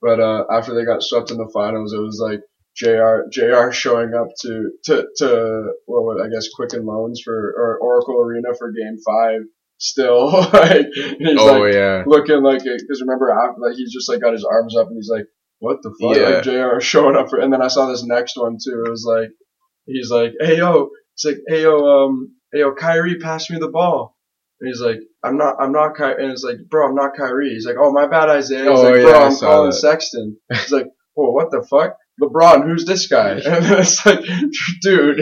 B: But uh after they got swept in the finals, it was like JR JR showing up to to to what would I guess Quicken Loans for or Oracle Arena for game 5 still (laughs) like and (laughs) he's
A: oh,
B: like
A: yeah.
B: looking like because remember after like he's just like got his arms up and he's like what the fuck
A: Yeah.
B: like Jr. showing up for and then I saw this next one too it was like he's like hey yo it's like hey yo um hey yo Kyrie pass me the ball and he's like I'm not I'm not Kyrie and it's like bro I'm not Kyrie he's like oh my bad Isaiah he's
A: Oh,
B: like
A: yeah, I
B: bro I'm
A: saw
B: Colin
A: that.
B: Sexton
A: (laughs)
B: he's like whoa what the fuck LeBron who's this guy
A: (laughs)
B: and then it's like (laughs) dude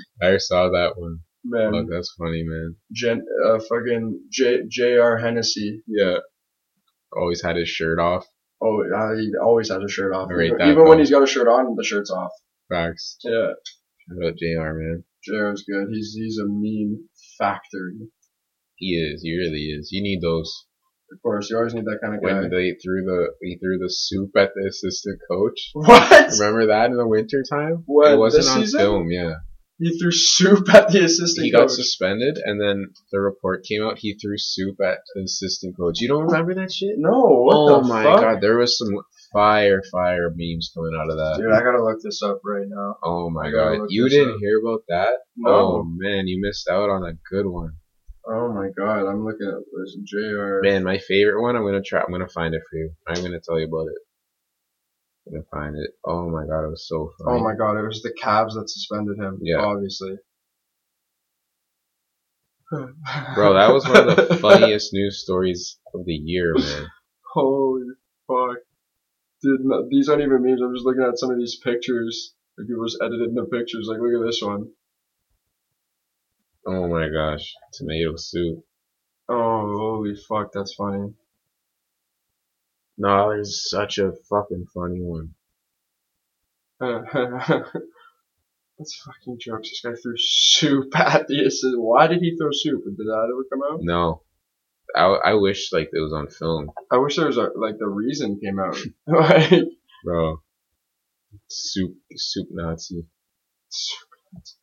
B: (laughs)
A: I saw that one. Fuck,
B: man
A: that's funny, man.
B: Jen, uh, fucking J Jr Hennessy
A: Yeah. Always had his shirt off.
B: Oh, uh, he always has a shirt off.
A: I rate
B: even
A: that,
B: even
A: though.
B: when he's got a shirt on, the shirt's off.
A: Facts.
B: Yeah,
A: Shout out JR, man.
B: JR's good. He's he's a meme factory.
A: He is. He really is. You need those.
B: Of course, you always need that kind of guy.
A: When they threw the he threw the soup at the assistant coach.
B: (laughs) what?
A: Remember that in the winter time?
B: What,
A: it wasn't
B: this
A: on
B: season?
A: film. Yeah,
B: He threw soup at the assistant
A: he got
B: coach.
A: suspended, and then the report came out. He threw soup at the assistant coach. You don't remember that shit?
B: no, what
A: oh
B: the
A: my
B: fuck?
A: god, there was some fire fire memes coming out of that.
B: Dude, I gotta look this up right now.
A: Oh my
B: I gotta
A: god,
B: look
A: you
B: this
A: didn't
B: up.
A: hear about that? Oh
B: No.
A: man, you missed out on a good one.
B: Oh my god, I'm looking at this JR.
A: Man, my favorite one. I'm gonna try. I'm gonna find it for you. I'm gonna tell you about it. I'm gonna find it. Oh my god, it was so funny.
B: Oh my god, it was the Cavs that suspended him.
A: Yeah.
B: obviously. (sighs)
A: Bro, that was one of
B: (laughs)
A: the funniest news stories of the year, man.
B: Holy fuck. Dude, no, these aren't even memes. I'm just looking at some of these pictures. Like, people just edited the pictures. Like, look at this one.
A: Oh my gosh, tomato soup.
B: Oh, holy fuck, that's funny. (laughs)
A: No, there's such a fucking funny one.
B: that's fucking jokes. This guy threw soup (laughs) at the assistant. Why did he throw soup? Did that ever come out?
A: No, I, I wish like it was on film,
B: (laughs) I wish there was a, like, the reason came out. like,
A: bro. Soup, soup Nazi.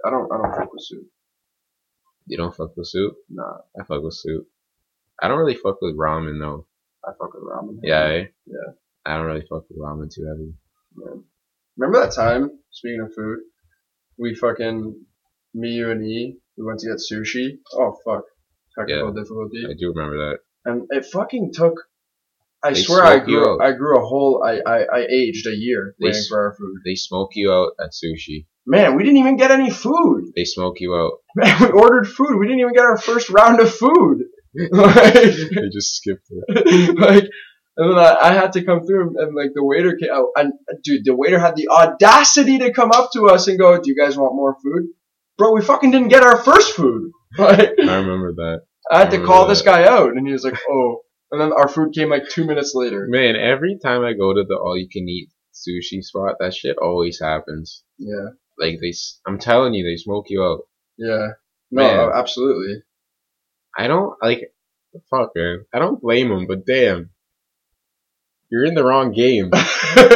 B: I don't I don't fuck with soup.
A: You don't fuck with soup?
B: Nah,
A: I fuck with soup. I don't really fuck with ramen though.
B: I fuck with ramen.
A: Yeah. eh?
B: Yeah.
A: I don't really fuck with ramen too heavy.
B: Man. Remember that time? Speaking of food, we fucking me, you, and E. We went to get sushi. Oh fuck, technical difficulty.
A: I do remember that.
B: and it fucking took. I
A: They
B: swear, I
A: smoke you
B: grew.
A: out.
B: I grew a whole. I I, I aged a year
A: They
B: waiting
A: s-
B: for our food.
A: They smoke you out at sushi.
B: Man, we didn't even get any food. (laughs)
A: They smoke you (laughs) out.
B: Man, we ordered food. We didn't even get our first round of food. (laughs) like,
A: they just skipped it.
B: (laughs) like, and then I, I had to come through, and, like the waiter came. out and dude, the waiter had the audacity to come up to us and go, "Do you guys want more food?" Bro, we fucking didn't get our first food. (laughs) Like,
A: I remember that.
B: I had to
A: remember
B: call
A: that.
B: this guy out, and he was like, "Oh." And then our food came like two minutes later.
A: Man, every time I go to the all you can eat sushi spot, that shit always happens.
B: Yeah,
A: Like they, s- I'm telling you, they smoke you out.
B: yeah. No, uh,
A: Man.
B: absolutely. (laughs)
A: I don't like, fuck man, I don't blame them, but damn, you're in the wrong game.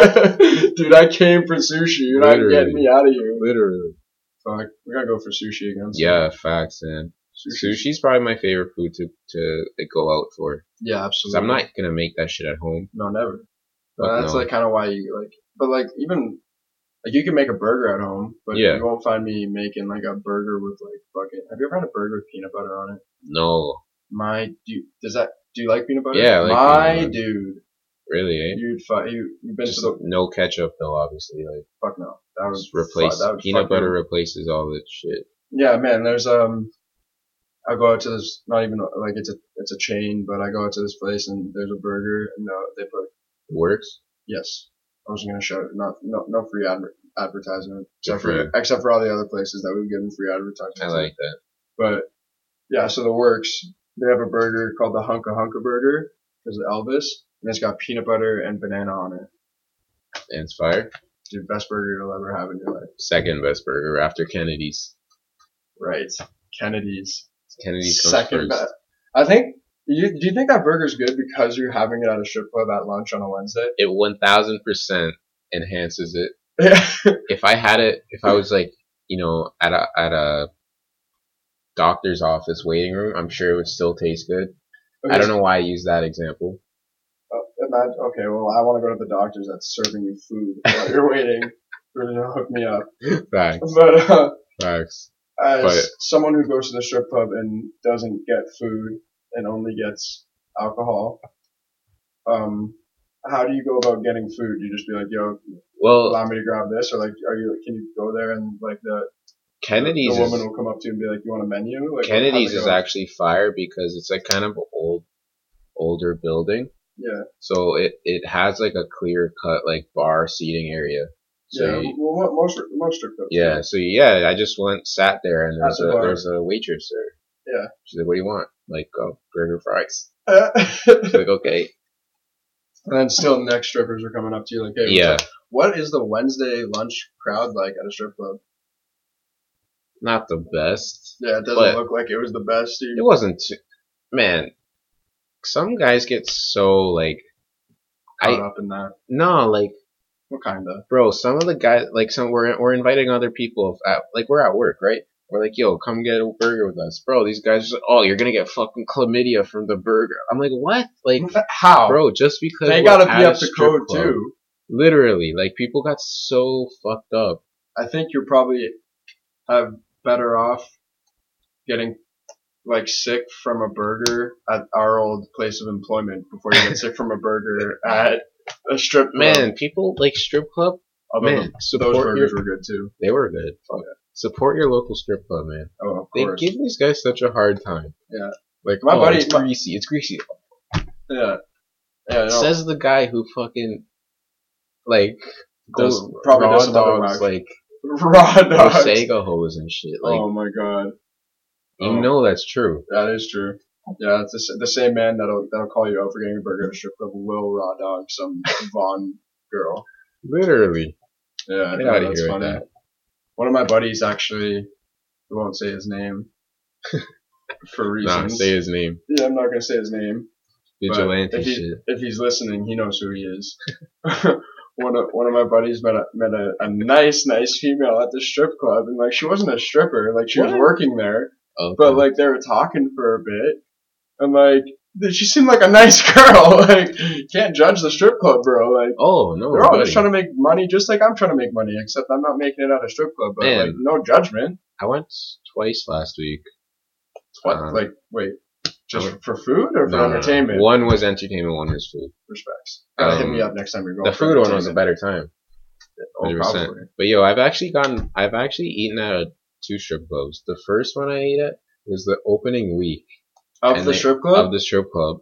B: Dude, I came for sushi. You're not
A: Literally.
B: getting me out of here.
A: Literally.
B: Fuck, we gotta go for sushi again.
A: Yeah, facts, man. Sushi's probably my favorite food to to like, go out for.
B: Yeah,
A: 'Cause
B: absolutely.
A: I'm not gonna make that shit at home.
B: No, never.
A: Fuck
B: But that's
A: no.
B: like kind of why you like. But like even like you can make a burger at home, but
A: Yeah.
B: you won't find me making like a burger with like fucking. Have you ever had a burger with peanut butter on it?
A: No,
B: My dude, does that? Do you like peanut butter?
A: Yeah, I like
B: my
A: peanut
B: dude,
A: really, eh?
B: you'd fu- you you've been
A: Just
B: to the
A: no ketchup though, obviously. Like
B: fuck no. That was
A: just replace
B: that would
A: peanut
B: fucking-
A: butter replaces all that shit.
B: Yeah, man. There's um, I go out to this. Not even like it's a it's a chain, but I go out to this place and there's a burger and uh, they put
A: It works.
B: Yes. I was gonna shout it. Not no no free adver- advertisement.
A: Good
B: Except
A: for
B: for
A: you.
B: except for all the other places that we've given free advertisement.
A: I like that.
B: But yeah, so the works. They have a burger called the Hunka Hunka Burger because of Elvis, and it's got peanut butter and banana on it.
A: And it's fire.
B: Dude, best burger you'll ever have in your life.
A: Second best burger after Kennedy's.
B: Right. Kennedy's.
A: Kennedy's comes
B: Second
A: first.
B: best. I think. You, do you think that burger's good because you're having it at a strip club at lunch on a Wednesday?
A: It one thousand percent enhances
B: (laughs)
A: it.
B: Yeah.
A: If I had it, if I was like, you know, at a at a doctor's office waiting room, I'm sure it would still taste good. I don't know why I use that example.
B: Oh, imagine, okay, well, I want to go to the doctor's that's serving you food
A: (laughs)
B: while you're waiting for them to hook me up.
A: Facts,
B: But uh,
A: facts.
B: as
A: But-
B: someone who goes to the strip club and doesn't get food and only gets alcohol, um, how do you go about getting food? You just be like, yo,
A: Well,
B: allow me to grab this, or like, are you? Can you go there and like the
A: Kennedy's
B: the
A: is,
B: woman will come up to you and be like, you want a menu? Like,
A: Kennedy's
B: how's
A: is
B: it going?
A: actually fire because it's like kind of an old, older building.
B: yeah,
A: So it, it has like a clear cut like bar seating area. So
B: yeah.
A: you-
B: well, mo- most most strip clubs. (laughs)
A: Yeah, so yeah, I just went sat there and
B: At
A: there's
B: the
A: a
B: bar.
A: there's a waitress there.
B: Yeah.
A: She's like, What do you want? I'm like, oh, burger fries.
B: Uh,
A: She's like,
B: (laughs)
A: okay.
B: and then still, next strippers are coming up to you like, hey, what's
A: Yeah.
B: What is the Wednesday lunch crowd like at a strip club?
A: Not the best.
B: Yeah, it doesn't
A: But-
B: look like it was the best.
A: It
B: Dude.
A: wasn't too, man. Some guys get so like I-
B: Caught up in that.
A: no, like
B: What kind of?
A: bro, some of the guys like some we're we're inviting other people at like we're at work, right? We're like, yo, come get a burger with us. Bro, these guys are like, oh, you're gonna get fucking chlamydia from the burger. I'm like, what? Like
B: How?
A: bro, just because
B: they
A: we're
B: gotta
A: at
B: be
A: a
B: up to
A: strip
B: code
A: club-
B: too.
A: Literally, like people got so fucked up.
B: I think you're probably have better off getting like sick from a burger at our old place of employment before you get sick from
A: (laughs)
B: a burger at a strip club.
A: Man, people like strip club.
B: Although
A: Man,
B: th- Oh,
A: support
B: those
A: your.
B: burgers were good too.
A: They were good. Fuck. Support your local strip club, man.
B: Oh, of
A: They
B: course.
A: give these guys such a hard time.
B: Yeah.
A: Like
B: My
A: oh,
B: buddy-
A: it's
B: my-
A: greasy. It's greasy.
B: yeah, yeah. No.
A: Says the guy who fucking like
B: Goes-
A: those
B: probably
A: raw
B: does some other
A: dogs
B: whack (laughs)
A: like
B: Raw dogs.
A: Sega hoes and shit. Like
B: oh my god.
A: you
B: Oh.
A: know that's true.
B: That is true. Yeah, it's the, s- the same man that'll that'll call you out for getting a burger at a strip club will raw dog
A: (laughs)
B: some Vaughn girl.
A: Literally.
B: Yeah,
A: Get
B: yeah,
A: outta
B: that's
A: here with
B: funny.
A: that.
B: One of my buddies actually, I won't say his name (laughs) for
A: Nah,
B: reasons.
A: say his name.
B: yeah, I'm not gonna say his name. but
A: Vigilante
B: if he-
A: shit.
B: If he's listening, he knows who he is. (laughs) one of one of my buddies met a met a, a nice nice female at the strip club, and like she wasn't a stripper, like she was
A: What?
B: working there,
A: Okay.
B: but like they were talking for a bit, and like dude, she seemed like a (laughs) nice girl. Like can't judge the strip club, bro. Like
A: oh no,
B: they're all
A: buddy.
B: just trying to make money, just like I'm trying to make money, except I'm not making it out of strip club. But
A: Man.
B: like no judgment.
A: I went twice last week.
B: What
A: Um,
B: like wait, just for food or for entertainment?
A: One was entertainment, one was food.
B: Respects. Gotta hit
A: Um,
B: me up next time you're going.
A: The
B: for
A: food one was a
B: entertainment.
A: better time.
B: Oh,
A: 100%.
B: probably.
A: But yo, I've actually gotten, I've actually eaten at uh, two strip clubs. The first one I ate at was the opening week
B: Of
A: And
B: the
A: they-
B: strip club.
A: of the strip club,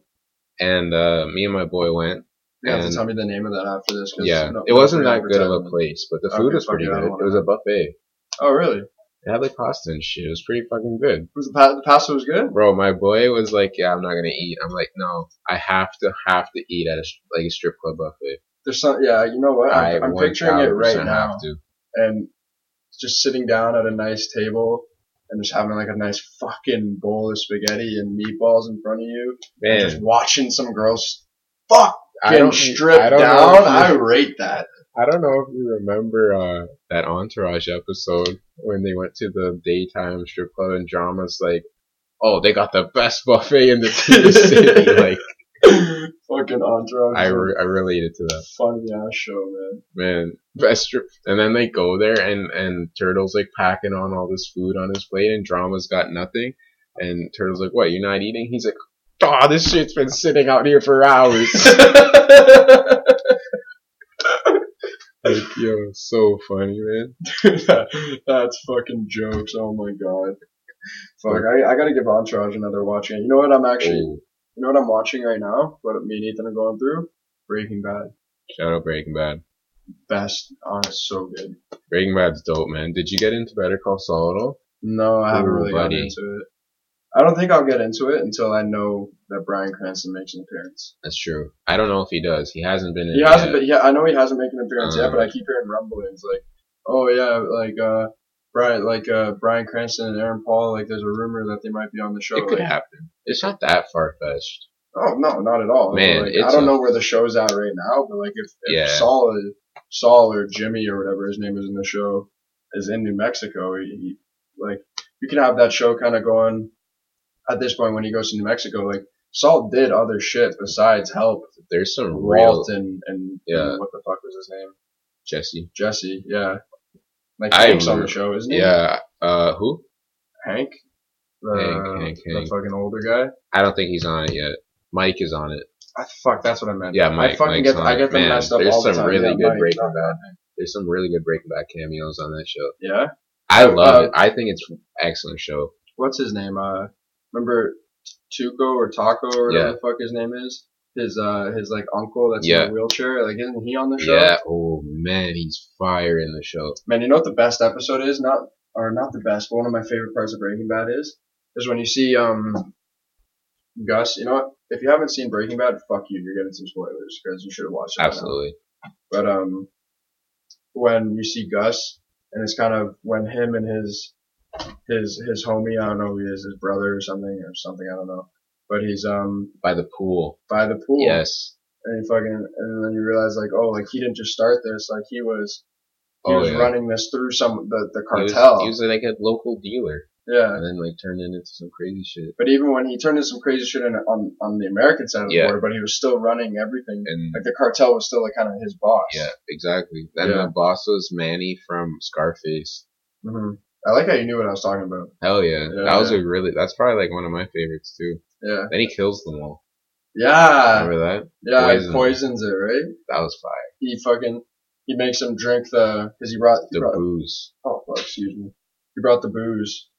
A: and uh, me and my boy went.
B: You have to
A: And-
B: tell me the name of that after this. 'cause
A: Yeah,
B: no-
A: it wasn't
B: no
A: that good of a
B: advertisement.
A: place, but the
B: Okay,
A: food was
B: fuck
A: pretty
B: it, I
A: good.
B: don't
A: It
B: wanna
A: was a
B: know.
A: buffet.
B: Oh, really?
A: It had like pasta and shit. It was pretty fucking good,
B: Was the, pa- the pasta was good?
A: bro. My boy was like, "Yeah, I'm not gonna eat." I'm like, "No, I have to, have to eat at a sh- like a strip club buffet."
B: There's some. Yeah, you know what?
A: I
B: I'm, I'm picturing it right
A: 1000%
B: now,
A: Have to.
B: and just sitting down at a nice table and just having like a nice fucking bowl of spaghetti and meatballs in front of you, and just
A: Man,
B: watching some girls fucking
A: I don't
B: strip
A: I don't know
B: down.
A: if you-
B: I rate that. (laughs)
A: I don't know if you remember uh, that Entourage episode when they went to the daytime strip club and Drama's like, "Oh, they got the best buffet
B: (laughs)
A: in the, in the city." Like,
B: fucking entourage.
A: I, re- I related to that,
B: funny ass show,
A: (laughs)
B: man. (laughs)
A: man. Best strip, and then they go there and and Turtle's like packing on all this food on his plate, and Drama's got nothing, and Turtle's like, "What? You're not eating?" He's like, "Oh, this shit's been sitting out here for hours."
B: (laughs)
A: like, yo, so funny, man.
B: That's fucking jokes. Oh my god. Fuck, I, I gotta give Entourage another watch. You know what I'm actually,
A: Oh,
B: you know what I'm watching right now? What me and Ethan are going through? Breaking Bad.
A: shout out Breaking Bad.
B: Best. Oh, it's so good.
A: Breaking Bad's dope, man. Did you get into Better Call Saul at all?
B: No, I haven't
A: Ooh,
B: really
A: buddy.
B: gotten into it. I don't think I'll get into it until I know that Brian Cranston makes an appearance.
A: That's true. I don't know if he does. He hasn't been in.
B: He
A: it
B: hasn't
A: yet.
B: been. Yeah, I know he hasn't made an appearance yet,
A: Um,
B: but I keep hearing rumblings like, oh yeah, like uh, Brian, like uh, Brian Cranston and Aaron Paul. Like, there's a rumor that they might be on the show.
A: It could
B: like,
A: happen. It's not that far fetched.
B: oh no, not at all.
A: Man,
B: Like, I
A: it's
B: don't
A: a-
B: know where the show's at right now, but like if, if
A: Yeah.
B: Saul, is, Saul or Jimmy or whatever his name is in the show is in New Mexico, he, he- like you can have that show kind of going at this point when he goes to New Mexico. Like Saul did other shit besides help
A: There's some real
B: Walt and and
A: Yeah.
B: and what the fuck was his name.
A: Jesse.
B: Jesse, yeah. Like
A: I
B: Hank's on
A: remember-
B: the show, isn't he?
A: Yeah. Uh, who?
B: Hank. The,
A: Hank, Hank,
B: the
A: Hank.
B: fucking older guy.
A: I don't think he's on it yet. Mike is on it.
B: I, fuck, that's what I meant.
A: Yeah, Mike.
B: I fucking
A: Mike's
B: get,
A: on
B: I
A: it.
B: get them
A: Man,
B: messed up
A: there's
B: all the
A: some
B: time.
A: really
B: Yeah,
A: good
B: Mike,
A: Breaking
B: not
A: Bad.
B: Hank.
A: There's some really good Breaking Bad cameos on that show.
B: Yeah.
A: I love
B: uh,
A: it. I think it's an excellent show.
B: What's his name? Uh, remember Tuco or Taco or whatever
A: Yeah.
B: the fuck his name is. His uh, his like uncle that's
A: Yeah.
B: in a wheelchair. Like, isn't he on the show?
A: Yeah. Oh man, he's fire in the show.
B: Man, you know what the best episode is? Not or not the best, but one of my favorite parts of Breaking Bad is is when you see um Gus. You know what? If you haven't seen Breaking Bad, fuck you. You're getting some spoilers because you should have watched it. by now.
A: Absolutely.
B: But um, when you see Gus, and it's kind of when him and his his his homie, I don't know who he is, his brother or something or something, I don't know. But he's um
A: By the pool.
B: by the pool,
A: Yes.
B: and he fucking and then you realize like oh like he didn't just start this, like he was he
A: Oh
B: was
A: yeah.
B: running this through some the the
A: He was,
B: cartel,
A: he was like a local dealer,
B: yeah.
A: and then like turned it into some crazy shit.
B: But even when he turned in some crazy shit in, on on the American side of
A: Yeah.
B: the border, but he was still running everything.
A: And
B: Like the cartel was still like kind of his boss.
A: Yeah, exactly. And
B: Yeah.
A: the boss was Manny from Scarface.
B: hmm I like how you knew what I was talking about.
A: Hell yeah.
B: Yeah,
A: that was
B: yeah.
A: a really that's probably like one of my favorites too.
B: Yeah.
A: Then he kills them all.
B: Yeah.
A: Remember that?
B: Yeah,
A: Poison.
B: he poisons it, right?
A: That was fire.
B: He fucking he makes him drink the because he brought, he
A: The
B: brought
A: booze.
B: oh fuck, excuse me he brought the booze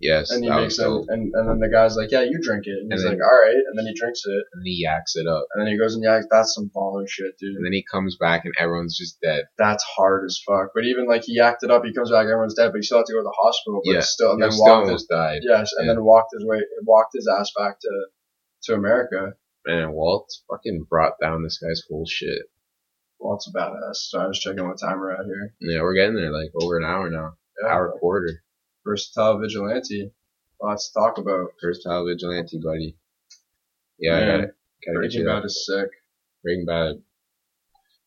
A: Yes.
B: and he
A: that
B: makes
A: was
B: him
A: dope.
B: and, and then the guy's like yeah you drink it and he's
A: And then-
B: like all right and then he drinks it
A: And he yaks it up.
B: and then he goes and yeah that's some baller shit dude
A: And then he comes back and everyone's just dead.
B: that's hard as fuck but even like he acted up he comes back everyone's dead but he still had to go to the hospital but
A: Yeah.
B: still and
A: And
B: then
A: still
B: walked
A: almost
B: his,
A: died.
B: yes and
A: Yeah.
B: then walked his way walked his ass back to to America
A: Man, Walt fucking brought down this guy's whole shit.
B: well it's a badass so I was checking what time we're at here
A: Yeah, we're getting there like over an hour now.
B: yeah
A: Hour quarter.
B: versatile vigilante lots to talk about
A: First Hal Vigilante, buddy. Yeah, I
B: Man,
A: got it. Gotta get
B: Breaking
A: you that.
B: Bad is sick.
A: Breaking Bad.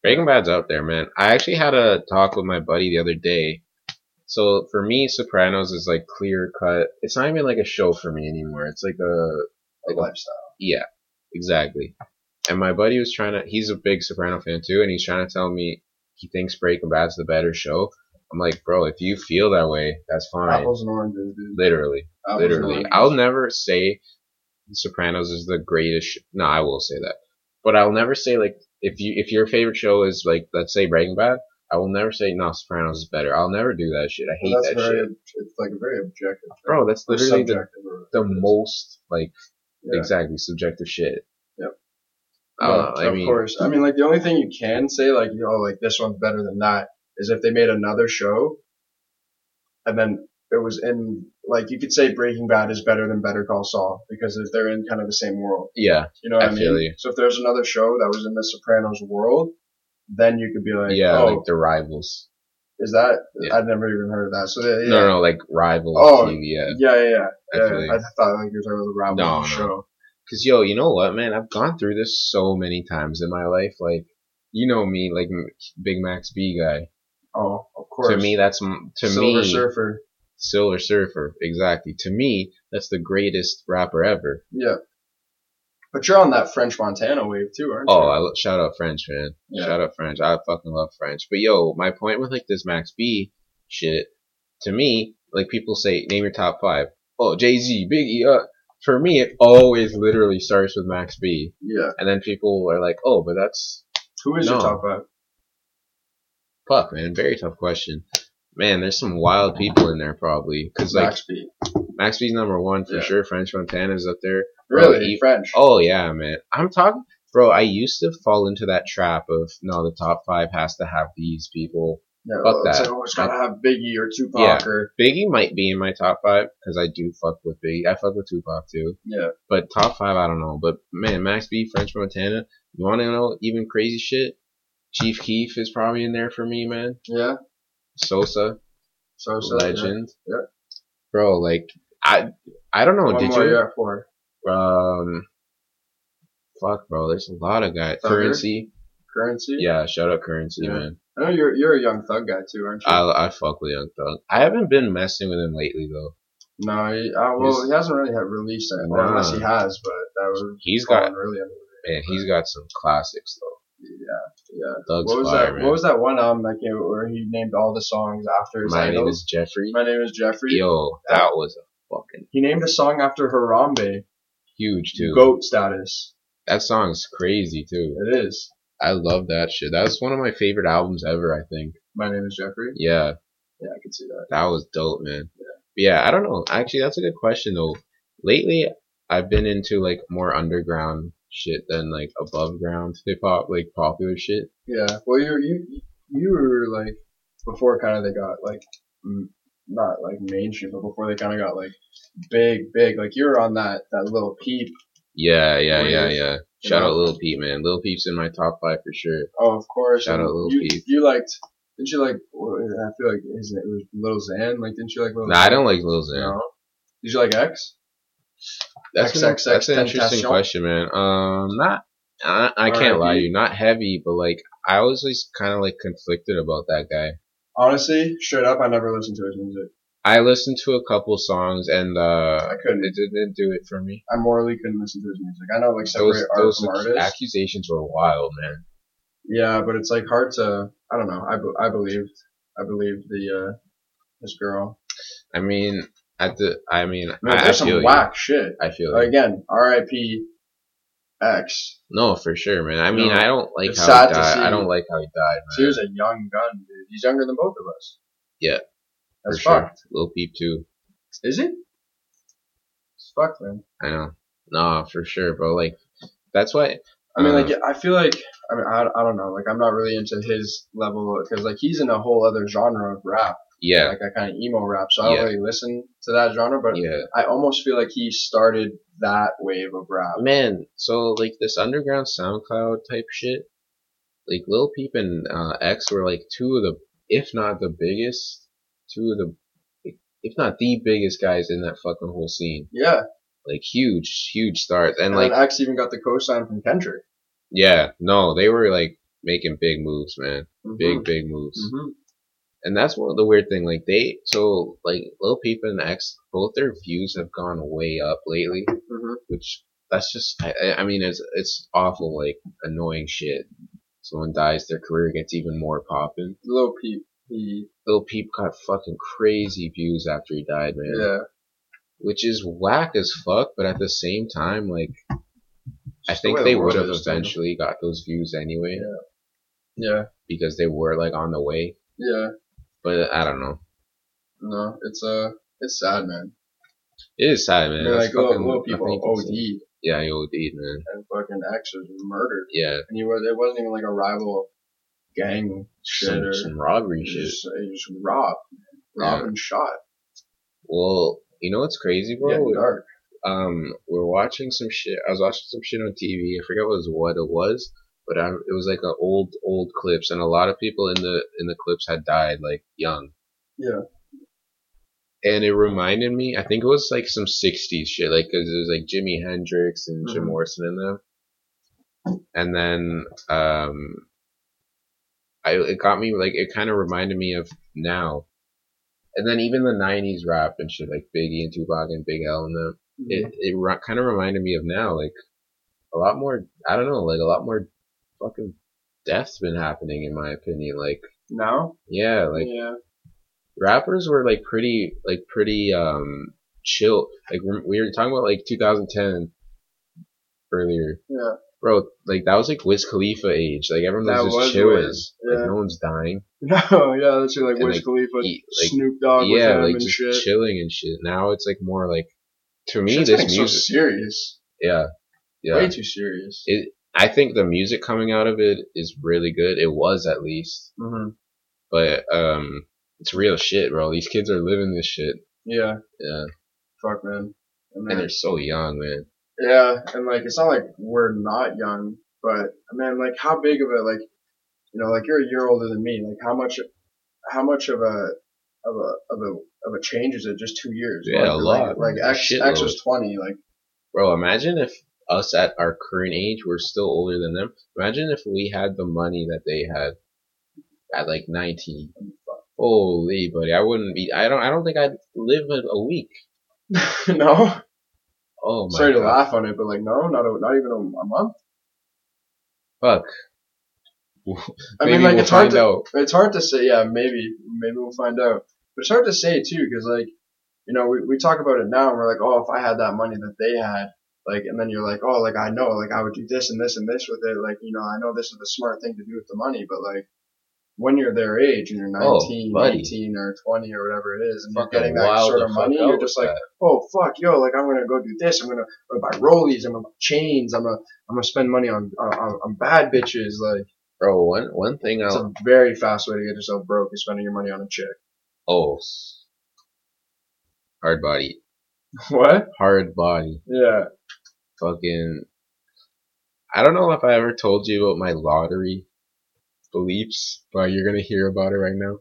A: Breaking Bad's out there, man. I actually had a talk with my buddy the other day. So for me, Sopranos is like clear cut. It's not even like a show for me anymore. It's like a
B: Like lifestyle.
A: yeah, exactly. And my buddy was trying to. He's a big Soprano fan too, and he's trying to tell me he thinks Breaking Bad's the better show. I'm like, bro, if you feel that way, that's fine.
B: Apples and oranges, dude.
A: Literally,
B: Apples and
A: literally.
B: oranges.
A: I'll never say Sopranos is the greatest. Sh- no, I will say that, but I'll never say like if you if your favorite show is like let's say Breaking Bad, I will never say no Sopranos is better. I'll never do that shit. I hate
B: Well,
A: that
B: that's very.
A: shit,
B: It's like a very objective. thing.
A: bro. That's
B: Or
A: literally the
B: subjective or-
A: the most like
B: yeah.
A: exactly subjective shit.
B: Yep.
A: Uh,
B: But,
A: I
B: of
A: mean,
B: course. I mean, like the only thing you can say, like you know, like this one's better than that, is if they made another show, and then it was in like you could say Breaking Bad is better than Better Call Saul because if they're in kind of the same world.
A: yeah,
B: You know what
A: I
B: I, mean?
A: feel you.
B: So if there's another show that was in the Sopranos world, then you could be like,
A: yeah,
B: oh,
A: like the rivals.
B: is that?
A: Yeah.
B: I'd never even heard of that. So they, yeah.
A: No, no, like rival
B: Oh,
A: TV. Yeah,
B: Yeah, yeah, yeah.
A: I
B: yeah.
A: feel you.
B: I thought like you were talking about the
A: No,
B: Rival
A: no.
B: show.
A: Cause yo, you know what, man? I've gone through this so many times in my life. Like, you know me, like M- Big Max B guy.
B: Oh, of course.
A: To me, that's m- to
B: Silver
A: me
B: Surfer.
A: Silver Surfer. Exactly. To me, that's the greatest rapper ever.
B: Yeah. But you're on that French Montana wave too, aren't
A: Oh,
B: you?
A: I lo- shout out French, man.
B: Yeah.
A: Shout out French. I fucking love French. But yo, my point with like this Max B shit, to me, like people say, name your top five. Oh, Jay Z, Biggie. Uh, for me, it always literally starts with Max B,
B: yeah.
A: and then people are like, oh, but that's
B: Who is your
A: No.
B: top five?
A: fuck, man. Very tough question. Man, there's some wild people in there probably. Cause like
B: Max B.
A: Max B's number one for
B: Yeah.
A: sure. French Montana's up there.
B: Really?
A: you-
B: French.
A: Oh yeah, man. I'm talking, bro. I used to fall into that trap of no, the top five has to have these people.
B: yeah,
A: fuck
B: well, it's
A: that.
B: like, oh, it's gotta have Biggie or Tupac
A: Yeah.
B: or
A: Biggie might be in my top five because I do fuck with Biggie. I fuck with Tupac too,
B: yeah.
A: but top five I don't know. But man, Max B, French Montana. You want to know even crazy shit? Chief Keef is probably in there for me, man.
B: Yeah.
A: Sosa,
B: So so yeah.
A: legend.
B: yeah.
A: Bro, like I, I don't know.
B: One
A: Oh, did
B: more
A: you?
B: yeah, four.
A: Um, fuck, bro. There's a lot of guys.
B: Thunder?
A: Currency.
B: Currency.
A: Yeah, shout out Currency,
B: Yeah.
A: man.
B: I know you're you're a young thug guy too, aren't you?
A: I, I fuck with Young Thug. I haven't been messing with him lately though.
B: no, he, uh, well,
A: He's-
B: he hasn't really had released it,
A: Nah.
B: unless he has. But that was
A: He's got
B: really.
A: man, he's got some classics though.
B: Yeah, yeah.
A: Thug's
B: What was
A: fire,
B: that?
A: man.
B: What was that one album that came out where he named all the songs after his
A: My name
B: idols?
A: is Jeffrey.
B: My name is Jeffrey.
A: Yo, that was a fucking
B: He named a song after Harambe.
A: huge too.
B: Goat status.
A: That song's crazy too.
B: It is.
A: I love that shit. That's one of my favorite albums ever. I think.
B: My name is Jeffrey.
A: Yeah,
B: Yeah, I can see that.
A: that was dope, man. Yeah, I don't know. Actually, that's a good question though. Lately, I've been into like more underground shit than like above ground hip hop, like popular shit.
B: Yeah. Well, you you you were like before kind of they got like m- not like mainstream, but before they kind of got like big, big. Like you were on that that little peep.
A: Yeah, yeah,
B: Wave,
A: yeah, yeah.
B: you
A: Shout
B: know?
A: out Lil Peep, man. Lil Peep's in my top five for sure.
B: Oh, of course.
A: Shout
B: and
A: out Lil
B: you,
A: Peep.
B: You liked. Didn't you like? what- I feel like his name was Lil Xan. Like, didn't you like Lil?
A: Nah, I don't like Lil Xan.
B: Oh, No. Did you like X?
A: That's, an,
B: XXX
A: that's an interesting
B: Tentacion.
A: question, man. Um, not I, I
B: R.I.P.
A: can't lie to you, not heavy, but like I was always kind of like conflicted about that guy.
B: Honestly, straight up, I never listened to his music.
A: I listened to a couple songs and uh,
B: I couldn't.
A: it didn't do it for me.
B: I morally couldn't listen to his music. I know like separate
A: Those
B: art
A: those
B: from artist.
A: accusations were wild, man.
B: Yeah, but it's like hard to. I don't know. I, be- I believed. I believed the uh, this girl.
A: I mean, at the I mean,
B: No,
A: I, I
B: there's
A: feel
B: some
A: you.
B: whack shit.
A: I feel
B: Like,
A: like
B: again, R.I.P. X.
A: no, for sure, man. I
B: No.
A: mean, I don't like
B: It's
A: how
B: sad
A: he
B: to
A: died. I
B: see.
A: don't like how he died, man.
B: She was a young gun, dude. He's younger than both of us.
A: Yeah.
B: That's
A: for sure.
B: fucked.
A: Lil Peep too.
B: Is he? It's fucked, man.
A: I know. Nah, for sure, bro. Like that's why.
B: I mean,
A: Uh.
B: like, yeah, I feel like. I mean, I, I don't know. Like, I'm not really into his level because, like, he's in a whole other genre of rap.
A: Yeah,
B: Like, that kind of emo rap. So I don't
A: Yeah.
B: really listen to that genre, but
A: yeah.
B: I almost feel like he started that wave of rap.
A: Man, so like this underground SoundCloud type shit. Like Lil Peep and uh, X were like two of the, if not the biggest, two of the, if not the biggest guys in that fucking whole scene.
B: Yeah.
A: Like huge, huge stars, and
B: And
A: like
B: then X even got the cosign from Kendrick.
A: yeah, no, they were like making big moves, man.
B: Mhm.
A: Big, big moves.
B: Mhm.
A: And that's one of the weird thing. Like they, so like Lil Peep and X, both their views have gone way up lately,
B: Mhm.
A: which that's just. I, I- I mean, it's it's awful, like annoying shit. Someone dies, their career gets even more poppin'.
B: Lil Peep. He.
A: Lil Peep got fucking crazy views after he died, man.
B: Yeah.
A: Which is whack as fuck, but at the same time, like I
B: Just the
A: think
B: way the
A: they
B: world
A: would have
B: is, man.
A: eventually got those views anyway
B: Yeah. Yeah.
A: because they were like on the way.
B: Yeah.
A: But I don't know.
B: No, it's uh, it's sad, man.
A: It is sad, man.
B: They're
A: That's
B: like, oh,
A: fucking-
B: Lil
A: I
B: Peep
A: think it's-
B: OD
A: Yeah, you OD'd, man.
B: and fucking X was murdered,
A: Yeah,
B: and he was. It wasn't even like a rival gang shit
A: some,
B: or
A: some robbery
B: he
A: shit.
B: just, he just robbed, robbed
A: Mm-hmm. Yeah.
B: and shot.
A: Well, you know what's crazy, bro?
B: Getting dark.
A: um, we're watching some shit. I was watching some shit on TV. I forget what it was what it was, but I, it was like a old old clips, and a lot of people in the in the clips had died like young.
B: Yeah.
A: And it reminded me. I think it was like some '60s shit, like 'cause it was like Jimi Hendrix and Jim
B: Mhm.
A: Morrison in them. And then um, I it got me like it kind of reminded me of now. And then even the '90s rap and shit, like Biggie and Tupac and Big L and them
B: Mm-hmm.
A: it, it re- kind of reminded me of now, like a lot more. I don't know, like a lot more fucking death's been happening in my opinion. Like
B: Now,
A: yeah, like
B: Mm-hmm. yeah, (laughs)
A: rappers were like pretty, like pretty um chill. Like we we were talking about like 2010 earlier,
B: yeah,
A: bro. Like that was like Wiz Khalifa age. Like everyone
B: That
A: was
B: was
A: just chill
B: weird,
A: as
B: yeah.
A: like no one's dying.
B: no, yeah. That's like
A: And,
B: Wiz
A: like,
B: Khalifa,
A: He, like
B: Snoop Dogg
A: yeah,
B: with him
A: like
B: and
A: just
B: shit.
A: chilling and shit. Now it's like more like to me
B: Shit's
A: this
B: getting
A: music.
B: so serious,
A: yeah, yeah.
B: way too serious.
A: it I think the music coming out of it is really good. It was at least,
B: hmm
A: but um, it's real shit, bro. These kids are living this shit,
B: Yeah,
A: yeah,
B: fuck, man. And
A: and
B: then-
A: they're so young, man.
B: Yeah, and like it's not like we're not young, but I mean, like how big of a like, you know, like you're a year older than me. Like how much, how much of a of a of a of a change is it? Just two years?
A: Yeah,
B: like,
A: a lot,
B: Like,
A: man.
B: like X X
A: Shitload.
B: was twenty. Like (laughs)
A: Bro, imagine if us at our current age were still older than them. Imagine if we had the money that they had at like nineteen. Holy buddy, I wouldn't be. I don't. I don't think I'd live a, a week.
B: no,
A: Oh my
B: sorry to
A: god,
B: laugh on it, but like no, not a, not even a, a month.
A: fuck.
B: I
A: Maybe
B: mean, like
A: we'll
B: it's hard
A: find
B: to
A: out.
B: it's hard to say. Yeah, maybe maybe we'll find out. But it's hard to say too, because like you know we we talk about it now, and we're like, oh, if I had that money that they had, like, and then you're like, oh, like I know, like I would do this and this and this with it. Like you know, I know this is the smart thing to do with the money, but like when you're their age and you're
A: Oh,
B: 19,
A: buddy.
B: 18, or 20 or whatever it is, and you're
A: Fucking
B: getting that
A: wild
B: sort
A: the
B: of
A: fuck
B: money,
A: out
B: you're
A: with
B: just like,
A: that.
B: oh fuck, yo, like I'm gonna go do this, I'm gonna, I'm gonna buy rollies, I'm gonna buy chains, I'm gonna, I'm gonna spend money on on, on, on bad bitches, like.
A: bro. One one thing
B: It's
A: I'll
B: a very fast way to get yourself broke is spending your money on a chick. (laughs)
A: oh s- hard body
B: What?
A: hard body.
B: Yeah.
A: Fucking. I don't know if I ever told you about my lottery beliefs, but you're gonna hear about it right now.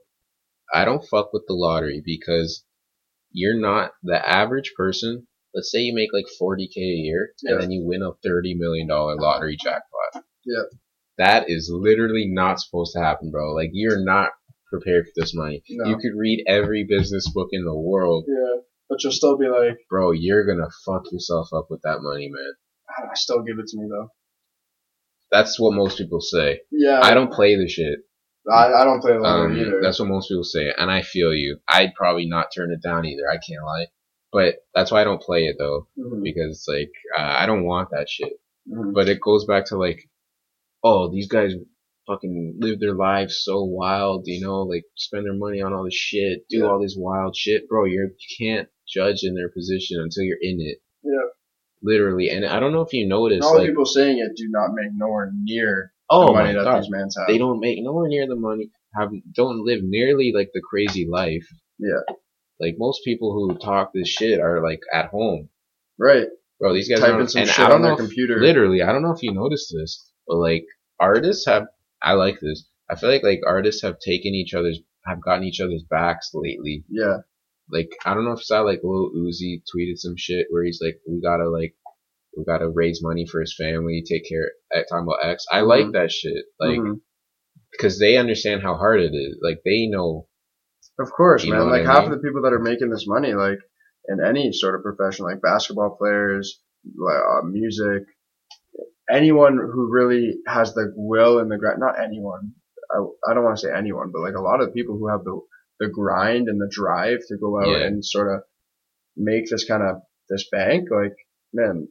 A: I don't fuck with the lottery because you're not the average person. Let's say you make like 40k a year
B: Yeah.
A: and then you win a 30 million dollar lottery jackpot.
B: Yeah.
A: That is literally not supposed to happen, bro. Like you're not prepared for this money.
B: No.
A: You could read every business book in the world
B: Yeah. But you'll still be like,
A: bro, you're gonna fuck yourself up with that money, man.
B: "Ah, still give it to me though.
A: That's what most people say.
B: Yeah.
A: I don't play the shit.
B: I, I don't play lottery
A: Um,
B: either.
A: that's what most people say, and I feel you. I'd probably not turn it down either. I can't lie, but that's why I don't play it though,
B: Mhm.
A: because like uh, I don't want that shit.
B: Mhm.
A: But it goes back to like, oh, these guys fucking live their lives so wild, you know, like spend their money on all this shit, do
B: Yeah.
A: all this wild shit, bro. You're, you can't judge in their position until you're in it.
B: Yeah.
A: Literally, and I don't know if you
B: And
A: noticed,
B: all the
A: like,
B: people saying it do not make nowhere near the
A: oh
B: money
A: my
B: that
A: god,
B: these man's have.
A: they don't make nowhere near the money have don't live nearly like the crazy life
B: Yeah.
A: like most people who talk this shit are like at home
B: right.
A: bro these guys
B: Typing
A: don't-
B: some
A: and
B: shit
A: i don't
B: on
A: know
B: their
A: if-
B: computer.
A: literally i don't know if you noticed this but like artists have i like this i feel like like artists have taken each other's have gotten each other's backs lately
B: Yeah.
A: like i don't know if it's that like lil uzi tweeted some shit where he's like we gotta like eh,
B: Mm-hmm.
A: we gotta raise money for his family take care talking about x i like that shit like
B: Mhm.
A: because they understand how hard it is. Like they know.
B: Of course,
A: You know
B: man.
A: what
B: Like
A: I
B: half
A: mean?
B: of the people that are making this money, like in any sort of profession, like basketball players, like uh, music, anyone who really has the will and the grind. Not anyone. I, I don't want to say anyone, but like a lot of people who have the the grind and the drive to go out
A: Yeah.
B: and sort of make this kind of this bank. Like man,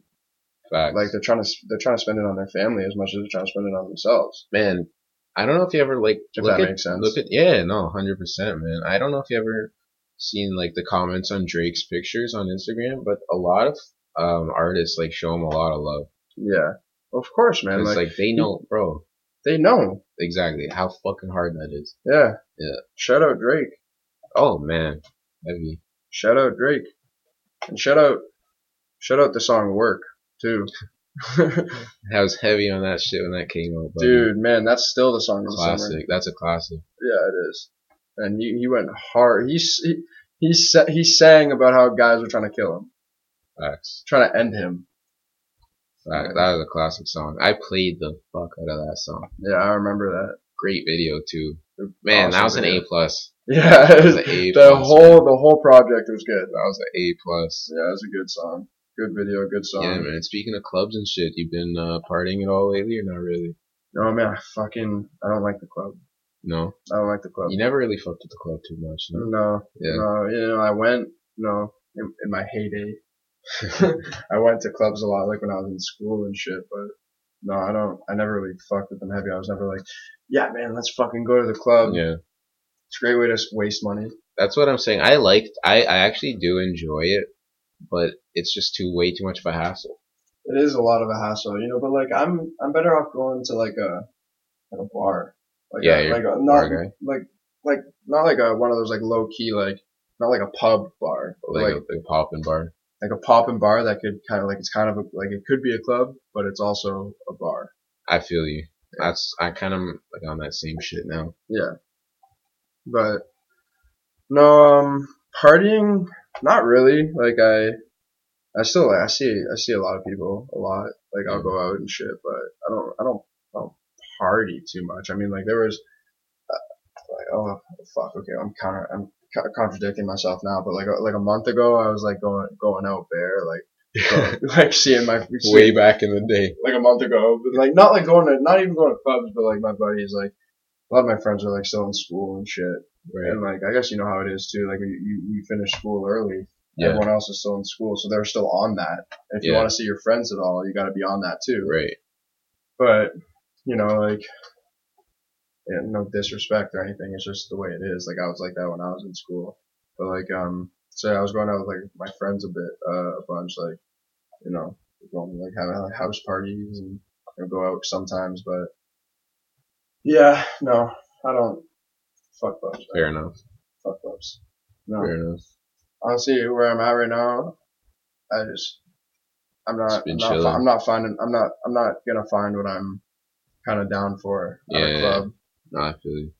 A: Facts.
B: like they're trying to s- they're trying to spend it on their family as much as they're trying to spend it on themselves.
A: man, I don't know if you ever like
B: If
A: look
B: that
A: at,
B: makes sense.
A: Look at yeah, no, hundred percent, man. I don't know if you ever seen like the comments on Drake's pictures on Instagram, but a lot of um artists like show him a lot of love
B: Yeah, of course, man.
A: because
B: Like,
A: like, they know, bro,
B: they know.
A: exactly how fucking hard that is.
B: Yeah.
A: Yeah.
B: Shout out Drake.
A: Oh man, heavy.
B: Shout out Drake. And shout out shout out the song Work too.
A: I was heavy on that shit when that came out, buddy.
B: Dude, man, that's still the song of the summer.
A: classic. That's a classic.
B: Yeah, it is. And he, he went hard. He s- he he, sa- he sang about how guys were trying to kill him,
A: Facts.
B: trying to end him.
A: Fact. That was a classic song. I played the fuck out of that song.
B: Yeah, I remember
A: Great video too. Man, that
B: Awesome
A: was an
B: video.
A: A plus.
B: that. (laughs) Yeah,
A: That was an A
B: the
A: plus. man.
B: whole the whole project was good.
A: That was an A plus.
B: Yeah, it was a good song. Good video, good song.
A: Yeah, man. Speaking of clubs and shit, you've been uh, partying at all lately or not really?
B: No Oh, man, I fucking I don't like the club.
A: No,
B: I don't like the club.
A: you never really fucked at the club too much. No?
B: No,
A: Yeah.
B: no, you know, I went, you know, in, in my heyday, (laughs) I went to clubs a lot, like when I was in school and shit, but no, I don't, I never really fucked with them heavy. I was never like, yeah, man, let's fucking go to the club.
A: Yeah,
B: It's a great way to s- waste money.
A: that's what I'm saying. I liked. I I actually do enjoy it, but it's just too way too much of a hassle.
B: It is a lot of a hassle, you know, but like, I'm, I'm better off going to like a, like a bar. Like
A: Yeah,
B: a,
A: you're
B: like a,
A: bar
B: not,
A: guy.
B: like, like, not like a, one of those like low key, like, not like a pub bar, but
A: Like, a, like a poppin' bar.
B: like a pop and bar that could kind of like it's kind of a, like it could be a club, but it's also a bar.
A: I feel you. That's I kind of like on that same shit now.
B: But no, um, partying, not really. Like I, I still like I see I see a lot of people a lot. Like I'll go out and shit, but I don't I don't I don't party too much. I mean like there was uh, like oh fuck okay I'm counter I'm co- contradicting myself now, but like a, like a month ago I was like going going out bare like going- like seeing my
A: Way back in the day.
B: like a month ago. But like not like going to not even going to clubs, but like my buddies like a lot of my friends are like still in school and shit.
A: Right.
B: And like I guess you know how it is too. Like you you, you finish school early.
A: Yeah.
B: Everyone else is still in school, so they're still on that. If you
A: Yeah.
B: want to see your friends at all, you got to be on that too.
A: Right.
B: But you know like. Yeah, no disrespect or anything. It's just the way it is. Like I was like that when I was in school, but like um, so I was going out with like my friends a bit, uh, a bunch, like you know, going to, like have house parties and you know, go out sometimes, but yeah, no, I don't fuck clubs. man.
A: Fair enough.
B: Fuck clubs. No,
A: Fair enough.
B: honestly, where I'm at right now, I just I'm not
A: Just been
B: I'm not,
A: chilling.
B: fi- I'm not finding I'm not I'm not gonna find what I'm kind of down for at
A: Yeah.
B: a club.
A: No, I feel you.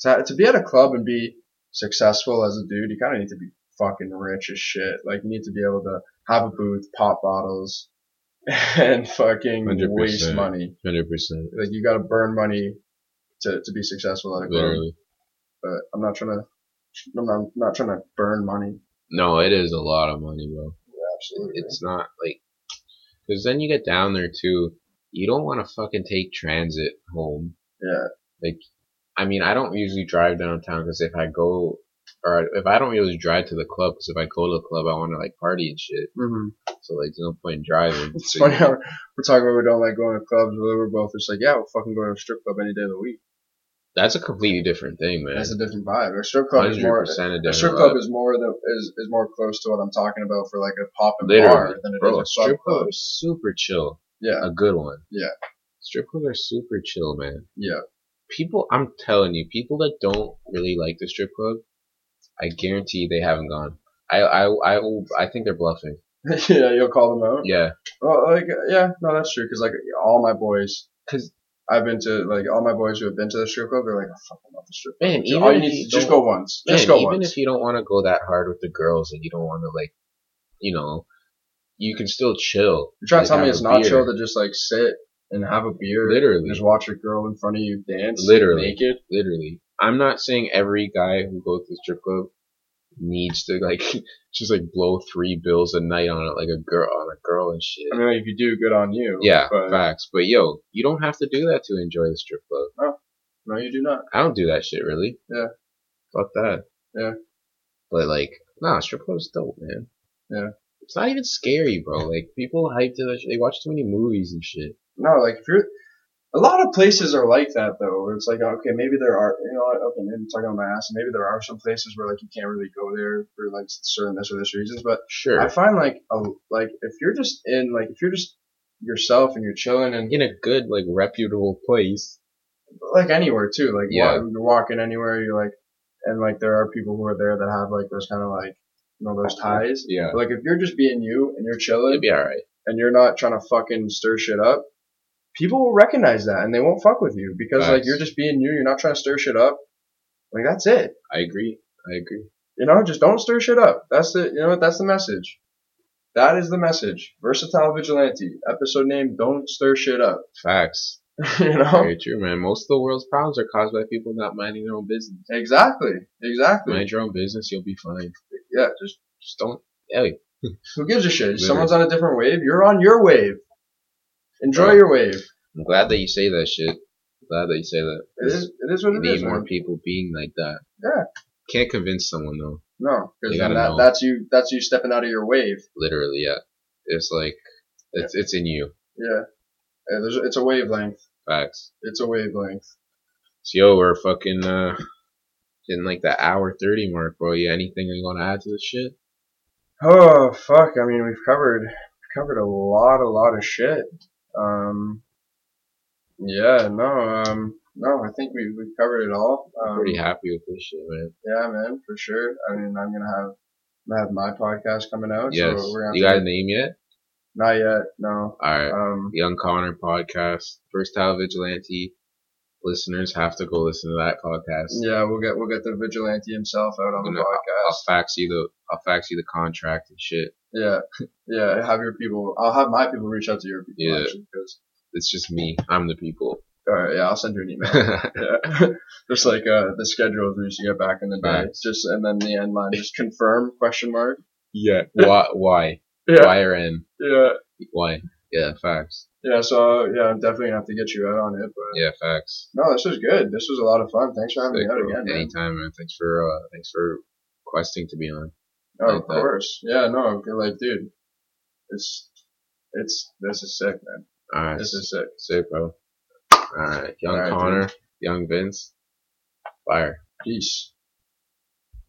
B: To, to be at a club and be successful as a dude, you kind of need to be fucking rich as shit. Like, you need to be able to have a booth, pop bottles, (laughs) and fucking
A: 100%.
B: waste money.
A: Hundred percent.
B: Like, you gotta burn money to, to be successful at a club.
A: Literally.
B: But I'm not trying to, I'm not, not trying to burn money.
A: No, it is a lot of money, bro.
B: Absolutely.
A: It's not like, because then you get down there too. You don't want to fucking take transit home.
B: yeah.
A: I mean, I don't usually drive downtown because if I go, or if I don't really drive to the club, because if I go to the club, I want to like party and shit.
B: Mm-hmm.
A: So like, there's no point in driving.
B: It's
A: So
B: funny how we're talking about we don't like going to clubs, but we're both just like, yeah, we'll fucking go to a strip club any day of the week.
A: That's a completely different thing, man.
B: That's a different vibe. A strip club is
A: Hundred
B: more,
A: percent a
B: A
A: different.
B: strip club
A: vibe.
B: is more the is, is more close to what I'm talking about for like a pop and bar
A: literally,
B: than it is
A: bro.
B: a
A: strip
B: club.
A: club is super chill.
B: Yeah, (laughs)
A: A good one.
B: Yeah.
A: Strip clubs are super chill, man.
B: yeah.
A: people I'm telling you, people that don't really like the strip club, I guarantee they haven't gone. I I I, will- I think they're bluffing.
B: yeah, you'll call them out.
A: Yeah.
B: Well, like yeah, no, that's true. Cause like all my boys,
A: 'Cause-
B: I've been to like all my boys who have been to the strip club, they're like, I fucking love the strip. club.
A: Man, even
B: all you
A: if
B: need
A: you
B: to just
A: don't-
B: go once.
A: Man,
B: Just go
A: even
B: once.
A: if you don't want to go that hard with the girls and you don't want to like you know, you can still chill.
B: You're trying
A: like,
B: to tell me
A: have
B: it's
A: a
B: not
A: beer.
B: chill to just like sit and have a beer.
A: Literally.
B: Just watch a girl in front of you dance.
A: Literally.
B: Naked.
A: literally. I'm not saying every guy who goes to the strip club needs to like (laughs) just like blow three bills a night on it like a girl on a girl and shit.
B: (laughs) I mean, like, if you do, good on you.
A: yeah,
B: But
A: facts. But yo, you don't have to do that to enjoy the strip club.
B: no, you do not.
A: I don't do that shit really.
B: Yeah.
A: Fuck that.
B: Yeah.
A: But like, nah, strip club's dope, man.
B: Yeah.
A: It's not even scary, bro. Like people hyped it. They watch too many movies and shit.
B: No, like if you're. A lot of places are like that though, where it's like, okay, maybe there are, you know, what, okay, maybe I'm talking on my ass, maybe there are some places where like you can't really go there for like certain this or this reasons, but
A: Sure.
B: I find like a, like if you're just in like if you're just yourself and you're chilling and
A: in a good like reputable place.
B: like anywhere too like
A: Yeah.
B: wa- you're walking anywhere you're like and like there are people who are there that have like those kind of like you know those ties
A: Yeah.
B: But, like if you're just being you and you're chilling
A: It'd be alright.
B: and you're not trying to fucking stir shit up people will recognize that and they won't fuck with you because like
A: Facts.
B: you're just being you you're not trying to stir shit up like that's it
A: I agree. I agree.
B: you know just don't stir shit up that's the you know what that's the message that is the message versatile vigilante episode name don't stir shit up (laughs)
A: Facts.
B: you know
A: Very true, man. Most of the world's problems are caused by people not minding their own business.
B: exactly exactly
A: Mind your own business, you'll be fine.
B: yeah just
A: Just don't. Hey,
B: who gives a shit
A: Literally.
B: someone's on a different wave you're on your wave enjoy
A: Right.
B: your wave
A: I'm glad that you say that shit. glad that you say that.
B: it is it is what
A: We
B: it
A: need
B: is
A: more
B: man.
A: people being like that.
B: Yeah.
A: Can't convince someone though.
B: no
A: They
B: because
A: gotta
B: that,
A: know.
B: that's you that's you stepping out of your wave
A: Literally, yeah. It's like it's it's in you.
B: yeah, yeah there's, it's a wavelength
A: Facts.
B: it's a wavelength
A: So yo, we're fucking uh in like the hour thirty mark, bro. Yeah, anything you wanna add to this shit?
B: oh fuck i mean we've covered we've covered a lot a lot of shit um yeah no um no i think we we covered it all um,
A: Pretty happy with this shit, man.
B: yeah man for sure i mean i'm gonna have I have my podcast coming out.
A: Yes.
B: So we're gonna
A: You
B: have
A: got
B: to-
A: a name yet?
B: Not yet, no.
A: Alright.
B: Um,
A: Young Connor podcast. First Tile Vigilante. Listeners have to go listen to that podcast.
B: yeah, we'll get we'll get the vigilante himself out on the
A: No, I'll
B: podcast.
A: fax you the I'll fax you the contract and shit.
B: Yeah, (laughs) yeah. Have your people. I'll have my people reach out to your people.
A: Yeah.
B: actually, 'cause-
A: It's just me. I'm the people.
B: all right, yeah, I'll send you
A: (laughs)
B: an email. Yeah. (laughs) just like uh, the schedule of who's to get back in the day.
A: Right.
B: Just and then the end line, just confirm question mark.
A: yeah. Why? Why?
B: Yeah,
A: Why are in?
B: yeah,
A: Why? Yeah, facts.
B: yeah. So yeah, I'm definitely gonna have to get you out on it. But
A: Yeah, facts.
B: no, this was good. This was a lot of fun. Thanks for having
A: Sick,
B: me out
A: bro.
B: again. Man.
A: Anytime, man. Thanks for uh, thanks for requesting to be on.
B: No, of
A: Like that.
B: course. Yeah, no, like dude, it's it's this is sick, man.
A: All right,
B: This is sick.
A: sick, bro. All right, young
B: All right,
A: Connor, young Vince, fire.
B: Peace.